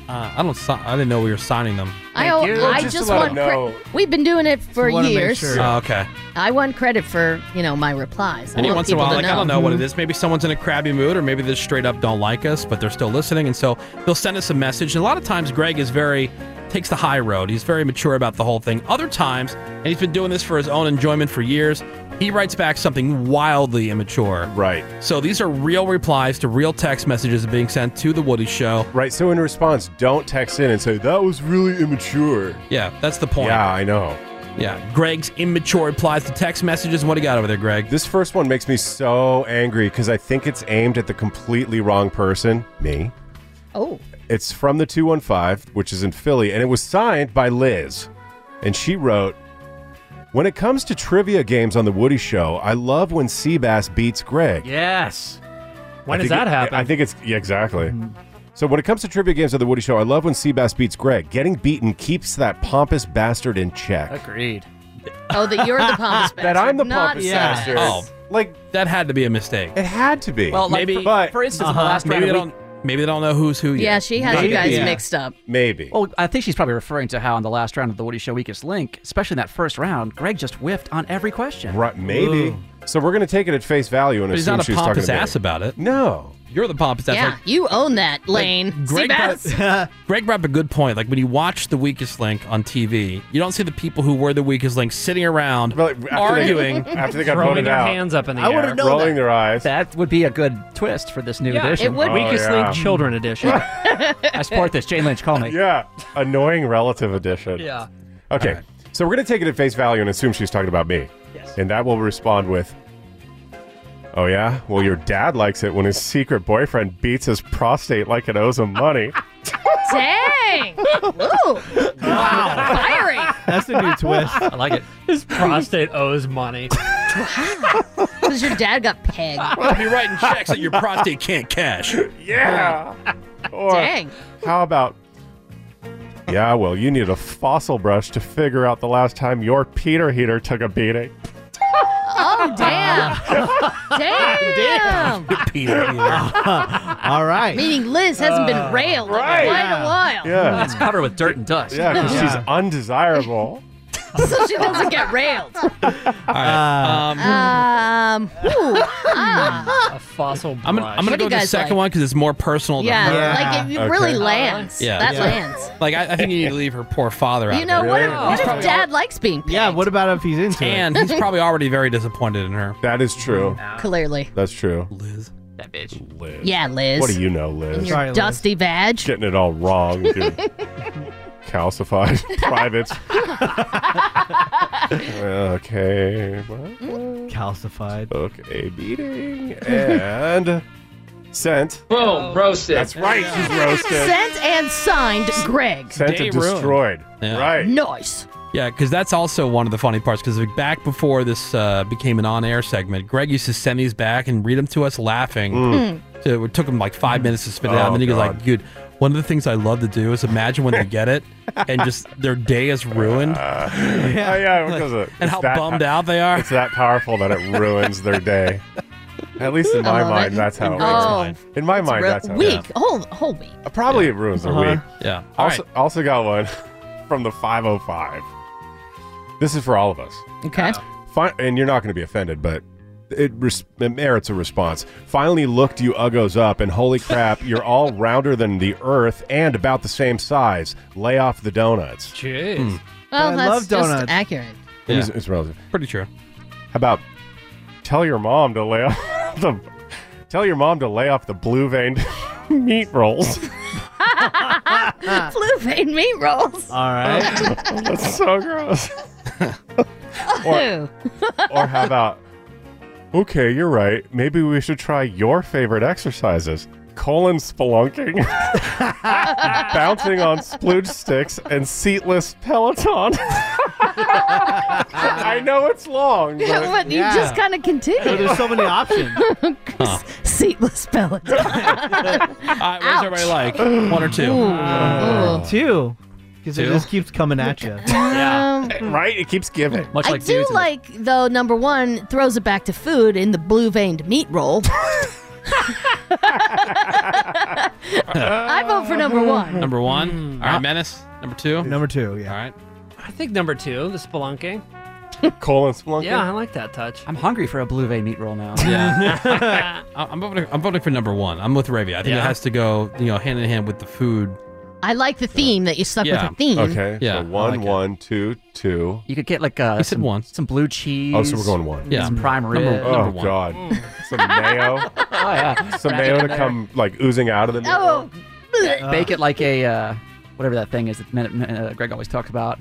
[SPEAKER 4] Uh, I don't. si- I didn't know we were signing them.
[SPEAKER 5] I, o- I just, want. Cre- We've been doing it for years.
[SPEAKER 4] Oh, okay.
[SPEAKER 5] I want credit for you know my replies. I
[SPEAKER 4] Any
[SPEAKER 5] want
[SPEAKER 4] once in a
[SPEAKER 5] people Hmm.
[SPEAKER 4] while,
[SPEAKER 5] to
[SPEAKER 4] like I don't know what it is. Maybe someone's in a crabby mood, or maybe they straight up don't like us, but they're still listening, and so they'll send us a message. And a lot of times, Greg is very takes the high road. He's very mature about the whole thing. Other times, and he's been doing this for his own enjoyment for years. He writes back something wildly immature.
[SPEAKER 7] Right.
[SPEAKER 4] So these are real replies to real text messages being sent to the Woody Show.
[SPEAKER 7] Right. So in response, don't text in and say, that was really immature.
[SPEAKER 4] Yeah, that's the point.
[SPEAKER 7] Yeah, I know.
[SPEAKER 4] Yeah. Greg's immature replies to text messages. What do you got over there, Greg?
[SPEAKER 7] This first one makes me so angry because I think it's aimed at the completely wrong person, me.
[SPEAKER 5] Oh.
[SPEAKER 7] It's from the 215, which is in Philly, and it was signed by Liz. And she wrote When it comes to trivia games on The Woody Show, I love when Seabass beats Greg.
[SPEAKER 10] Yes.
[SPEAKER 7] I think it- I think it's yeah, exactly.
[SPEAKER 4] Mm-hmm.
[SPEAKER 7] So when it comes to trivia games of the Woody Show, I love when Seabass beats Greg. Getting beaten keeps that pompous bastard in check.
[SPEAKER 10] Agreed.
[SPEAKER 5] Oh, that you're
[SPEAKER 7] <laughs>
[SPEAKER 5] the pompous bastard.
[SPEAKER 7] That I'm the
[SPEAKER 5] not
[SPEAKER 7] pompous
[SPEAKER 5] Seabass.
[SPEAKER 7] bastard.
[SPEAKER 4] Oh,
[SPEAKER 7] like
[SPEAKER 4] that had to be a mistake.
[SPEAKER 7] It had to be.
[SPEAKER 10] Well, like,
[SPEAKER 4] maybe, Uh-huh.
[SPEAKER 10] for, but, for instance, the last round,
[SPEAKER 4] maybe they
[SPEAKER 10] we-
[SPEAKER 4] don't. Maybe they don't know Uh, who's who.
[SPEAKER 5] Yeah,
[SPEAKER 4] yet.
[SPEAKER 5] she has you guys mixed up.
[SPEAKER 7] Maybe.
[SPEAKER 10] Well, I think she's probably referring to how in the last round of the Woody Show Weakest Link, especially in that first round, Greg just whiffed on every question.
[SPEAKER 7] Right, maybe. So we're gonna take it at face value and
[SPEAKER 4] But he's
[SPEAKER 7] assume
[SPEAKER 4] not a
[SPEAKER 7] she's talking
[SPEAKER 4] pompous
[SPEAKER 7] to me.
[SPEAKER 4] ass
[SPEAKER 7] <laughs>
[SPEAKER 4] about it.
[SPEAKER 7] No,
[SPEAKER 4] you're the pompous. That's
[SPEAKER 5] yeah,
[SPEAKER 4] like,
[SPEAKER 5] you own that, Lane.
[SPEAKER 4] Greg
[SPEAKER 5] Seabass.
[SPEAKER 4] brought, <laughs> Greg brought up a good point. Like when you watch the weakest link on TV, you don't see the people who were the weakest link sitting around arguing
[SPEAKER 7] after they got Throwing voted their out. hands up in the I would've air. known Rolling that. their eyes.
[SPEAKER 10] That would be a good twist for this new
[SPEAKER 7] Yeah,
[SPEAKER 10] edition.
[SPEAKER 7] it would be. Weakest Oh, yeah. Link Children
[SPEAKER 10] edition. I support this. Jane Lynch, call me.
[SPEAKER 7] Yeah. Annoying relative edition.
[SPEAKER 10] Yeah.
[SPEAKER 7] Okay. So we're gonna take it at face value and assume she's talking about me. Yes. And that will respond with Oh yeah? Well your dad likes it when his secret boyfriend beats his prostate like it owes him
[SPEAKER 4] <laughs>
[SPEAKER 7] money. <laughs>
[SPEAKER 5] Dang. Ooh. Wow. Fiery.
[SPEAKER 9] That's a new twist.
[SPEAKER 10] I like it.
[SPEAKER 8] <laughs> His prostate owes money.
[SPEAKER 5] <laughs>
[SPEAKER 4] <laughs>
[SPEAKER 5] Because your dad got pegged.
[SPEAKER 4] You're writing checks that your prostate can't cash.
[SPEAKER 7] Yeah. Or
[SPEAKER 5] Dang.
[SPEAKER 7] How about Yeah, well you need a fossil brush to figure out the last time your Peter heater took a beating.
[SPEAKER 5] Oh, damn.
[SPEAKER 4] <laughs>
[SPEAKER 5] damn.
[SPEAKER 4] Peter
[SPEAKER 9] <laughs> All right.
[SPEAKER 5] Meaning Liz hasn't been railed
[SPEAKER 9] right.
[SPEAKER 5] in quite a while.
[SPEAKER 7] Ah. Yeah.
[SPEAKER 10] Let's cover with dirt and dust.
[SPEAKER 7] Yeah, because she's
[SPEAKER 5] <laughs>
[SPEAKER 7] undesirable.
[SPEAKER 5] <laughs> so she doesn't get railed.
[SPEAKER 7] Ah.
[SPEAKER 4] Um,
[SPEAKER 5] Um, <laughs> ooh, ah.
[SPEAKER 8] A fossil brush.
[SPEAKER 4] I'm gonna, I'm
[SPEAKER 5] What
[SPEAKER 4] gonna
[SPEAKER 5] do
[SPEAKER 4] go
[SPEAKER 5] you
[SPEAKER 4] with the
[SPEAKER 5] guys
[SPEAKER 4] second
[SPEAKER 5] like?
[SPEAKER 4] one because it's more personal. to
[SPEAKER 5] Yeah,
[SPEAKER 4] her.
[SPEAKER 5] like it,
[SPEAKER 7] Ah,
[SPEAKER 5] it really lands.
[SPEAKER 4] Yeah.
[SPEAKER 5] that
[SPEAKER 4] Yeah.
[SPEAKER 5] lands.
[SPEAKER 4] Like I, I think you need to leave her poor father out.
[SPEAKER 5] You know,
[SPEAKER 4] of it.
[SPEAKER 5] what if, what if dad likes being pegged?
[SPEAKER 9] Yeah, what about if he's into
[SPEAKER 4] and he's probably already very disappointed in her.
[SPEAKER 7] That is true.
[SPEAKER 5] Clearly.
[SPEAKER 7] That's true.
[SPEAKER 4] Liz.
[SPEAKER 10] That bitch.
[SPEAKER 5] Yeah, Liz.
[SPEAKER 7] What do you know, Liz?
[SPEAKER 5] And your dusty vag. <laughs>
[SPEAKER 7] Getting it all wrong, dude. calcified privates. okay. what?
[SPEAKER 9] Calcified.
[SPEAKER 7] Okay, beating.
[SPEAKER 5] <laughs>
[SPEAKER 7] And sent.
[SPEAKER 5] Boom, roasted.
[SPEAKER 7] That's right, she's roasted.
[SPEAKER 5] Sent and signed Greg.
[SPEAKER 7] Sent and destroyed. Right.
[SPEAKER 5] Nice.
[SPEAKER 4] Yeah, because that's also one of the funny parts. Because back before this uh, became an on-air segment, Greg used to send these back and read them to us laughing.
[SPEAKER 20] Mm.
[SPEAKER 4] So it took him like five minutes to spit it out,
[SPEAKER 20] Oh,
[SPEAKER 4] and then he
[SPEAKER 20] God.
[SPEAKER 4] goes like, "Dude, one of the things I love to do is imagine when they get it, and just their day is ruined.
[SPEAKER 7] Yeah, Oh, yeah, because it-
[SPEAKER 4] and
[SPEAKER 7] it's
[SPEAKER 4] how
[SPEAKER 7] that-
[SPEAKER 4] bummed out they are.
[SPEAKER 7] It's that powerful that it ruins their day. At least in
[SPEAKER 5] I
[SPEAKER 7] my
[SPEAKER 5] love
[SPEAKER 7] mind,
[SPEAKER 5] it.
[SPEAKER 7] that's how
[SPEAKER 5] Oh, In
[SPEAKER 7] it
[SPEAKER 5] Greg's
[SPEAKER 7] works.
[SPEAKER 5] mind.
[SPEAKER 7] In my
[SPEAKER 5] It's
[SPEAKER 7] mind,
[SPEAKER 5] re-
[SPEAKER 7] that's how
[SPEAKER 5] week.
[SPEAKER 7] it works.
[SPEAKER 5] Whole whole <laughs>
[SPEAKER 9] <laughs>
[SPEAKER 5] week.
[SPEAKER 7] Probably it ruins their
[SPEAKER 4] Uh-huh.
[SPEAKER 7] week.
[SPEAKER 4] Yeah.
[SPEAKER 7] Also, also got one <laughs> from the 505. This is for all of us.
[SPEAKER 5] Okay.
[SPEAKER 7] Fi- and you're not going to be offended, but it, res- it merits a response. Finally looked you uggos up, and holy crap, you're all <laughs> rounder than the earth and about the same size. Lay off the donuts. Hmm.
[SPEAKER 8] Jeez.
[SPEAKER 5] Well,
[SPEAKER 9] I
[SPEAKER 5] that's
[SPEAKER 9] love
[SPEAKER 5] just
[SPEAKER 9] donuts.
[SPEAKER 5] accurate.
[SPEAKER 7] It
[SPEAKER 4] Yeah.
[SPEAKER 7] is- it's relative.
[SPEAKER 4] Pretty true.
[SPEAKER 7] How about tell your mom to lay <laughs> off the tell your mom to lay off the blue veined <laughs> meat rolls.
[SPEAKER 5] Blue vein meat rolls.
[SPEAKER 9] All right.
[SPEAKER 7] <laughs> That's so gross.
[SPEAKER 5] <laughs> Oh.
[SPEAKER 7] or how about okay, you're right. Maybe we should try your favorite exercises: colon spelunking, <laughs> bouncing on splooge sticks, and seatless Peloton. <laughs> I know it's
[SPEAKER 5] <laughs>
[SPEAKER 7] long, but
[SPEAKER 5] But you just kind of continue.
[SPEAKER 9] there's <laughs> so many options.
[SPEAKER 5] Seatless pellets.
[SPEAKER 7] <laughs> Uh,
[SPEAKER 4] All right, what does everybody
[SPEAKER 9] <gasps>
[SPEAKER 4] like? One or two?
[SPEAKER 9] Uh, two. Because it
[SPEAKER 4] Two?
[SPEAKER 9] just keeps coming at
[SPEAKER 4] <laughs>
[SPEAKER 9] you.
[SPEAKER 5] Um,
[SPEAKER 7] right? It keeps giving.
[SPEAKER 10] Much
[SPEAKER 5] I do like, though, number one throws it back to food in the blue veined meat roll. <laughs> I vote for number one.
[SPEAKER 4] <laughs> Number one. All right, Menace. Number two.
[SPEAKER 9] Number two. Yeah.
[SPEAKER 4] All right.
[SPEAKER 8] I think number two, the spelunking.
[SPEAKER 7] colon spelunking.
[SPEAKER 8] Yeah, I like that touch.
[SPEAKER 10] I'm hungry for a blue vein meat roll
[SPEAKER 4] <laughs>
[SPEAKER 10] now. <laughs>
[SPEAKER 4] Yeah. I- I'm voting. I'm voting for number one. I'm with Ravy. I think
[SPEAKER 10] Yeah.
[SPEAKER 4] it has to go, you know, hand in hand with the food.
[SPEAKER 5] I like the theme that you stuck with the theme.
[SPEAKER 7] Okay.
[SPEAKER 4] Yeah, I
[SPEAKER 7] So one,
[SPEAKER 4] like it.
[SPEAKER 7] one, two, two.
[SPEAKER 10] You could get like uh,
[SPEAKER 4] He said
[SPEAKER 10] some,
[SPEAKER 4] one.
[SPEAKER 10] some blue cheese.
[SPEAKER 7] Oh, so we're going one.
[SPEAKER 10] Yeah. Some prime rib.
[SPEAKER 4] Number-
[SPEAKER 7] Oh <laughs>
[SPEAKER 4] one.
[SPEAKER 7] God! Some mayo,
[SPEAKER 5] <laughs>
[SPEAKER 7] <laughs> some mayo to come like oozing out of the. meat.
[SPEAKER 5] Oh,
[SPEAKER 10] Bake it like a uh, whatever that thing is that men- uh, Greg always talks about.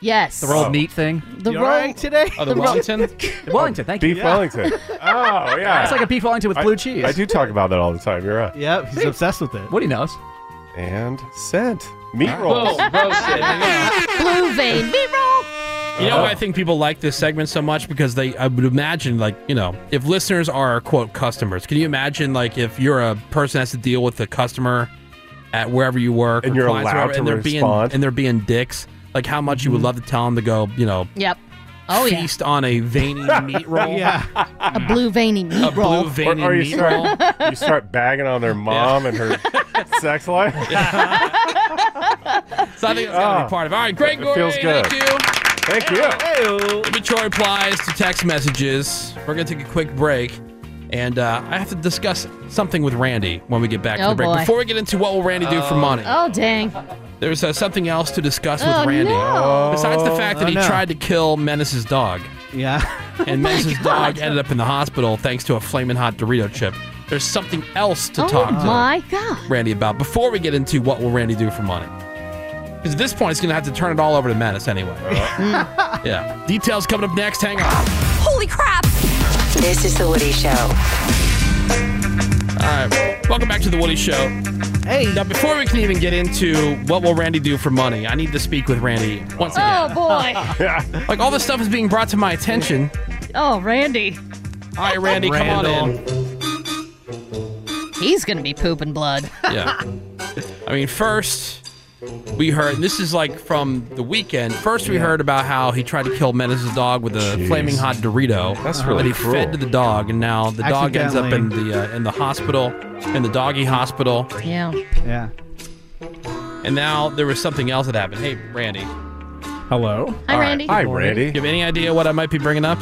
[SPEAKER 5] yes.
[SPEAKER 10] The rolled
[SPEAKER 7] Oh.
[SPEAKER 10] meat thing.
[SPEAKER 5] <laughs> The roll.
[SPEAKER 9] today?
[SPEAKER 4] Oh, the Wellington.
[SPEAKER 10] Wellington, thank you.
[SPEAKER 7] Beef
[SPEAKER 11] <laughs>
[SPEAKER 7] Wellington. Oh yeah.
[SPEAKER 10] It's like a beef Wellington with
[SPEAKER 7] I-
[SPEAKER 10] blue cheese.
[SPEAKER 7] I do talk about that all the time. You're right.
[SPEAKER 9] Yep. He's obsessed with it.
[SPEAKER 10] What he knows.
[SPEAKER 7] And scent meat
[SPEAKER 4] Oh,
[SPEAKER 7] rolls.
[SPEAKER 5] <laughs> Blue vein meat roll.
[SPEAKER 4] You
[SPEAKER 7] Uh-huh.
[SPEAKER 4] know why I think people like this segment so much? Because they, I would imagine, like, you know, if listeners are, quote, customers, can you imagine, like, if you're a person that has to deal with the customer at wherever you work
[SPEAKER 7] And
[SPEAKER 4] or
[SPEAKER 7] you're
[SPEAKER 4] clients or
[SPEAKER 7] allowed
[SPEAKER 4] whatever,
[SPEAKER 7] to
[SPEAKER 4] and they're
[SPEAKER 7] respond. Mm-hmm.
[SPEAKER 4] being and they're being dicks, like how much you would love to tell them to go, you know,
[SPEAKER 5] Yep. Oh, yeah.
[SPEAKER 4] feast on
[SPEAKER 7] <laughs>
[SPEAKER 4] a veiny meat
[SPEAKER 5] <laughs>
[SPEAKER 4] roll,
[SPEAKER 9] Yeah.
[SPEAKER 5] A blue veiny meat
[SPEAKER 4] a
[SPEAKER 5] roll.
[SPEAKER 4] blue
[SPEAKER 7] Or,
[SPEAKER 4] veiny
[SPEAKER 7] or you
[SPEAKER 4] meat roll.
[SPEAKER 7] start you start bagging on their mom and
[SPEAKER 9] <laughs>
[SPEAKER 7] her <laughs> sex life.
[SPEAKER 4] So I think it's gotta
[SPEAKER 7] Ah.
[SPEAKER 4] be part of. It. All right, Greg
[SPEAKER 7] It
[SPEAKER 4] Gordy,
[SPEAKER 7] feels good.
[SPEAKER 4] thank you.
[SPEAKER 7] Thank you.
[SPEAKER 4] Inventory applies to text messages. We're going to take a quick break. And uh, I have to discuss something with Randy when we get back to
[SPEAKER 5] Oh,
[SPEAKER 4] the break.
[SPEAKER 5] boy.
[SPEAKER 4] Before we get into what will Randy do for money,
[SPEAKER 5] Oh, dang.
[SPEAKER 4] there's uh, something else to discuss
[SPEAKER 5] Oh,
[SPEAKER 4] with Randy.
[SPEAKER 5] no.
[SPEAKER 4] Besides the fact that
[SPEAKER 9] Oh,
[SPEAKER 4] he
[SPEAKER 9] no.
[SPEAKER 4] tried to kill Menace's dog,
[SPEAKER 9] Yeah. <laughs>
[SPEAKER 4] and
[SPEAKER 5] Oh, my
[SPEAKER 4] Menace's
[SPEAKER 5] God.
[SPEAKER 4] dog ended up in the hospital thanks to a flaming hot Dorito chip. There's something else to
[SPEAKER 5] oh,
[SPEAKER 4] talk to
[SPEAKER 5] my God.
[SPEAKER 4] Randy about before we get into what will Randy do for money. Because at this point, he's going to have to turn it all over to Menace anyway.
[SPEAKER 9] <laughs>
[SPEAKER 5] <laughs>
[SPEAKER 4] yeah. Details coming up next. Hang on.
[SPEAKER 1] Holy crap! This is The Woody Show.
[SPEAKER 4] All right. Welcome back to The Woody Show.
[SPEAKER 9] Hey.
[SPEAKER 4] Now, before we can even get into what will Randy do for money, I need to speak with Randy once again.
[SPEAKER 5] Oh,
[SPEAKER 4] <laughs>
[SPEAKER 5] boy.
[SPEAKER 4] Like, all this stuff is being brought to my attention.
[SPEAKER 5] Oh, Randy.
[SPEAKER 4] All right, Randy, come on in.
[SPEAKER 5] He's going to be pooping blood.
[SPEAKER 4] <laughs> Yeah. I mean, first, we heard, and this is like from the weekend. First, we heard about how he tried to kill Menace's dog with a flaming hot Dorito.
[SPEAKER 7] That's really
[SPEAKER 4] That he
[SPEAKER 7] cruel.
[SPEAKER 4] fed to the dog, and now the dog ends up in
[SPEAKER 9] Accidentally.
[SPEAKER 4] the, uh, in the hospital, in the doggy hospital.
[SPEAKER 5] Yeah.
[SPEAKER 9] Yeah.
[SPEAKER 4] And now there was something else that happened. Hey, Randy.
[SPEAKER 19] Hello?
[SPEAKER 5] Hi,
[SPEAKER 4] All right.
[SPEAKER 5] Randy.
[SPEAKER 7] Hi,
[SPEAKER 4] Do
[SPEAKER 7] Randy.
[SPEAKER 4] you have any idea what I might be bringing up?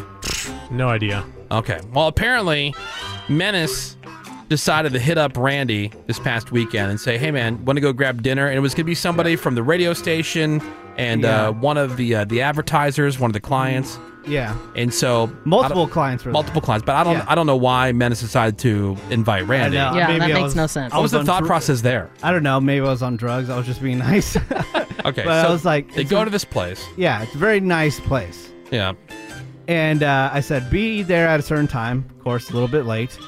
[SPEAKER 19] No idea.
[SPEAKER 4] Okay. Well, apparently, Menace decided to hit up Randy this past weekend and say, "Hey, man, want to go grab dinner?" And it was going to be somebody from the radio station and
[SPEAKER 9] Yeah.
[SPEAKER 4] uh, one of the uh, the advertisers, one of the clients.
[SPEAKER 9] Yeah.
[SPEAKER 4] And so I
[SPEAKER 9] Multiple
[SPEAKER 4] don't-
[SPEAKER 9] clients were
[SPEAKER 4] multiple clients, but I don't
[SPEAKER 9] Yeah.
[SPEAKER 4] I don't know why Menace decided to invite
[SPEAKER 9] there. I
[SPEAKER 4] Randy.
[SPEAKER 9] know,
[SPEAKER 5] Yeah,
[SPEAKER 9] maybe
[SPEAKER 5] that
[SPEAKER 9] I
[SPEAKER 5] makes
[SPEAKER 9] was-
[SPEAKER 5] no sense.
[SPEAKER 9] I
[SPEAKER 4] What was the
[SPEAKER 9] on
[SPEAKER 4] thought
[SPEAKER 9] dr-
[SPEAKER 4] process there?
[SPEAKER 9] I don't know. Maybe I was on drugs. I was just being <laughs> nice.
[SPEAKER 4] Okay,
[SPEAKER 9] But
[SPEAKER 4] so
[SPEAKER 9] I was like,
[SPEAKER 4] they
[SPEAKER 9] it's
[SPEAKER 4] go
[SPEAKER 9] a-
[SPEAKER 4] to this place.
[SPEAKER 9] Yeah, it's a very nice place.
[SPEAKER 4] Yeah.
[SPEAKER 9] And uh, I said, be there at a certain time. Of course, a little bit late.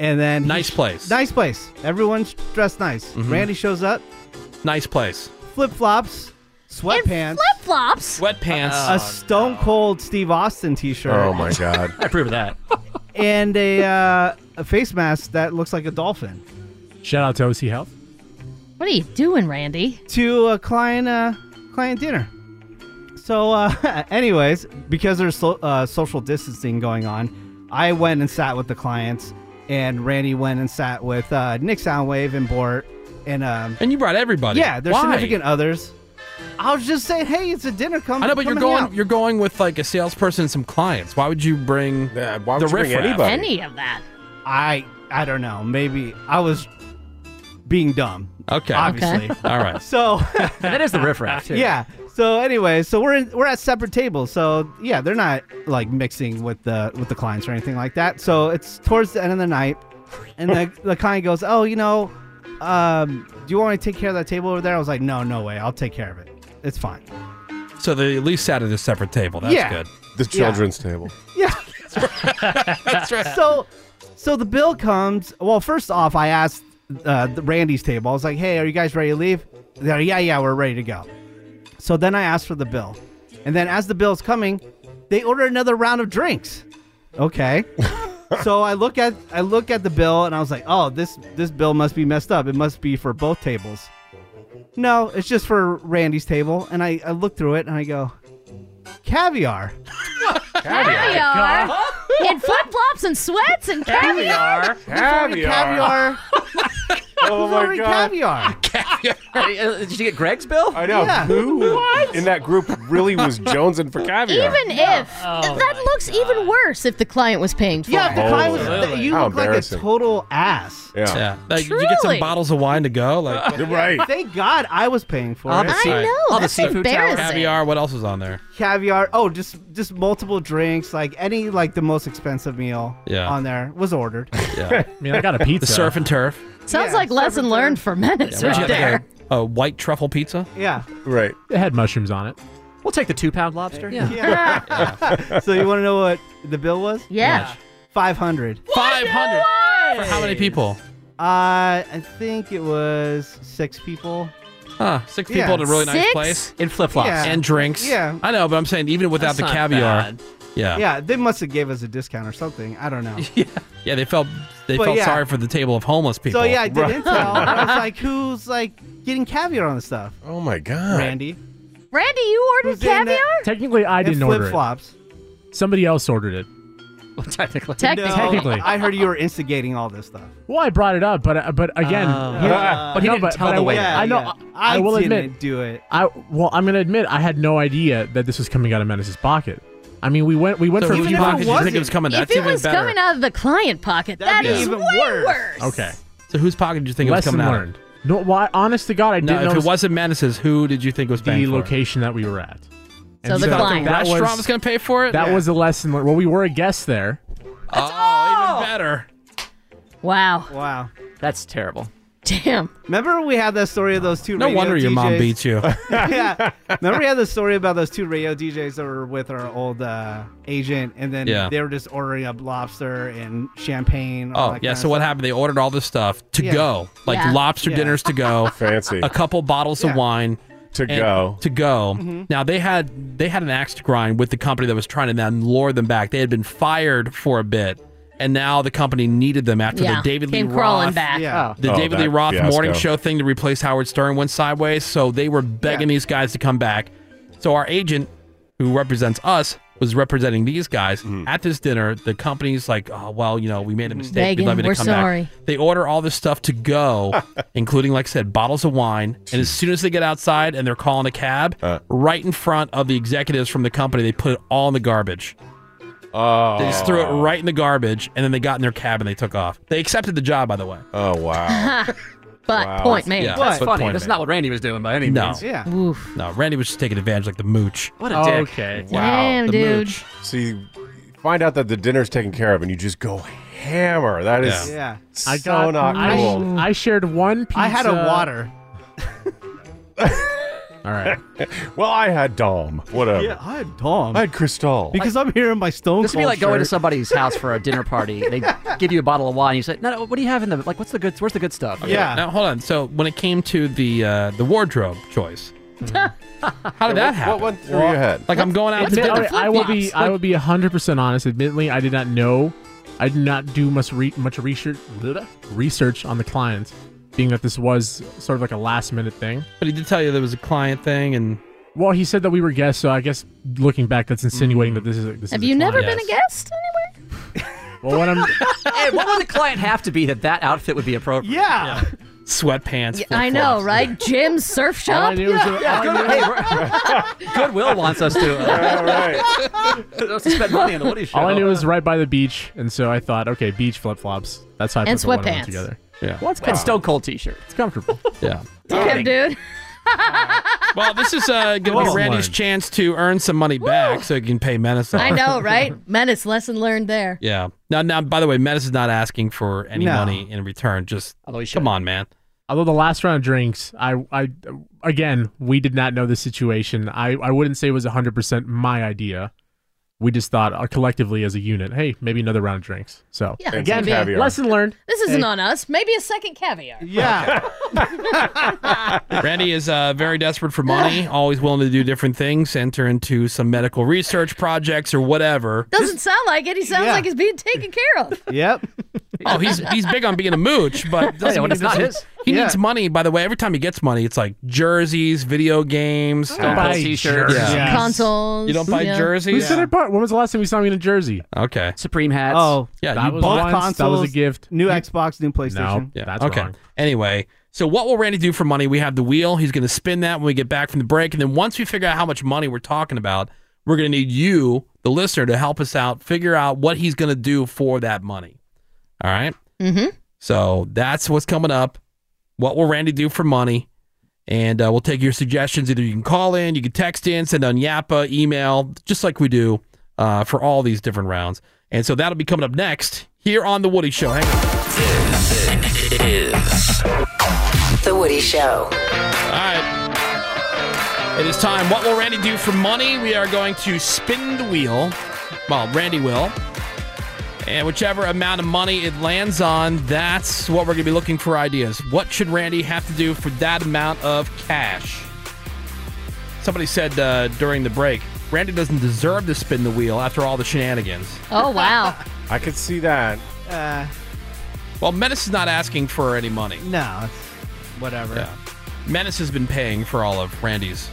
[SPEAKER 9] And then
[SPEAKER 4] Nice place.
[SPEAKER 9] Nice place. Everyone's dressed nice.
[SPEAKER 4] Mhm.
[SPEAKER 9] Randy shows up,
[SPEAKER 4] Nice place.
[SPEAKER 9] flip flops, sweatpants,
[SPEAKER 5] Flip flops.
[SPEAKER 4] Sweatpants. Uh,
[SPEAKER 9] a Stone Cold Steve Austin T-shirt.
[SPEAKER 7] Oh my god.
[SPEAKER 4] <laughs> I approve of that.
[SPEAKER 9] and a uh, a face mask that looks like a dolphin.
[SPEAKER 19] Shout out to OC Health.
[SPEAKER 5] What are you doing, Randy?
[SPEAKER 9] to a client uh, client dinner. So, uh, <laughs> anyways, because there's so, uh, social distancing going on, I went and sat with the clients, and Randy went and sat with uh, Nick Soundwave and Bort, and um,
[SPEAKER 4] and you brought everybody.
[SPEAKER 9] Yeah, their
[SPEAKER 4] Why?
[SPEAKER 9] significant others. I was just saying, hey, it's a dinner. Come,
[SPEAKER 4] I know, but
[SPEAKER 9] come
[SPEAKER 4] you're
[SPEAKER 9] hang
[SPEAKER 4] going
[SPEAKER 9] out.
[SPEAKER 4] you're going with like a salesperson and some clients. Why would you bring the
[SPEAKER 9] you bring
[SPEAKER 4] riffraff?
[SPEAKER 9] anybody?
[SPEAKER 5] Any of that?
[SPEAKER 9] I I don't know. Maybe I was being dumb.
[SPEAKER 4] Okay.
[SPEAKER 9] Obviously.
[SPEAKER 10] <laughs>
[SPEAKER 4] All right.
[SPEAKER 9] <laughs> So
[SPEAKER 10] that is the riffraff too.
[SPEAKER 9] Yeah. So anyway, so we're in, we're at separate tables. So yeah, they're not like mixing with the with the clients or anything like that. So it's towards the end of the night,
[SPEAKER 10] <laughs>
[SPEAKER 9] and the the client goes, "Oh, you know, um, do you want me to take care of that table over there?" I was like, "No, no way. I'll take care of it. It's fine."
[SPEAKER 4] So they at least sat at a separate table. That's
[SPEAKER 9] Yeah.
[SPEAKER 4] good.
[SPEAKER 7] The
[SPEAKER 9] Yeah.
[SPEAKER 7] children's table.
[SPEAKER 9] That's right. So, so the bill comes. Well, first off, I asked uh, the Randy's table. I was like, "Hey, are you guys ready to leave?" They're, "Yeah, yeah, we're ready to go." So then I asked for the bill, and then as the bill's coming, they order another round of drinks. Okay. so I look at I look at the bill, and I was like, "Oh, this this bill must be messed up. It must be for both tables." No, it's just for Randy's table. And I, I look through it, and I go, "Caviar."
[SPEAKER 5] Caviar. In flip flops and sweats and caviar.
[SPEAKER 4] <laughs>
[SPEAKER 9] Caviar.
[SPEAKER 7] oh my
[SPEAKER 9] already caviar.
[SPEAKER 10] uh, Did you get Greg's bill?
[SPEAKER 7] I know.
[SPEAKER 5] Yeah.
[SPEAKER 7] Who in that group really was jonesing for caviar?
[SPEAKER 5] Even if
[SPEAKER 4] Oh
[SPEAKER 5] that looks even worse if the client was paying for
[SPEAKER 9] Yeah,
[SPEAKER 5] it.
[SPEAKER 9] if the client was, you
[SPEAKER 7] How
[SPEAKER 9] look like a
[SPEAKER 7] embarrassing.
[SPEAKER 9] total ass.
[SPEAKER 7] Yeah.
[SPEAKER 4] Like, you get some
[SPEAKER 5] Truly.
[SPEAKER 4] bottles of wine to go. Like
[SPEAKER 7] <laughs> You're right.
[SPEAKER 9] Thank God I was paying for
[SPEAKER 4] All
[SPEAKER 9] it.
[SPEAKER 4] the sea-
[SPEAKER 5] know, that's
[SPEAKER 4] tower,
[SPEAKER 5] embarrassing.
[SPEAKER 4] caviar. What else was
[SPEAKER 7] <laughs>
[SPEAKER 4] on there?
[SPEAKER 9] Caviar. Oh, just just multiple drinks. Like any like the most expensive meal
[SPEAKER 4] Yeah.
[SPEAKER 9] on there was ordered. <laughs>
[SPEAKER 4] Yeah.
[SPEAKER 9] I mean, I got a
[SPEAKER 4] The
[SPEAKER 9] pizza.
[SPEAKER 4] surf and
[SPEAKER 5] <laughs>
[SPEAKER 4] turf.
[SPEAKER 5] Sounds like lesson learned for menace
[SPEAKER 4] Where'd you
[SPEAKER 5] right
[SPEAKER 4] get
[SPEAKER 5] there.
[SPEAKER 4] that? A white truffle pizza.
[SPEAKER 9] Yeah.
[SPEAKER 7] Right.
[SPEAKER 19] It had mushrooms on it.
[SPEAKER 4] <laughs>
[SPEAKER 10] We'll take the two pound lobster.
[SPEAKER 5] Yeah.
[SPEAKER 9] <laughs> so you want to know what the bill was?
[SPEAKER 5] Yeah. How much?
[SPEAKER 9] Five hundred.
[SPEAKER 4] Five hundred. For how many people?
[SPEAKER 9] Uh, I think it was six people.
[SPEAKER 4] Huh. Six
[SPEAKER 9] Yeah.
[SPEAKER 4] people at a really nice
[SPEAKER 9] Six?
[SPEAKER 4] place in flip
[SPEAKER 9] flip-flops. Yeah.
[SPEAKER 4] and drinks.
[SPEAKER 9] Yeah.
[SPEAKER 4] I know, but I'm saying even without
[SPEAKER 9] That's
[SPEAKER 4] the
[SPEAKER 9] not
[SPEAKER 4] caviar.
[SPEAKER 9] bad.
[SPEAKER 4] Yeah.
[SPEAKER 9] Yeah, they must have gave us a discount or something. I don't know.
[SPEAKER 4] <laughs> Yeah, They felt they
[SPEAKER 9] But
[SPEAKER 4] felt
[SPEAKER 9] yeah.
[SPEAKER 4] sorry for the table of homeless people.
[SPEAKER 9] So yeah, I did
[SPEAKER 4] Right.
[SPEAKER 9] intel. I was like, who's like getting caviar on the stuff?
[SPEAKER 7] Oh my god.
[SPEAKER 9] Randy.
[SPEAKER 5] Randy, you ordered caviar?
[SPEAKER 19] Technically, I
[SPEAKER 9] And
[SPEAKER 19] didn't order it.
[SPEAKER 9] flip-flops.
[SPEAKER 19] Somebody else ordered it.
[SPEAKER 10] Well, technically.
[SPEAKER 5] Technically.
[SPEAKER 19] Technically.
[SPEAKER 9] I heard you were instigating all this stuff.
[SPEAKER 19] <laughs> Well, I brought it up, but uh, but again,
[SPEAKER 9] Oh.
[SPEAKER 19] you know-
[SPEAKER 9] Yeah. But he
[SPEAKER 19] no,
[SPEAKER 9] didn't tell
[SPEAKER 19] I
[SPEAKER 9] the
[SPEAKER 19] will-
[SPEAKER 9] waiter.
[SPEAKER 19] I know.
[SPEAKER 9] Yeah, yeah.
[SPEAKER 19] I,
[SPEAKER 9] I
[SPEAKER 19] will
[SPEAKER 9] didn't
[SPEAKER 19] admit,
[SPEAKER 9] do it.
[SPEAKER 19] I well, I'm gonna admit, I had no idea that this was coming out of Menace's pocket. I mean, we went we went
[SPEAKER 4] So
[SPEAKER 19] for a
[SPEAKER 4] whose
[SPEAKER 19] few
[SPEAKER 4] pocket did you
[SPEAKER 19] boxes.
[SPEAKER 4] think it was coming?
[SPEAKER 5] if
[SPEAKER 4] That's
[SPEAKER 5] it
[SPEAKER 4] even
[SPEAKER 5] was
[SPEAKER 4] better.
[SPEAKER 5] coming out of the client pocket, that
[SPEAKER 4] That'd be
[SPEAKER 5] is
[SPEAKER 4] even
[SPEAKER 5] way
[SPEAKER 9] worse.
[SPEAKER 5] worse.
[SPEAKER 4] Okay. <laughs> So whose pocket did you think
[SPEAKER 19] Lesson
[SPEAKER 4] it was coming
[SPEAKER 19] learned. No, why? Honest to God, I
[SPEAKER 4] out? of?
[SPEAKER 19] didn't
[SPEAKER 4] No,
[SPEAKER 19] know
[SPEAKER 4] if it
[SPEAKER 19] was
[SPEAKER 4] wasn't Menace's, who did you think was
[SPEAKER 19] the
[SPEAKER 4] paying for it?
[SPEAKER 19] location that we were at.
[SPEAKER 5] So the client.
[SPEAKER 19] that
[SPEAKER 4] Restaurant was gonna pay for it?
[SPEAKER 19] That
[SPEAKER 4] Yeah.
[SPEAKER 19] was a lesson. learned. Well, we were a guest there.
[SPEAKER 4] Oh, even better.
[SPEAKER 5] Wow.
[SPEAKER 9] Wow.
[SPEAKER 10] That's terrible.
[SPEAKER 5] <laughs> Damn.
[SPEAKER 9] Remember we had that story of those two.
[SPEAKER 4] No
[SPEAKER 9] radio
[SPEAKER 4] wonder your mom
[SPEAKER 9] DJs?
[SPEAKER 4] beats you.
[SPEAKER 9] <laughs> yeah. Remember we had the story about those two radio DJs that were with our old uh, agent, and then
[SPEAKER 4] Yeah.
[SPEAKER 9] they were just ordering up lobster and champagne. all
[SPEAKER 4] Oh,
[SPEAKER 9] that
[SPEAKER 4] yeah.
[SPEAKER 9] kind of
[SPEAKER 4] So what happened? They ordered all this stuff to
[SPEAKER 9] Yeah.
[SPEAKER 4] go, like
[SPEAKER 9] Yeah.
[SPEAKER 4] lobster
[SPEAKER 9] Yeah.
[SPEAKER 4] dinners to go,
[SPEAKER 7] <laughs> fancy,
[SPEAKER 4] a couple bottles of wine
[SPEAKER 7] To
[SPEAKER 4] and-
[SPEAKER 7] go.
[SPEAKER 4] to go.
[SPEAKER 9] Mm-hmm.
[SPEAKER 7] Mhm.
[SPEAKER 4] Now they had they had an axe to grind with the company that was trying to then lure them back. They had been fired for a bit, and now the company needed them after
[SPEAKER 5] Yeah.
[SPEAKER 4] the David
[SPEAKER 5] Came
[SPEAKER 4] Lee
[SPEAKER 5] crawling
[SPEAKER 4] Roth,
[SPEAKER 5] back. Yeah.
[SPEAKER 4] the
[SPEAKER 7] Oh,
[SPEAKER 4] David Lee
[SPEAKER 7] that
[SPEAKER 4] Roth
[SPEAKER 7] fiasco.
[SPEAKER 4] morning show thing to replace Howard Stern went sideways. So they were begging these guys to come back. So our agent, who represents us. Was representing these guys
[SPEAKER 7] Mm-hmm.
[SPEAKER 4] at this dinner. The company's like, oh, well, you know, we made a mistake.
[SPEAKER 5] Megan,
[SPEAKER 4] We'd love you to
[SPEAKER 5] Mm-hmm. we're
[SPEAKER 4] come
[SPEAKER 5] sorry.
[SPEAKER 4] back. They order all this stuff
[SPEAKER 7] <laughs>
[SPEAKER 4] to go, including, like I said, bottles of wine. And as soon as they get outside and they're calling a cab,
[SPEAKER 7] Uh.
[SPEAKER 4] right in front of the executives from the company, they put it all in the garbage.
[SPEAKER 7] Oh.
[SPEAKER 4] They just threw it right in the garbage, and then they got in their cab and they took off. They accepted the job, by the way.
[SPEAKER 7] Oh wow!
[SPEAKER 5] <laughs> but point made.
[SPEAKER 4] Yeah,
[SPEAKER 10] That's
[SPEAKER 4] but
[SPEAKER 10] funny.
[SPEAKER 4] point
[SPEAKER 10] That's
[SPEAKER 4] made.
[SPEAKER 10] not what Randy was doing by any
[SPEAKER 4] No.
[SPEAKER 10] means.
[SPEAKER 9] Yeah.
[SPEAKER 4] No, Randy was just taking advantage, like the mooch.
[SPEAKER 10] What
[SPEAKER 4] a dick. Okay. Damn,
[SPEAKER 7] The
[SPEAKER 4] dude.
[SPEAKER 7] mooch. So you find out that the dinner's taken care of, and you just go hammer. That is
[SPEAKER 9] Yeah.
[SPEAKER 7] so
[SPEAKER 19] I got.
[SPEAKER 7] not
[SPEAKER 19] I,
[SPEAKER 7] cool.
[SPEAKER 19] I shared one pizza.
[SPEAKER 9] I had a water.
[SPEAKER 4] All
[SPEAKER 7] All right. <laughs> well, I had Dom. Whatever.
[SPEAKER 9] Yeah, I had Dom.
[SPEAKER 7] I had Cristal.
[SPEAKER 9] Because I'm here in my Stone
[SPEAKER 10] This would be
[SPEAKER 9] Cold
[SPEAKER 10] like going to
[SPEAKER 9] shirt.
[SPEAKER 10] somebody's house for a dinner party. They give you a bottle of wine. You say, "No, no what do you have in the like? What's the good? Where's the good stuff?"
[SPEAKER 4] Okay, Now hold on. So when it came to the uh, the wardrobe choice, how did that happen? Well, Like I'm going out to
[SPEAKER 19] Admit-
[SPEAKER 4] dinner.
[SPEAKER 19] I, I will be. I will be hundred percent honest. Admittedly, I did not know. I did not do much re- much research research on the client, being that this was sort of like a last minute thing.
[SPEAKER 4] But he did tell you there was a client thing, and
[SPEAKER 19] well, he said that we were guests. So I guess looking back, that's insinuating that this is a, this.
[SPEAKER 5] Have
[SPEAKER 19] is
[SPEAKER 5] you
[SPEAKER 19] a
[SPEAKER 5] never
[SPEAKER 19] client.
[SPEAKER 5] been a guest?
[SPEAKER 19] Well, when I'm
[SPEAKER 10] <laughs> hey, what would the client have to be that that outfit would be appropriate?
[SPEAKER 9] Yeah.
[SPEAKER 4] Sweatpants.
[SPEAKER 5] Yeah, I know, right? Gym, surf shop. Yeah. <laughs>
[SPEAKER 10] <laughs> Goodwill wants us to. uh,
[SPEAKER 5] Yeah, <laughs>
[SPEAKER 10] right. spend money on the Woody Show.
[SPEAKER 19] All I knew was right by the beach, and so I thought, okay, beach flip flops. That's how I
[SPEAKER 5] And
[SPEAKER 19] put the one on
[SPEAKER 5] sweatpants.
[SPEAKER 19] together.
[SPEAKER 4] Yeah,
[SPEAKER 19] what's
[SPEAKER 10] And Stone Cold T-shirt.
[SPEAKER 19] It's comfortable.
[SPEAKER 4] yeah.
[SPEAKER 5] Damn, dude.
[SPEAKER 19] <laughs>
[SPEAKER 4] well, this is
[SPEAKER 10] <laughs>
[SPEAKER 4] uh, going to
[SPEAKER 19] Whoa.
[SPEAKER 4] be Randy's chance to earn some money back so he can pay Menace. off.
[SPEAKER 5] I know, right? Menace lesson learned there.
[SPEAKER 4] <laughs> Yeah. Now, now, by the way, Menace is not asking for any
[SPEAKER 19] No.
[SPEAKER 4] money in return. Just come on, man.
[SPEAKER 19] Although the last round of drinks, I, I, again, we did not know the situation. I, I wouldn't say it was 100% my idea. We just thought uh, collectively as a unit, hey, maybe another round of drinks. So,
[SPEAKER 5] Yeah, And
[SPEAKER 19] again,
[SPEAKER 5] some caviar.
[SPEAKER 19] lesson learned.
[SPEAKER 5] This isn't
[SPEAKER 19] Hey.
[SPEAKER 5] on us. Maybe a second caviar.
[SPEAKER 19] Yeah.
[SPEAKER 4] Randy is uh, very desperate for money, always willing to do different things, enter into some medical research projects or whatever.
[SPEAKER 5] <laughs> Doesn't sound like it. He sounds like he's being taken care
[SPEAKER 4] <laughs>
[SPEAKER 5] of.
[SPEAKER 9] Yep.
[SPEAKER 4] Oh, he's he's big on being a mooch, but doesn't
[SPEAKER 10] Yeah, when
[SPEAKER 4] mean
[SPEAKER 10] it's not
[SPEAKER 4] doesn't-
[SPEAKER 10] his.
[SPEAKER 4] He
[SPEAKER 10] Yeah.
[SPEAKER 4] needs money. By the way, every time he gets money, it's like jerseys, video games,
[SPEAKER 19] don't buy
[SPEAKER 10] t-shirts.
[SPEAKER 19] jerseys.
[SPEAKER 5] Consoles.
[SPEAKER 4] You don't buy
[SPEAKER 5] yeah.
[SPEAKER 4] jerseys.
[SPEAKER 19] Who said it? Part? When was the last time we saw me in a jersey?
[SPEAKER 4] Okay.
[SPEAKER 10] Supreme hats.
[SPEAKER 9] Oh,
[SPEAKER 4] Yeah,
[SPEAKER 19] that
[SPEAKER 4] you
[SPEAKER 19] was
[SPEAKER 4] bought
[SPEAKER 19] once, That was a
[SPEAKER 9] consoles,
[SPEAKER 19] gift.
[SPEAKER 9] New Xbox, new PlayStation.
[SPEAKER 19] Yeah, that's
[SPEAKER 4] okay.
[SPEAKER 19] wrong.
[SPEAKER 4] Anyway, so what will Randy do for money? We have the wheel. He's going to spin that when we get back from the break, and then once we figure out how much money we're talking about, we're going to need you, the listener, to help us out, figure out what he's going to do for that money. All right.
[SPEAKER 5] Mm-hmm.
[SPEAKER 4] So that's what's coming up. What will Randy do for money? And uh, we'll take your suggestions. Either you can call in, you can text in, send on Yappa, email, just like we do uh, for all these different rounds. And so that'll be coming up next here on The Woody Show. Hang on.
[SPEAKER 15] This is
[SPEAKER 5] Mm-hmm.
[SPEAKER 1] The Woody Show.
[SPEAKER 4] All right. It is time. What will Randy do for money? We are going to spin the wheel. Well, Randy will. And whichever amount of money it lands on, that's what we're going to be looking for ideas. What should Randy have to do for that amount of cash? Somebody said uh, during the break, Randy doesn't deserve to spin the wheel after all the shenanigans.
[SPEAKER 5] Oh wow.
[SPEAKER 4] I could see that.
[SPEAKER 9] Uh,
[SPEAKER 4] Well, Menace is not asking for any money.
[SPEAKER 9] no, it's whatever.
[SPEAKER 4] Yeah. Menace has been paying for all of Randy's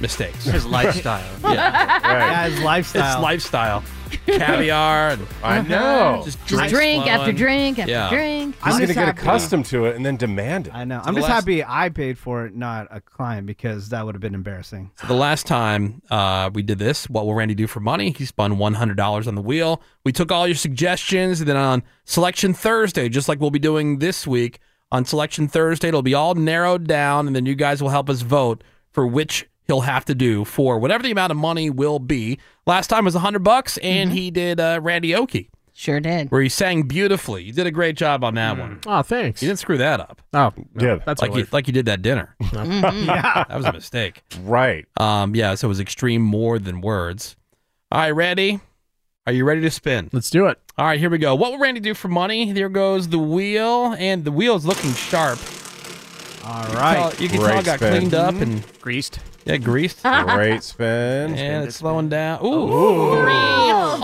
[SPEAKER 4] mistakes.
[SPEAKER 9] His lifestyle.
[SPEAKER 4] <laughs> yeah.
[SPEAKER 9] Right. Yeah, his lifestyle.
[SPEAKER 4] It's lifestyle. Caviar. And
[SPEAKER 7] I know.
[SPEAKER 4] Just
[SPEAKER 5] Just
[SPEAKER 4] drinks
[SPEAKER 5] drink after
[SPEAKER 4] flowing.
[SPEAKER 5] drink after
[SPEAKER 4] Yeah.
[SPEAKER 5] drink.
[SPEAKER 7] He's
[SPEAKER 9] I'm
[SPEAKER 7] going to
[SPEAKER 9] just
[SPEAKER 7] get
[SPEAKER 9] happy.
[SPEAKER 7] accustomed to it and then demand it.
[SPEAKER 9] I know. I'm
[SPEAKER 7] The
[SPEAKER 9] just
[SPEAKER 7] last-
[SPEAKER 9] happy I paid for it, not a client, because that would have been embarrassing.
[SPEAKER 4] So the last time uh, we did this, what will Randy do for money? He spun $100 on the wheel. We took all your suggestions, and then on Selection Thursday, just like we'll be doing this week, on Selection Thursday, it'll be all narrowed down, and then you guys will help us vote for which he'll have to do for whatever the amount of money will be. Last time was 100 bucks, and he did uh, Randy Oki.
[SPEAKER 5] Mm-hmm. Sure did.
[SPEAKER 4] Where he sang beautifully. You did a great job on that one.
[SPEAKER 19] Oh, thanks.
[SPEAKER 4] You didn't screw that up.
[SPEAKER 19] Oh,
[SPEAKER 7] yeah.
[SPEAKER 19] That's
[SPEAKER 4] like you,
[SPEAKER 19] hilarious.
[SPEAKER 4] like you did
[SPEAKER 19] <laughs>
[SPEAKER 4] that dinner.
[SPEAKER 19] Mhm. Yeah.
[SPEAKER 4] Mm-hmm. That was a mistake.
[SPEAKER 7] Right.
[SPEAKER 4] Um, yeah, so it was extreme more than words. All right, Randy, are you ready to spin?
[SPEAKER 19] Let's do it.
[SPEAKER 4] All right, here we go. What will Randy do for money? There goes the wheel, and the wheel's looking sharp.
[SPEAKER 9] All Mm-hmm.
[SPEAKER 4] right. You can tell, it got cleaned up and
[SPEAKER 10] greased.
[SPEAKER 4] Yeah,
[SPEAKER 7] <laughs>
[SPEAKER 4] greased.
[SPEAKER 7] Great spin.
[SPEAKER 4] And it's slowing down. Ooh,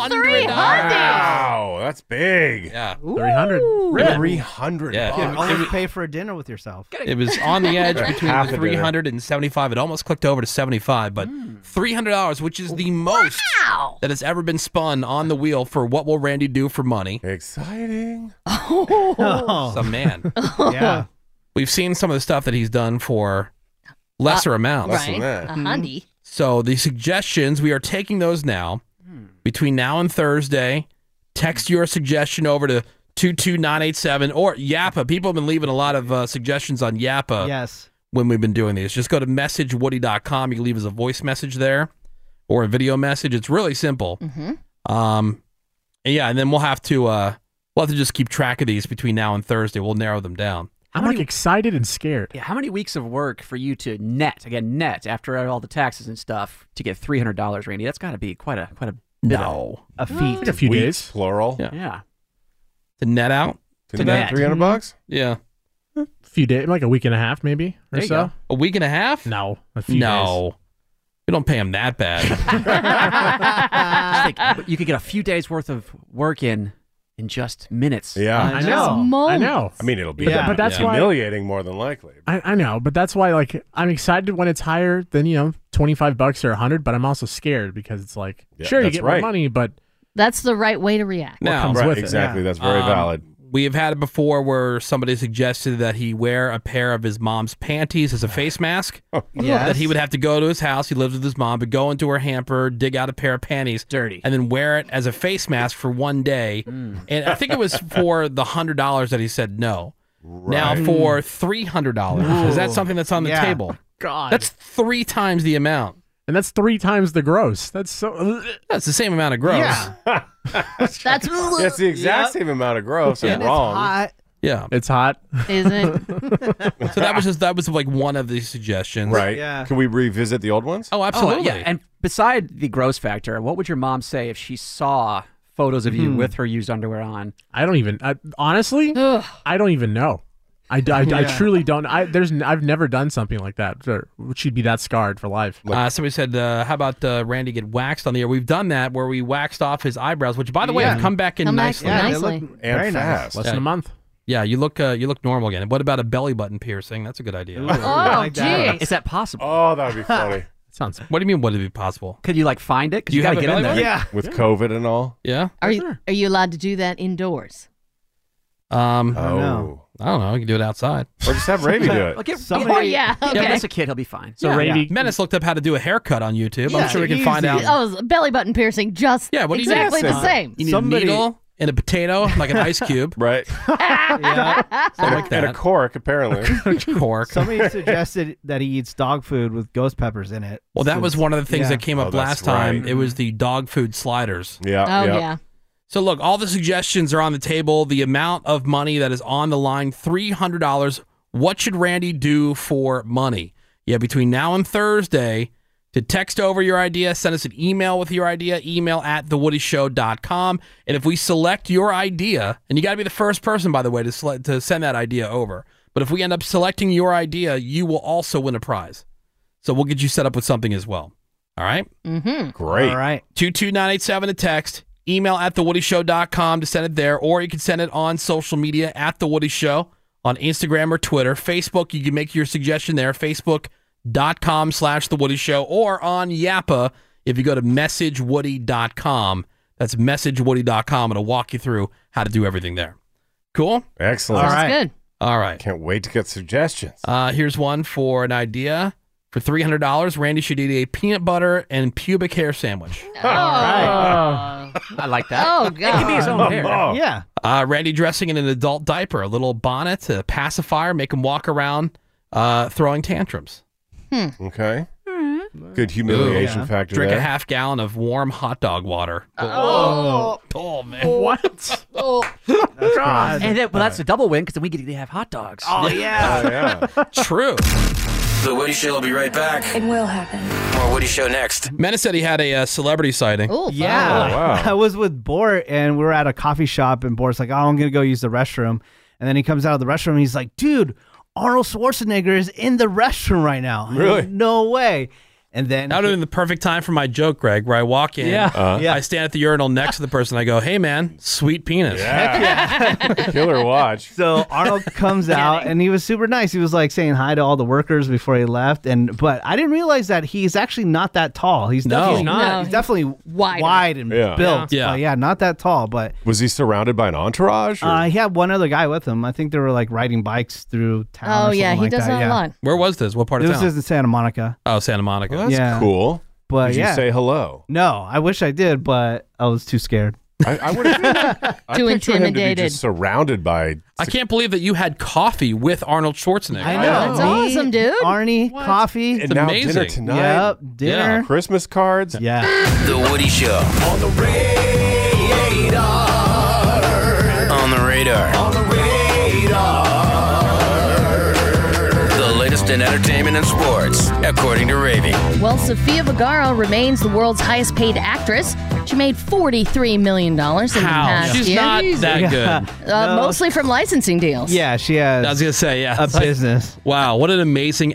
[SPEAKER 5] Three hundred.
[SPEAKER 7] Wow, that's big.
[SPEAKER 4] Yeah.
[SPEAKER 19] 300.
[SPEAKER 5] Rip.
[SPEAKER 7] 300.
[SPEAKER 4] Yeah.
[SPEAKER 9] You can
[SPEAKER 4] It- it
[SPEAKER 9] always
[SPEAKER 4] was-
[SPEAKER 9] pay for a dinner with yourself.
[SPEAKER 4] It was on the
[SPEAKER 9] <laughs>
[SPEAKER 4] edge between
[SPEAKER 7] Half
[SPEAKER 4] the
[SPEAKER 7] a dinner. <laughs>
[SPEAKER 4] 300 and 75. It almost clicked over to 75, but $300, which is the most that has ever been spun on the wheel for what will Randy do for money?
[SPEAKER 9] <laughs>
[SPEAKER 7] Exciting.
[SPEAKER 5] Oh.
[SPEAKER 4] It's a
[SPEAKER 5] <laughs>
[SPEAKER 4] man.
[SPEAKER 9] Yeah.
[SPEAKER 4] We've seen some of the stuff that he's done for lesser amounts.
[SPEAKER 5] Uh, Right. Uh-huh. A
[SPEAKER 9] Mm-hmm.
[SPEAKER 5] hundy.
[SPEAKER 4] So the suggestions, we are taking those now.
[SPEAKER 5] Hmm.
[SPEAKER 4] Between now and Thursday, text your suggestion over to 22987 or Yappa. People have been leaving a lot of uh, suggestions on Yappa.
[SPEAKER 9] Yes.
[SPEAKER 4] When we've been doing these, just go to messagewoody.com. You can leave us a voice message there or a video message. It's really simple.
[SPEAKER 5] Mm-hmm.
[SPEAKER 4] Um, and yeah, and then we'll have to uh, we'll have to just keep track of these between now and Thursday. We'll narrow them down.
[SPEAKER 19] I'm like excited and scared.
[SPEAKER 10] Yeah, how many weeks of work for you to net again net after all the taxes and stuff to get three hundred dollars, Randy? That's got to be quite a quite a
[SPEAKER 19] Oh.
[SPEAKER 10] bit of-
[SPEAKER 4] No.
[SPEAKER 10] a feat.
[SPEAKER 4] A few days.
[SPEAKER 7] plural.
[SPEAKER 10] Yeah. yeah.
[SPEAKER 4] The net out.
[SPEAKER 10] To To net net. 300
[SPEAKER 7] bucks?
[SPEAKER 4] Yeah.
[SPEAKER 19] A few days, like a week and a half maybe or
[SPEAKER 4] There you
[SPEAKER 19] so.
[SPEAKER 4] go. A week and a half?
[SPEAKER 19] No. A few
[SPEAKER 4] No. We don't pay them that bad.
[SPEAKER 10] Just think, <laughs> but you could get a few days worth of work in in just minutes.
[SPEAKER 7] Yeah.
[SPEAKER 10] Uh,
[SPEAKER 19] I
[SPEAKER 10] just
[SPEAKER 19] know. I know.
[SPEAKER 7] I mean, it'll be
[SPEAKER 19] But th- but that's why-
[SPEAKER 7] humiliating more than likely.
[SPEAKER 19] I, I know, but that's why like I'm excited when it's higher than you know twenty five bucks or hundred, but I'm also scared because it's like
[SPEAKER 7] Yeah,
[SPEAKER 19] sure you
[SPEAKER 7] that's
[SPEAKER 19] get
[SPEAKER 7] right.
[SPEAKER 19] more money, but
[SPEAKER 5] That's the right way to react.
[SPEAKER 19] What comes
[SPEAKER 7] Right,
[SPEAKER 19] with it.
[SPEAKER 7] exactly. That's very valid.
[SPEAKER 4] We have Um, had it before where somebody suggested that he wear a pair of his mom's panties
[SPEAKER 19] <sighs>
[SPEAKER 4] as a
[SPEAKER 7] <laughs>
[SPEAKER 4] face mask.
[SPEAKER 20] Yes.
[SPEAKER 4] That he would have to go to his house. He lives with his mom, but go into her hamper, dig out a pair of panties,
[SPEAKER 10] dirty,
[SPEAKER 4] and then wear it as a face mask for one day.
[SPEAKER 19] Mm.
[SPEAKER 4] And I think
[SPEAKER 19] <laughs>
[SPEAKER 4] it was for the hundred dollars that he said no. Now
[SPEAKER 20] Right.
[SPEAKER 4] for three hundred dollars, is that something that's on the
[SPEAKER 19] Yeah.
[SPEAKER 4] table?
[SPEAKER 10] God,
[SPEAKER 4] that's three times the amount,
[SPEAKER 19] and that's three times the gross. That's so.
[SPEAKER 4] That's the same amount of gross.
[SPEAKER 5] That's
[SPEAKER 7] It's the exact same amount of gross and,
[SPEAKER 4] Yeah.
[SPEAKER 7] wrong.
[SPEAKER 4] Yeah,
[SPEAKER 19] it's hot.
[SPEAKER 5] Is it?
[SPEAKER 4] <laughs> so that was just that was like one of the suggestions,
[SPEAKER 7] Right. Yeah. Can we revisit the old ones?
[SPEAKER 4] Oh, absolutely.
[SPEAKER 10] Oh, yeah. And beside the gross factor, what would your mom say if she saw photos of you
[SPEAKER 19] Hmm.
[SPEAKER 10] with her used underwear on?
[SPEAKER 19] I don't even I, honestly. I don't even know. I, d- I d- I
[SPEAKER 10] Yeah.
[SPEAKER 19] truly don't. I there's n- I've never done something like that. Or she'd be that scarred for life.
[SPEAKER 4] Uh, somebody said, uh, "How about uh, Randy get waxed on the air?" We've done that where we waxed off his eyebrows, which, by the way,
[SPEAKER 19] Yeah.
[SPEAKER 4] have come back in
[SPEAKER 19] Come back
[SPEAKER 4] nicely.
[SPEAKER 19] Yeah, they nicely. look
[SPEAKER 4] And
[SPEAKER 19] very nice. Less than a month.
[SPEAKER 4] Yeah, you look uh, you look normal again. What about a belly button piercing? That's a good idea.
[SPEAKER 10] Oh, geez. Is that possible?
[SPEAKER 7] Oh, that would
[SPEAKER 19] <laughs>
[SPEAKER 7] be
[SPEAKER 10] funny.
[SPEAKER 19] Sounds.
[SPEAKER 4] What do you mean? Would it be possible?
[SPEAKER 10] Could you like find it? 'Cause
[SPEAKER 4] Do
[SPEAKER 10] you
[SPEAKER 4] have
[SPEAKER 10] gotta
[SPEAKER 4] a
[SPEAKER 10] get in
[SPEAKER 4] belly
[SPEAKER 10] there.
[SPEAKER 4] button?
[SPEAKER 7] With COVID and all.
[SPEAKER 4] Yeah.
[SPEAKER 5] Are you are you allowed to do that indoors?
[SPEAKER 4] Um,
[SPEAKER 7] I don't know.
[SPEAKER 4] I don't know. You can do it outside,
[SPEAKER 7] or just
[SPEAKER 5] <laughs>
[SPEAKER 7] have Randy do it.
[SPEAKER 10] Like, if-
[SPEAKER 5] Somebody- Oh, yeah,
[SPEAKER 10] Yeah,
[SPEAKER 5] okay.
[SPEAKER 10] that's a kid. He'll be fine.
[SPEAKER 4] So Randy Menace looked up how to do a haircut on YouTube. I'm sure we can find out.
[SPEAKER 5] Oh, belly button piercing, just
[SPEAKER 4] Yeah, what do you
[SPEAKER 5] exactly
[SPEAKER 4] need?
[SPEAKER 5] the same.
[SPEAKER 4] You need a needle and a potato, like an ice cube,
[SPEAKER 7] <laughs> right?
[SPEAKER 4] Something like that.
[SPEAKER 7] And a cork, apparently.
[SPEAKER 4] <laughs> cork.
[SPEAKER 9] Somebody suggested that he eats dog food with ghost peppers in it.
[SPEAKER 4] Well, that was one of the things
[SPEAKER 9] Yeah.
[SPEAKER 4] that came
[SPEAKER 7] Oh,
[SPEAKER 4] up last time. It was the dog food sliders.
[SPEAKER 7] Yeah.
[SPEAKER 5] Oh, yeah. yeah.
[SPEAKER 4] So look, all the suggestions are on the table. The amount of money that is on the line, three hundred dollars. What should Randy do for money? Yeah, between now and Thursday to text over your idea, send us an email with your idea, email at thewoodyshow.com. And if we select your idea, and you got to be the first person, by the way, to, select, to send that idea over. But if we end up selecting your idea, you will also win a prize. So we'll get you set up with something as well. All right?
[SPEAKER 5] Mm-hmm.
[SPEAKER 7] Great.
[SPEAKER 4] All right. 22987 to text. Email at thewoodyshow.com to send it there, or you can send it on social media at The Woody Show on Instagram or Twitter. Facebook, you can make your suggestion there, facebook.com slash The Woody Show, or on Yappa if you go to messagewoody.com. That's messagewoody.com. It'll walk you through how to do everything there. Cool?
[SPEAKER 7] Excellent. All right.
[SPEAKER 5] good.
[SPEAKER 4] All right.
[SPEAKER 7] Can't wait to get suggestions.
[SPEAKER 4] Uh, here's one for an idea. For $300, Randy should eat a peanut butter and pubic hair sandwich.
[SPEAKER 11] Oh.
[SPEAKER 10] Uh, I like that.
[SPEAKER 5] Oh,
[SPEAKER 10] It can be his own
[SPEAKER 5] God.
[SPEAKER 7] <laughs>
[SPEAKER 10] hair.
[SPEAKER 5] Oh.
[SPEAKER 9] Yeah.
[SPEAKER 4] Uh, Randy dressing in an adult diaper, a little bonnet, a pacifier, make him walk around uh, throwing tantrums.
[SPEAKER 7] Okay.
[SPEAKER 5] Mm-hmm.
[SPEAKER 7] Good humiliation
[SPEAKER 4] Ooh.
[SPEAKER 7] factor.
[SPEAKER 4] Drink
[SPEAKER 7] there.
[SPEAKER 4] a half gallon of warm hot dog water.
[SPEAKER 10] Oh.
[SPEAKER 4] Oh, man.
[SPEAKER 10] What?
[SPEAKER 5] <laughs> Oh.
[SPEAKER 10] God. And then, well, that's a double win because then we get to have hot dogs. Oh,
[SPEAKER 7] yeah.
[SPEAKER 15] <laughs>
[SPEAKER 4] True.
[SPEAKER 15] The Woody Show will be right back.
[SPEAKER 6] It will happen.
[SPEAKER 15] More Woody Show next.
[SPEAKER 4] Mena said he had a uh, celebrity sighting.
[SPEAKER 5] Oh,
[SPEAKER 9] Yeah.
[SPEAKER 4] Oh, wow.
[SPEAKER 9] <laughs> I was with Bort and we were at a coffee shop and Bort's like, oh, I'm going to go use the restroom. And then he comes out of the restroom and he's like, dude, Arnold Schwarzenegger is in the restroom right now. I'm like,
[SPEAKER 4] Really?
[SPEAKER 9] no way. And then
[SPEAKER 4] That would have been the perfect time for my joke, Greg, where I walk in, uh,
[SPEAKER 9] Yeah. Uh-huh. Yeah.
[SPEAKER 4] I stand at the urinal next to the person, I go, hey, man, sweet penis.
[SPEAKER 7] <laughs> Killer watch.
[SPEAKER 9] So
[SPEAKER 4] <laughs>
[SPEAKER 9] Arnold comes out and he was super nice. He was like saying hi to all the workers before he left. And but I didn't realize that he's actually not that tall. He's
[SPEAKER 4] No.
[SPEAKER 9] definitely
[SPEAKER 4] He's not.
[SPEAKER 9] He's definitely
[SPEAKER 5] wide,
[SPEAKER 9] wide and
[SPEAKER 7] Yeah.
[SPEAKER 9] built.
[SPEAKER 7] Yeah.
[SPEAKER 9] Yeah. yeah, not that tall, but
[SPEAKER 7] Was he surrounded by an entourage? or-
[SPEAKER 9] uh, he had one other guy with him. I think they were like riding bikes through town.
[SPEAKER 5] Oh,
[SPEAKER 9] or
[SPEAKER 5] yeah,
[SPEAKER 9] something
[SPEAKER 5] he
[SPEAKER 9] like
[SPEAKER 5] does that a lot.
[SPEAKER 4] Where was this? What part of
[SPEAKER 9] This
[SPEAKER 4] town?
[SPEAKER 9] is in Santa Monica.
[SPEAKER 4] oh, Santa Monica.
[SPEAKER 9] Well, that's Yeah.
[SPEAKER 7] cool.
[SPEAKER 9] But
[SPEAKER 7] Did
[SPEAKER 9] yeah.
[SPEAKER 7] you say hello?
[SPEAKER 9] No, I wish I did, but I was
[SPEAKER 5] <laughs>
[SPEAKER 9] too scared.
[SPEAKER 7] I, I would have.
[SPEAKER 4] Too intimidated.
[SPEAKER 7] surrounded by.
[SPEAKER 4] I can't believe that you had coffee with Arnold Schwarzenegger.
[SPEAKER 9] I know.
[SPEAKER 5] Oh, That's awesome, dude.
[SPEAKER 9] Arnie, coffee,
[SPEAKER 7] And now dinner tonight.
[SPEAKER 9] Yep, dinner.
[SPEAKER 7] Yeah, Christmas cards.
[SPEAKER 9] Yeah.
[SPEAKER 15] The Woody Show. On the radar. On the radar. On the radar. latest in entertainment and sports, according to Ravy.
[SPEAKER 5] Well, Sofia Vergara remains the world's highest paid actress. She made $43 million in the past
[SPEAKER 4] She's
[SPEAKER 5] year.
[SPEAKER 4] not that good.
[SPEAKER 5] Uh, Mostly from licensing deals.
[SPEAKER 4] Yeah, she has. I was gonna say, yeah, a business. Wow, what an amazing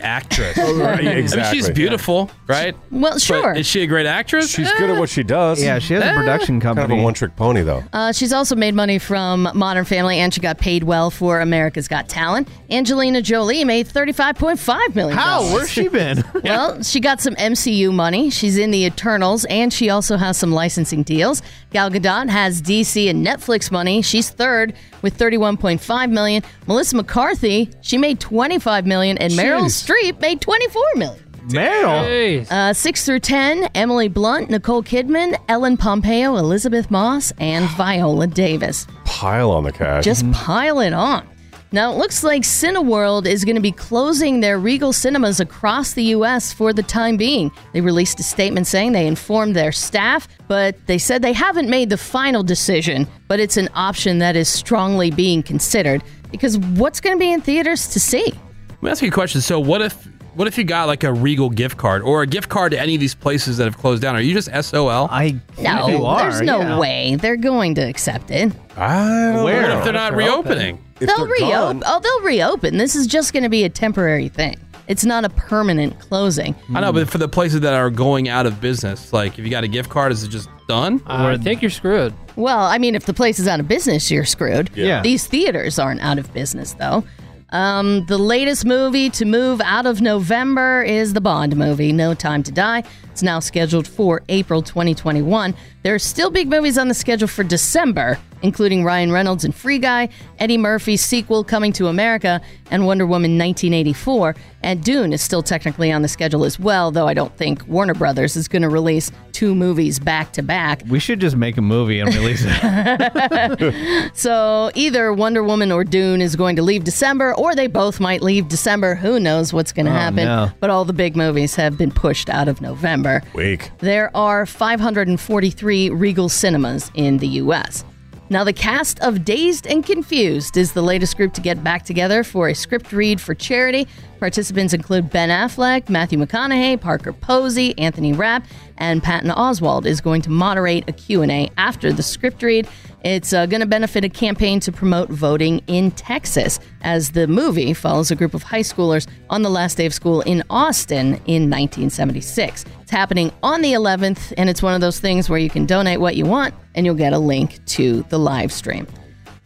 [SPEAKER 7] <laughs>
[SPEAKER 4] actress!
[SPEAKER 5] Oh, right,
[SPEAKER 4] I mean, she's
[SPEAKER 5] exactly.
[SPEAKER 4] beautiful, right?
[SPEAKER 5] Well,
[SPEAKER 4] But
[SPEAKER 5] sure.
[SPEAKER 4] is she a great actress?
[SPEAKER 7] She's good at what she does.
[SPEAKER 5] Yeah, she has a Eh. production
[SPEAKER 7] Kind of
[SPEAKER 5] company.
[SPEAKER 7] a one-trick pony, though.
[SPEAKER 5] Uh, she's also made money from Modern Family, and she got paid well for America's Got Talent. Angelina Jolie made thirty-five point five million.
[SPEAKER 9] How? Where's
[SPEAKER 5] <laughs>
[SPEAKER 9] she been?
[SPEAKER 5] well, she got some MCU money. She's in the Eternals, and she also has some licensing deals. Gal Gadot has DC and Netflix money. She's third with thirty-one point five million. Melissa McCarthy, she made twenty-five million, and Meryl Streep made twenty-four million.
[SPEAKER 9] Meryl.
[SPEAKER 5] Uh, six through ten: Emily Blunt, Nicole Kidman, Ellen Pompeo, Elizabeth Moss, and Viola Davis.
[SPEAKER 7] Pile on the cash.
[SPEAKER 5] Just pile it on. Now it looks like Cineworld is going to be closing their Regal cinemas across the U.S. for the time being. They released a statement saying they informed their staff, but they said they haven't made the final decision. But it's an option that is strongly being considered because what's going to be in theaters to see?
[SPEAKER 4] Let me ask you a question. So, what if what if you got like a Regal gift card or a gift card to any of these places that have closed down? Are you just SOL?
[SPEAKER 9] I
[SPEAKER 5] No, there's no way they're going to accept it.
[SPEAKER 7] I
[SPEAKER 4] don't
[SPEAKER 7] Where?
[SPEAKER 4] What if they're not
[SPEAKER 7] If they're open.
[SPEAKER 4] reopening?
[SPEAKER 5] they'll reopen. Oh, they'll reopen. This is just going to be a temporary thing. It's not a permanent closing.
[SPEAKER 4] I know, but for the places that are going out of business, like if you got a gift card, is it just done?
[SPEAKER 5] I
[SPEAKER 4] think you're screwed.
[SPEAKER 5] Well, I mean, if the place is out of business, you're screwed.
[SPEAKER 4] Yeah. Yeah.
[SPEAKER 5] These theaters aren't out of business, though. Um, the latest movie to move out of November is the Bond movie, No Time to Die. It's now scheduled for April 2021. There are still big movies on the schedule for December, including Ryan Reynolds and Free Guy, Eddie Murphy's sequel Coming to America, and Wonder Woman 1984. And Dune is still technically on the schedule as well, though I don't think Warner Brothers is going to release two movies back to back.
[SPEAKER 9] We should just make a movie and release it.
[SPEAKER 5] <laughs> So either Wonder Woman or Dune is going to leave December, or they both might leave December. Who knows what's going to
[SPEAKER 9] Oh,
[SPEAKER 5] happen?
[SPEAKER 9] no.
[SPEAKER 5] But all the big movies have been pushed out of November.
[SPEAKER 7] Weak.
[SPEAKER 5] There are 543 Regal cinemas in the U.S. Now, the cast of Dazed and Confused is the latest group to get back together for a script read for charity. Participants include Ben Affleck, Matthew McConaughey, Parker Posey, Anthony Rapp, and Patton Oswald is going to moderate a Q&A after the script read. It's uh, going to benefit a campaign to promote voting in Texas, as the movie follows a group of high schoolers on the last day of school in Austin in 1976. It's happening on the 11th, and it's one of those things where you can donate what you want, and you'll get a link to the live stream.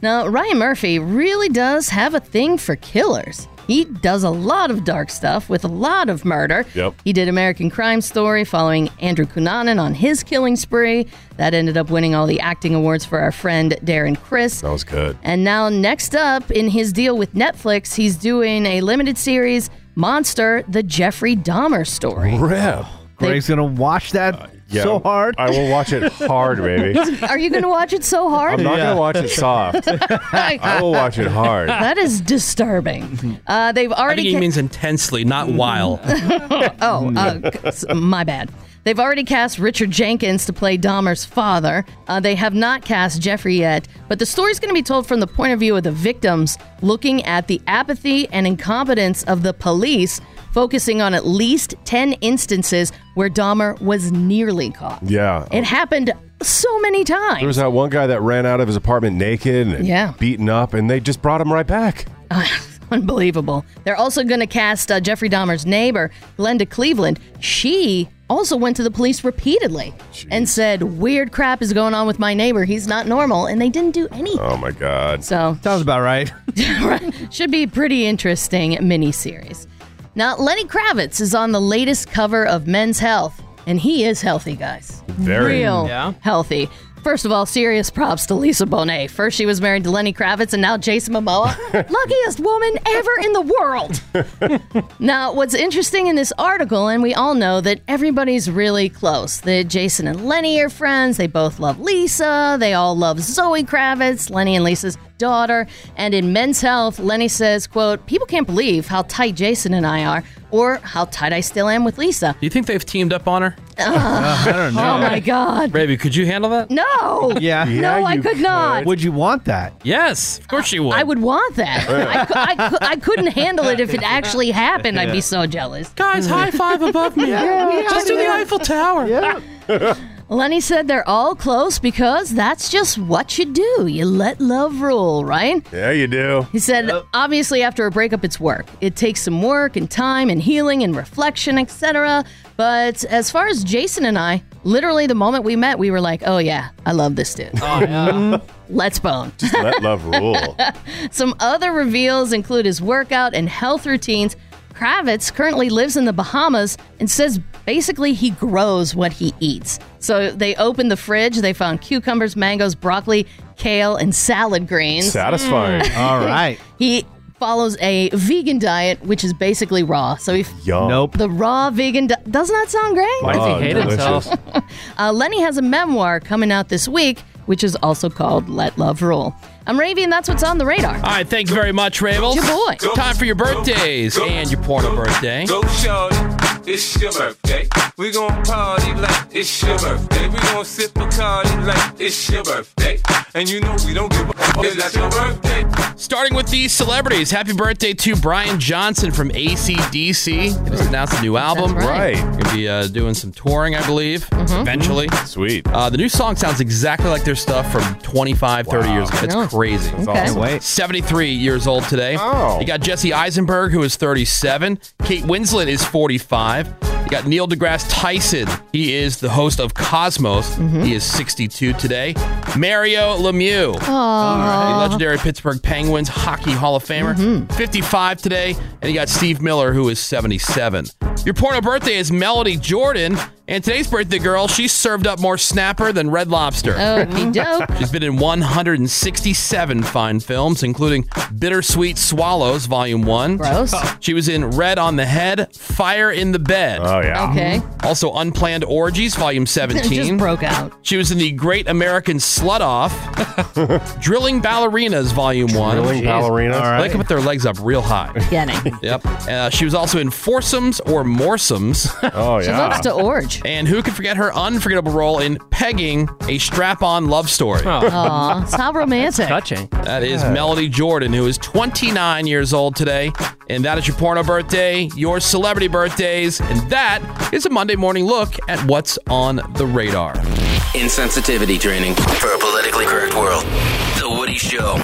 [SPEAKER 5] Now, Ryan Murphy really does have a thing for killers. He does a lot of dark stuff with a lot of murder.
[SPEAKER 6] Yep.
[SPEAKER 5] He did American Crime Story following Andrew Cunanan on his killing spree. That ended up winning all the acting awards for our friend Darren Chris.
[SPEAKER 7] That was good.
[SPEAKER 5] And now, next up in his deal with Netflix, he's doing a limited series, Monster, the Jeffrey Dahmer story.
[SPEAKER 7] <laughs> Rip. Uh,
[SPEAKER 9] Greg's gonna watch that so hard.
[SPEAKER 7] I will watch
[SPEAKER 9] <laughs>
[SPEAKER 7] it hard,
[SPEAKER 5] <laughs>
[SPEAKER 7] baby.
[SPEAKER 5] Are you going to watch it so hard? Oh
[SPEAKER 7] I'm not gonna watch
[SPEAKER 5] <laughs>
[SPEAKER 7] it soft. I will watch it hard.
[SPEAKER 5] That is disturbing. Uh, they've
[SPEAKER 4] I think
[SPEAKER 5] already
[SPEAKER 4] he
[SPEAKER 5] ca-
[SPEAKER 4] means intensely, not while.
[SPEAKER 5] <laughs>
[SPEAKER 4] <laughs>
[SPEAKER 5] oh,
[SPEAKER 7] <laughs>
[SPEAKER 5] uh, s- my bad. They've already cast Richard Jenkins to play Dahmer's father. Uh, they have not cast Jeffrey yet, but the story's going to be told from the point of view of the victims, looking at the apathy and incompetence of the police, focusing on at least 10 instances where Dahmer was nearly caught.
[SPEAKER 7] Yeah.
[SPEAKER 5] It happened so many times.
[SPEAKER 7] There was that one guy that ran out of his apartment naked and
[SPEAKER 5] Yeah.
[SPEAKER 7] beaten up, and they just brought him right back.
[SPEAKER 5] Unbelievable. They're also going to cast uh, Jeffrey Dahmer's neighbor, Glenda Cleveland. She also went to the police repeatedly and said, Weird crap is going on with my neighbor. He's not normal. And they didn't do any.
[SPEAKER 7] Oh my god.
[SPEAKER 5] So
[SPEAKER 9] sounds about right.
[SPEAKER 5] Should be a pretty interesting miniseries. Now, Lenny Kravitz is on the latest cover of Men's Health, and he is healthy, guys.
[SPEAKER 7] Very.
[SPEAKER 5] Real
[SPEAKER 7] Yeah.
[SPEAKER 5] healthy. First of all, serious props to Lisa Bonet. First, she was married to Lenny Kravitz, and now Jason
[SPEAKER 7] <laughs>
[SPEAKER 5] Momoa. Luckiest woman ever in the world. <laughs> Now, what's interesting in this article, and we all know that everybody's really close. That Jason and Lenny are friends. They both love Lisa. They all love Zoe Kravitz, Lenny and Lisa's daughter. And in Men's Health, Lenny says, "quote People can't believe how tight Jason and I are, or how tight I still am with Lisa." <laughs>
[SPEAKER 4] Do you think they've teamed up on her?
[SPEAKER 5] Ugh. Oh my god.
[SPEAKER 4] Baby, could you handle that?
[SPEAKER 5] No.
[SPEAKER 4] Yeah.
[SPEAKER 5] No,
[SPEAKER 4] Yeah,
[SPEAKER 5] I
[SPEAKER 4] you
[SPEAKER 5] could not.
[SPEAKER 4] could.
[SPEAKER 9] Would you want that?
[SPEAKER 4] Yes, of course you would.
[SPEAKER 5] I would want that. I, cou- I, cou- I couldn't handle it if it actually happened. I'd be so jealous.
[SPEAKER 4] Guys, high five above me. Just do the Eiffel Tower.
[SPEAKER 5] <laughs> Lenny said they're all close because that's just what you do. You let love rule, right?
[SPEAKER 7] Yeah, you do.
[SPEAKER 5] He said, obviously, after a breakup, it's work. It takes some work and time and healing and reflection, etc. But as far as Jason and I, literally the moment we met, we were like, oh, yeah, I love this dude. Let's bone.
[SPEAKER 7] <laughs> Just let love rule.
[SPEAKER 5] <laughs> Some other reveals include his workout and health routines. Kravitz currently lives in the Bahamas and says basically he grows what he eats. So they opened the fridge, they found cucumbers, mangoes, broccoli, kale, and salad greens.
[SPEAKER 7] Satisfying. Mm. All right.
[SPEAKER 5] <laughs> he follows a vegan diet, which is basically raw. So he.
[SPEAKER 7] Yum. Nope.
[SPEAKER 5] The raw vegan di- doesn't that sound great?
[SPEAKER 7] Why does
[SPEAKER 4] Ah,
[SPEAKER 7] he Oh, hate himself?
[SPEAKER 5] <laughs> Uh, Lenny has a memoir coming out this week, which is also called Let Love Rule. I'm Ravi, and that's what's on the radar.
[SPEAKER 4] All right, thank you very much, Rabel.
[SPEAKER 5] Your boy.
[SPEAKER 4] Time for your birthdays and your porno birthday.
[SPEAKER 21] Go shorty, it's your birthday. We gon' party like it's your birthday. We gon' sip a card like it's your birthday. And you know we don't give a fuck. It's not your birthday.
[SPEAKER 4] Starting with these celebrities, happy birthday to Brian Johnson from ACDC. He just announced a new album.
[SPEAKER 7] Hmm. right. Mm-hmm.
[SPEAKER 4] Gonna be uh, doing some touring, I believe, eventually.
[SPEAKER 7] Sweet.
[SPEAKER 4] Uh, the new song sounds exactly like their stuff from 25, 30 years ago. It's
[SPEAKER 7] Yeah.
[SPEAKER 4] crazy.
[SPEAKER 7] Oh. That's Okay. awesome.
[SPEAKER 4] Wait. 73 years old today.
[SPEAKER 7] Oh.
[SPEAKER 4] You got Jesse Eisenberg, who is 37. Kate Winslet is 45. You got Neil deGrasse Tyson. He is the host of Cosmos.
[SPEAKER 7] Mm-hmm.
[SPEAKER 4] He is 62 today. Mario Lemieux.
[SPEAKER 7] Oh,
[SPEAKER 4] The
[SPEAKER 5] Aww.
[SPEAKER 4] legendary Pittsburgh Penguins Hockey Hall of Famer,
[SPEAKER 5] Mm-hmm.
[SPEAKER 4] 55 today, and you got Steve Miller, who is 77. Your porno birthday is Melody Jordan, and today's birthday girl, she served up more snapper than Red Lobster.
[SPEAKER 5] Okey Oh, doke.
[SPEAKER 4] She's been in 167 fine films, including Bittersweet Swallows, Volume 1.
[SPEAKER 5] Gross.
[SPEAKER 4] She was in Red on the Head, Fire in the Bed. Oh,
[SPEAKER 5] yeah. Okay.
[SPEAKER 4] Also, Unplanned Orgies, Volume 17.
[SPEAKER 5] <laughs> Just broke out.
[SPEAKER 4] She was in the Great American Slut <laughs> Off, Drilling Ballerinas, Volume One.
[SPEAKER 7] Drilling Jeez. Ballerinas? All right.
[SPEAKER 4] They can put their legs up real high. <laughs>
[SPEAKER 5] Getting.
[SPEAKER 4] Yep. Uh, she was also in foursomes or morsomes. <laughs> Oh
[SPEAKER 5] She yeah. loves to orge.
[SPEAKER 4] And who can forget her unforgettable role in pegging a strap-on love story? <laughs>
[SPEAKER 5] Aw, it's how romantic.
[SPEAKER 4] That is
[SPEAKER 5] Yeah.
[SPEAKER 4] Melody Jordan, who is 29 years old today. And that is your porno birthday, your celebrity birthdays. And that is a Monday morning look at what's on the radar.
[SPEAKER 15] Insensitivity training for a politically correct world. The Woody Show.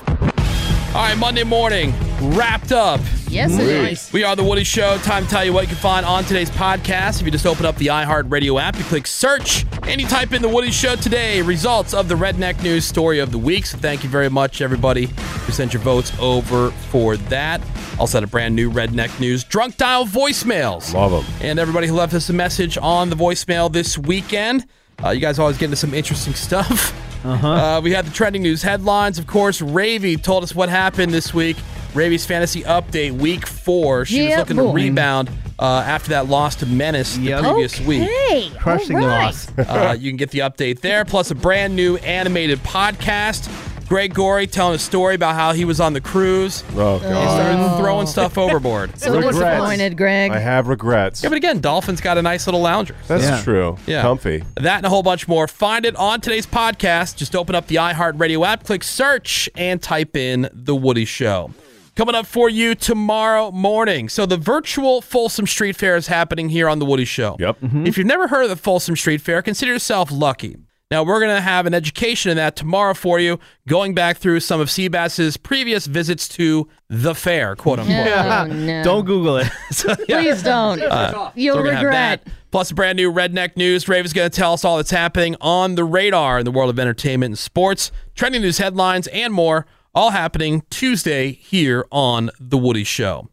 [SPEAKER 4] All right, Monday morning, wrapped up.
[SPEAKER 5] Yes, it Sweet. is.
[SPEAKER 4] We are The Woody Show. Time to tell you what you can find on today's podcast. If you just open up the iHeartRadio app, you click search, and you type in The Woody Show today, results of the Redneck News Story of the Week. So thank you very much, everybody, who sent your votes over for that. Also, had a brand new Redneck News Drunk Dial voicemails. Love them. And everybody who left us a message on the voicemail this weekend. Uh, you guys always get into some interesting <laughs> stuff. Uh-huh. we had the trending news headlines. Of course, Ravy told us what happened this week. Ravy's fantasy update, week four. She
[SPEAKER 5] Yeah,
[SPEAKER 4] was looking
[SPEAKER 5] boy.
[SPEAKER 4] to rebound uh, after that loss to Menace the previous week.
[SPEAKER 5] <laughs> Okay. All right.
[SPEAKER 4] uh, you can get the update there, plus a brand new animated podcast. Greg Gorey telling a story about how he was on the cruise.
[SPEAKER 7] Oh,
[SPEAKER 4] And started throwing stuff overboard.
[SPEAKER 5] So disappointed, Greg.
[SPEAKER 7] I have regrets.
[SPEAKER 4] Yeah, but again, Dolphin's got a nice little lounger.
[SPEAKER 7] That's true.
[SPEAKER 4] Yeah.
[SPEAKER 7] Comfy.
[SPEAKER 4] That and a whole bunch more. Find it on today's podcast. Just open up the iHeartRadio app, click search, and type in The Woody Show. Coming up for you tomorrow morning. So, the virtual Folsom Street Fair is happening here on The Woody Show. Yep. Mm-hmm. If you've never heard of the Folsom Street Fair, consider yourself lucky. Now, we're going to have an education in that tomorrow for you, going back through some of Seabass's previous visits to the fair, quote unquote.
[SPEAKER 5] No, no.
[SPEAKER 4] <laughs> Don't Google it.
[SPEAKER 5] <laughs>
[SPEAKER 4] <laughs>
[SPEAKER 5] Please don't. Uh, You'll
[SPEAKER 4] we're gonna have
[SPEAKER 5] regret.
[SPEAKER 4] that. Plus, a brand new Redneck News. Raven's going to tell us all that's happening on the radar in the world of entertainment and sports, trending news headlines, and more, all happening Tuesday here on The Woody Show.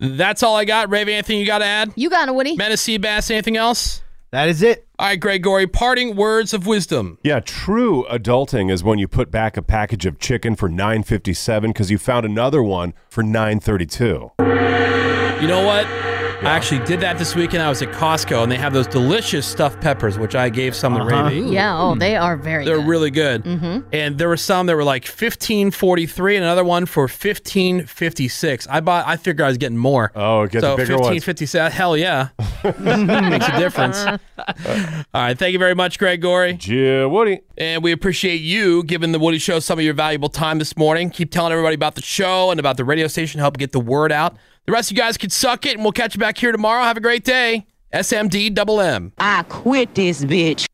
[SPEAKER 4] That's all I got. Raven, anything you got to add?
[SPEAKER 5] You got it, Woody.
[SPEAKER 4] Menace Bass, anything else?
[SPEAKER 7] That is it.
[SPEAKER 4] All right, Greg Gory, parting words of wisdom.
[SPEAKER 7] Yeah, true adulting is when you put back a package of chicken for 9.57 because you found another one for 9.32.
[SPEAKER 4] You know what? I actually did that this weekend. I was at Costco and they have those delicious stuffed peppers, which I gave some to
[SPEAKER 5] Uh-huh.
[SPEAKER 4] Ravi.
[SPEAKER 5] Yeah, oh, they are very
[SPEAKER 4] They're
[SPEAKER 5] good.
[SPEAKER 4] really good.
[SPEAKER 5] Mhm.
[SPEAKER 4] And there were some that were like fifteen forty three, and another one for fifteen fifty six. I bought. I figured I was getting more. Oh,
[SPEAKER 7] get the
[SPEAKER 4] so
[SPEAKER 7] bigger ones.
[SPEAKER 4] fifteen fifty six.
[SPEAKER 7] <laughs>
[SPEAKER 4] Hell yeah, <laughs> makes a difference.
[SPEAKER 8] <laughs>
[SPEAKER 4] All right, thank you very much, Greg Gorey.
[SPEAKER 7] Yeah, Woody.
[SPEAKER 4] And we appreciate you giving the Woody Show some of your valuable time this morning. Keep telling everybody about the show and about the radio station. Help get the word out. The rest of you guys can suck it, and we'll catch you back here tomorrow. Have a great day. SMD double M.
[SPEAKER 6] I quit this bitch.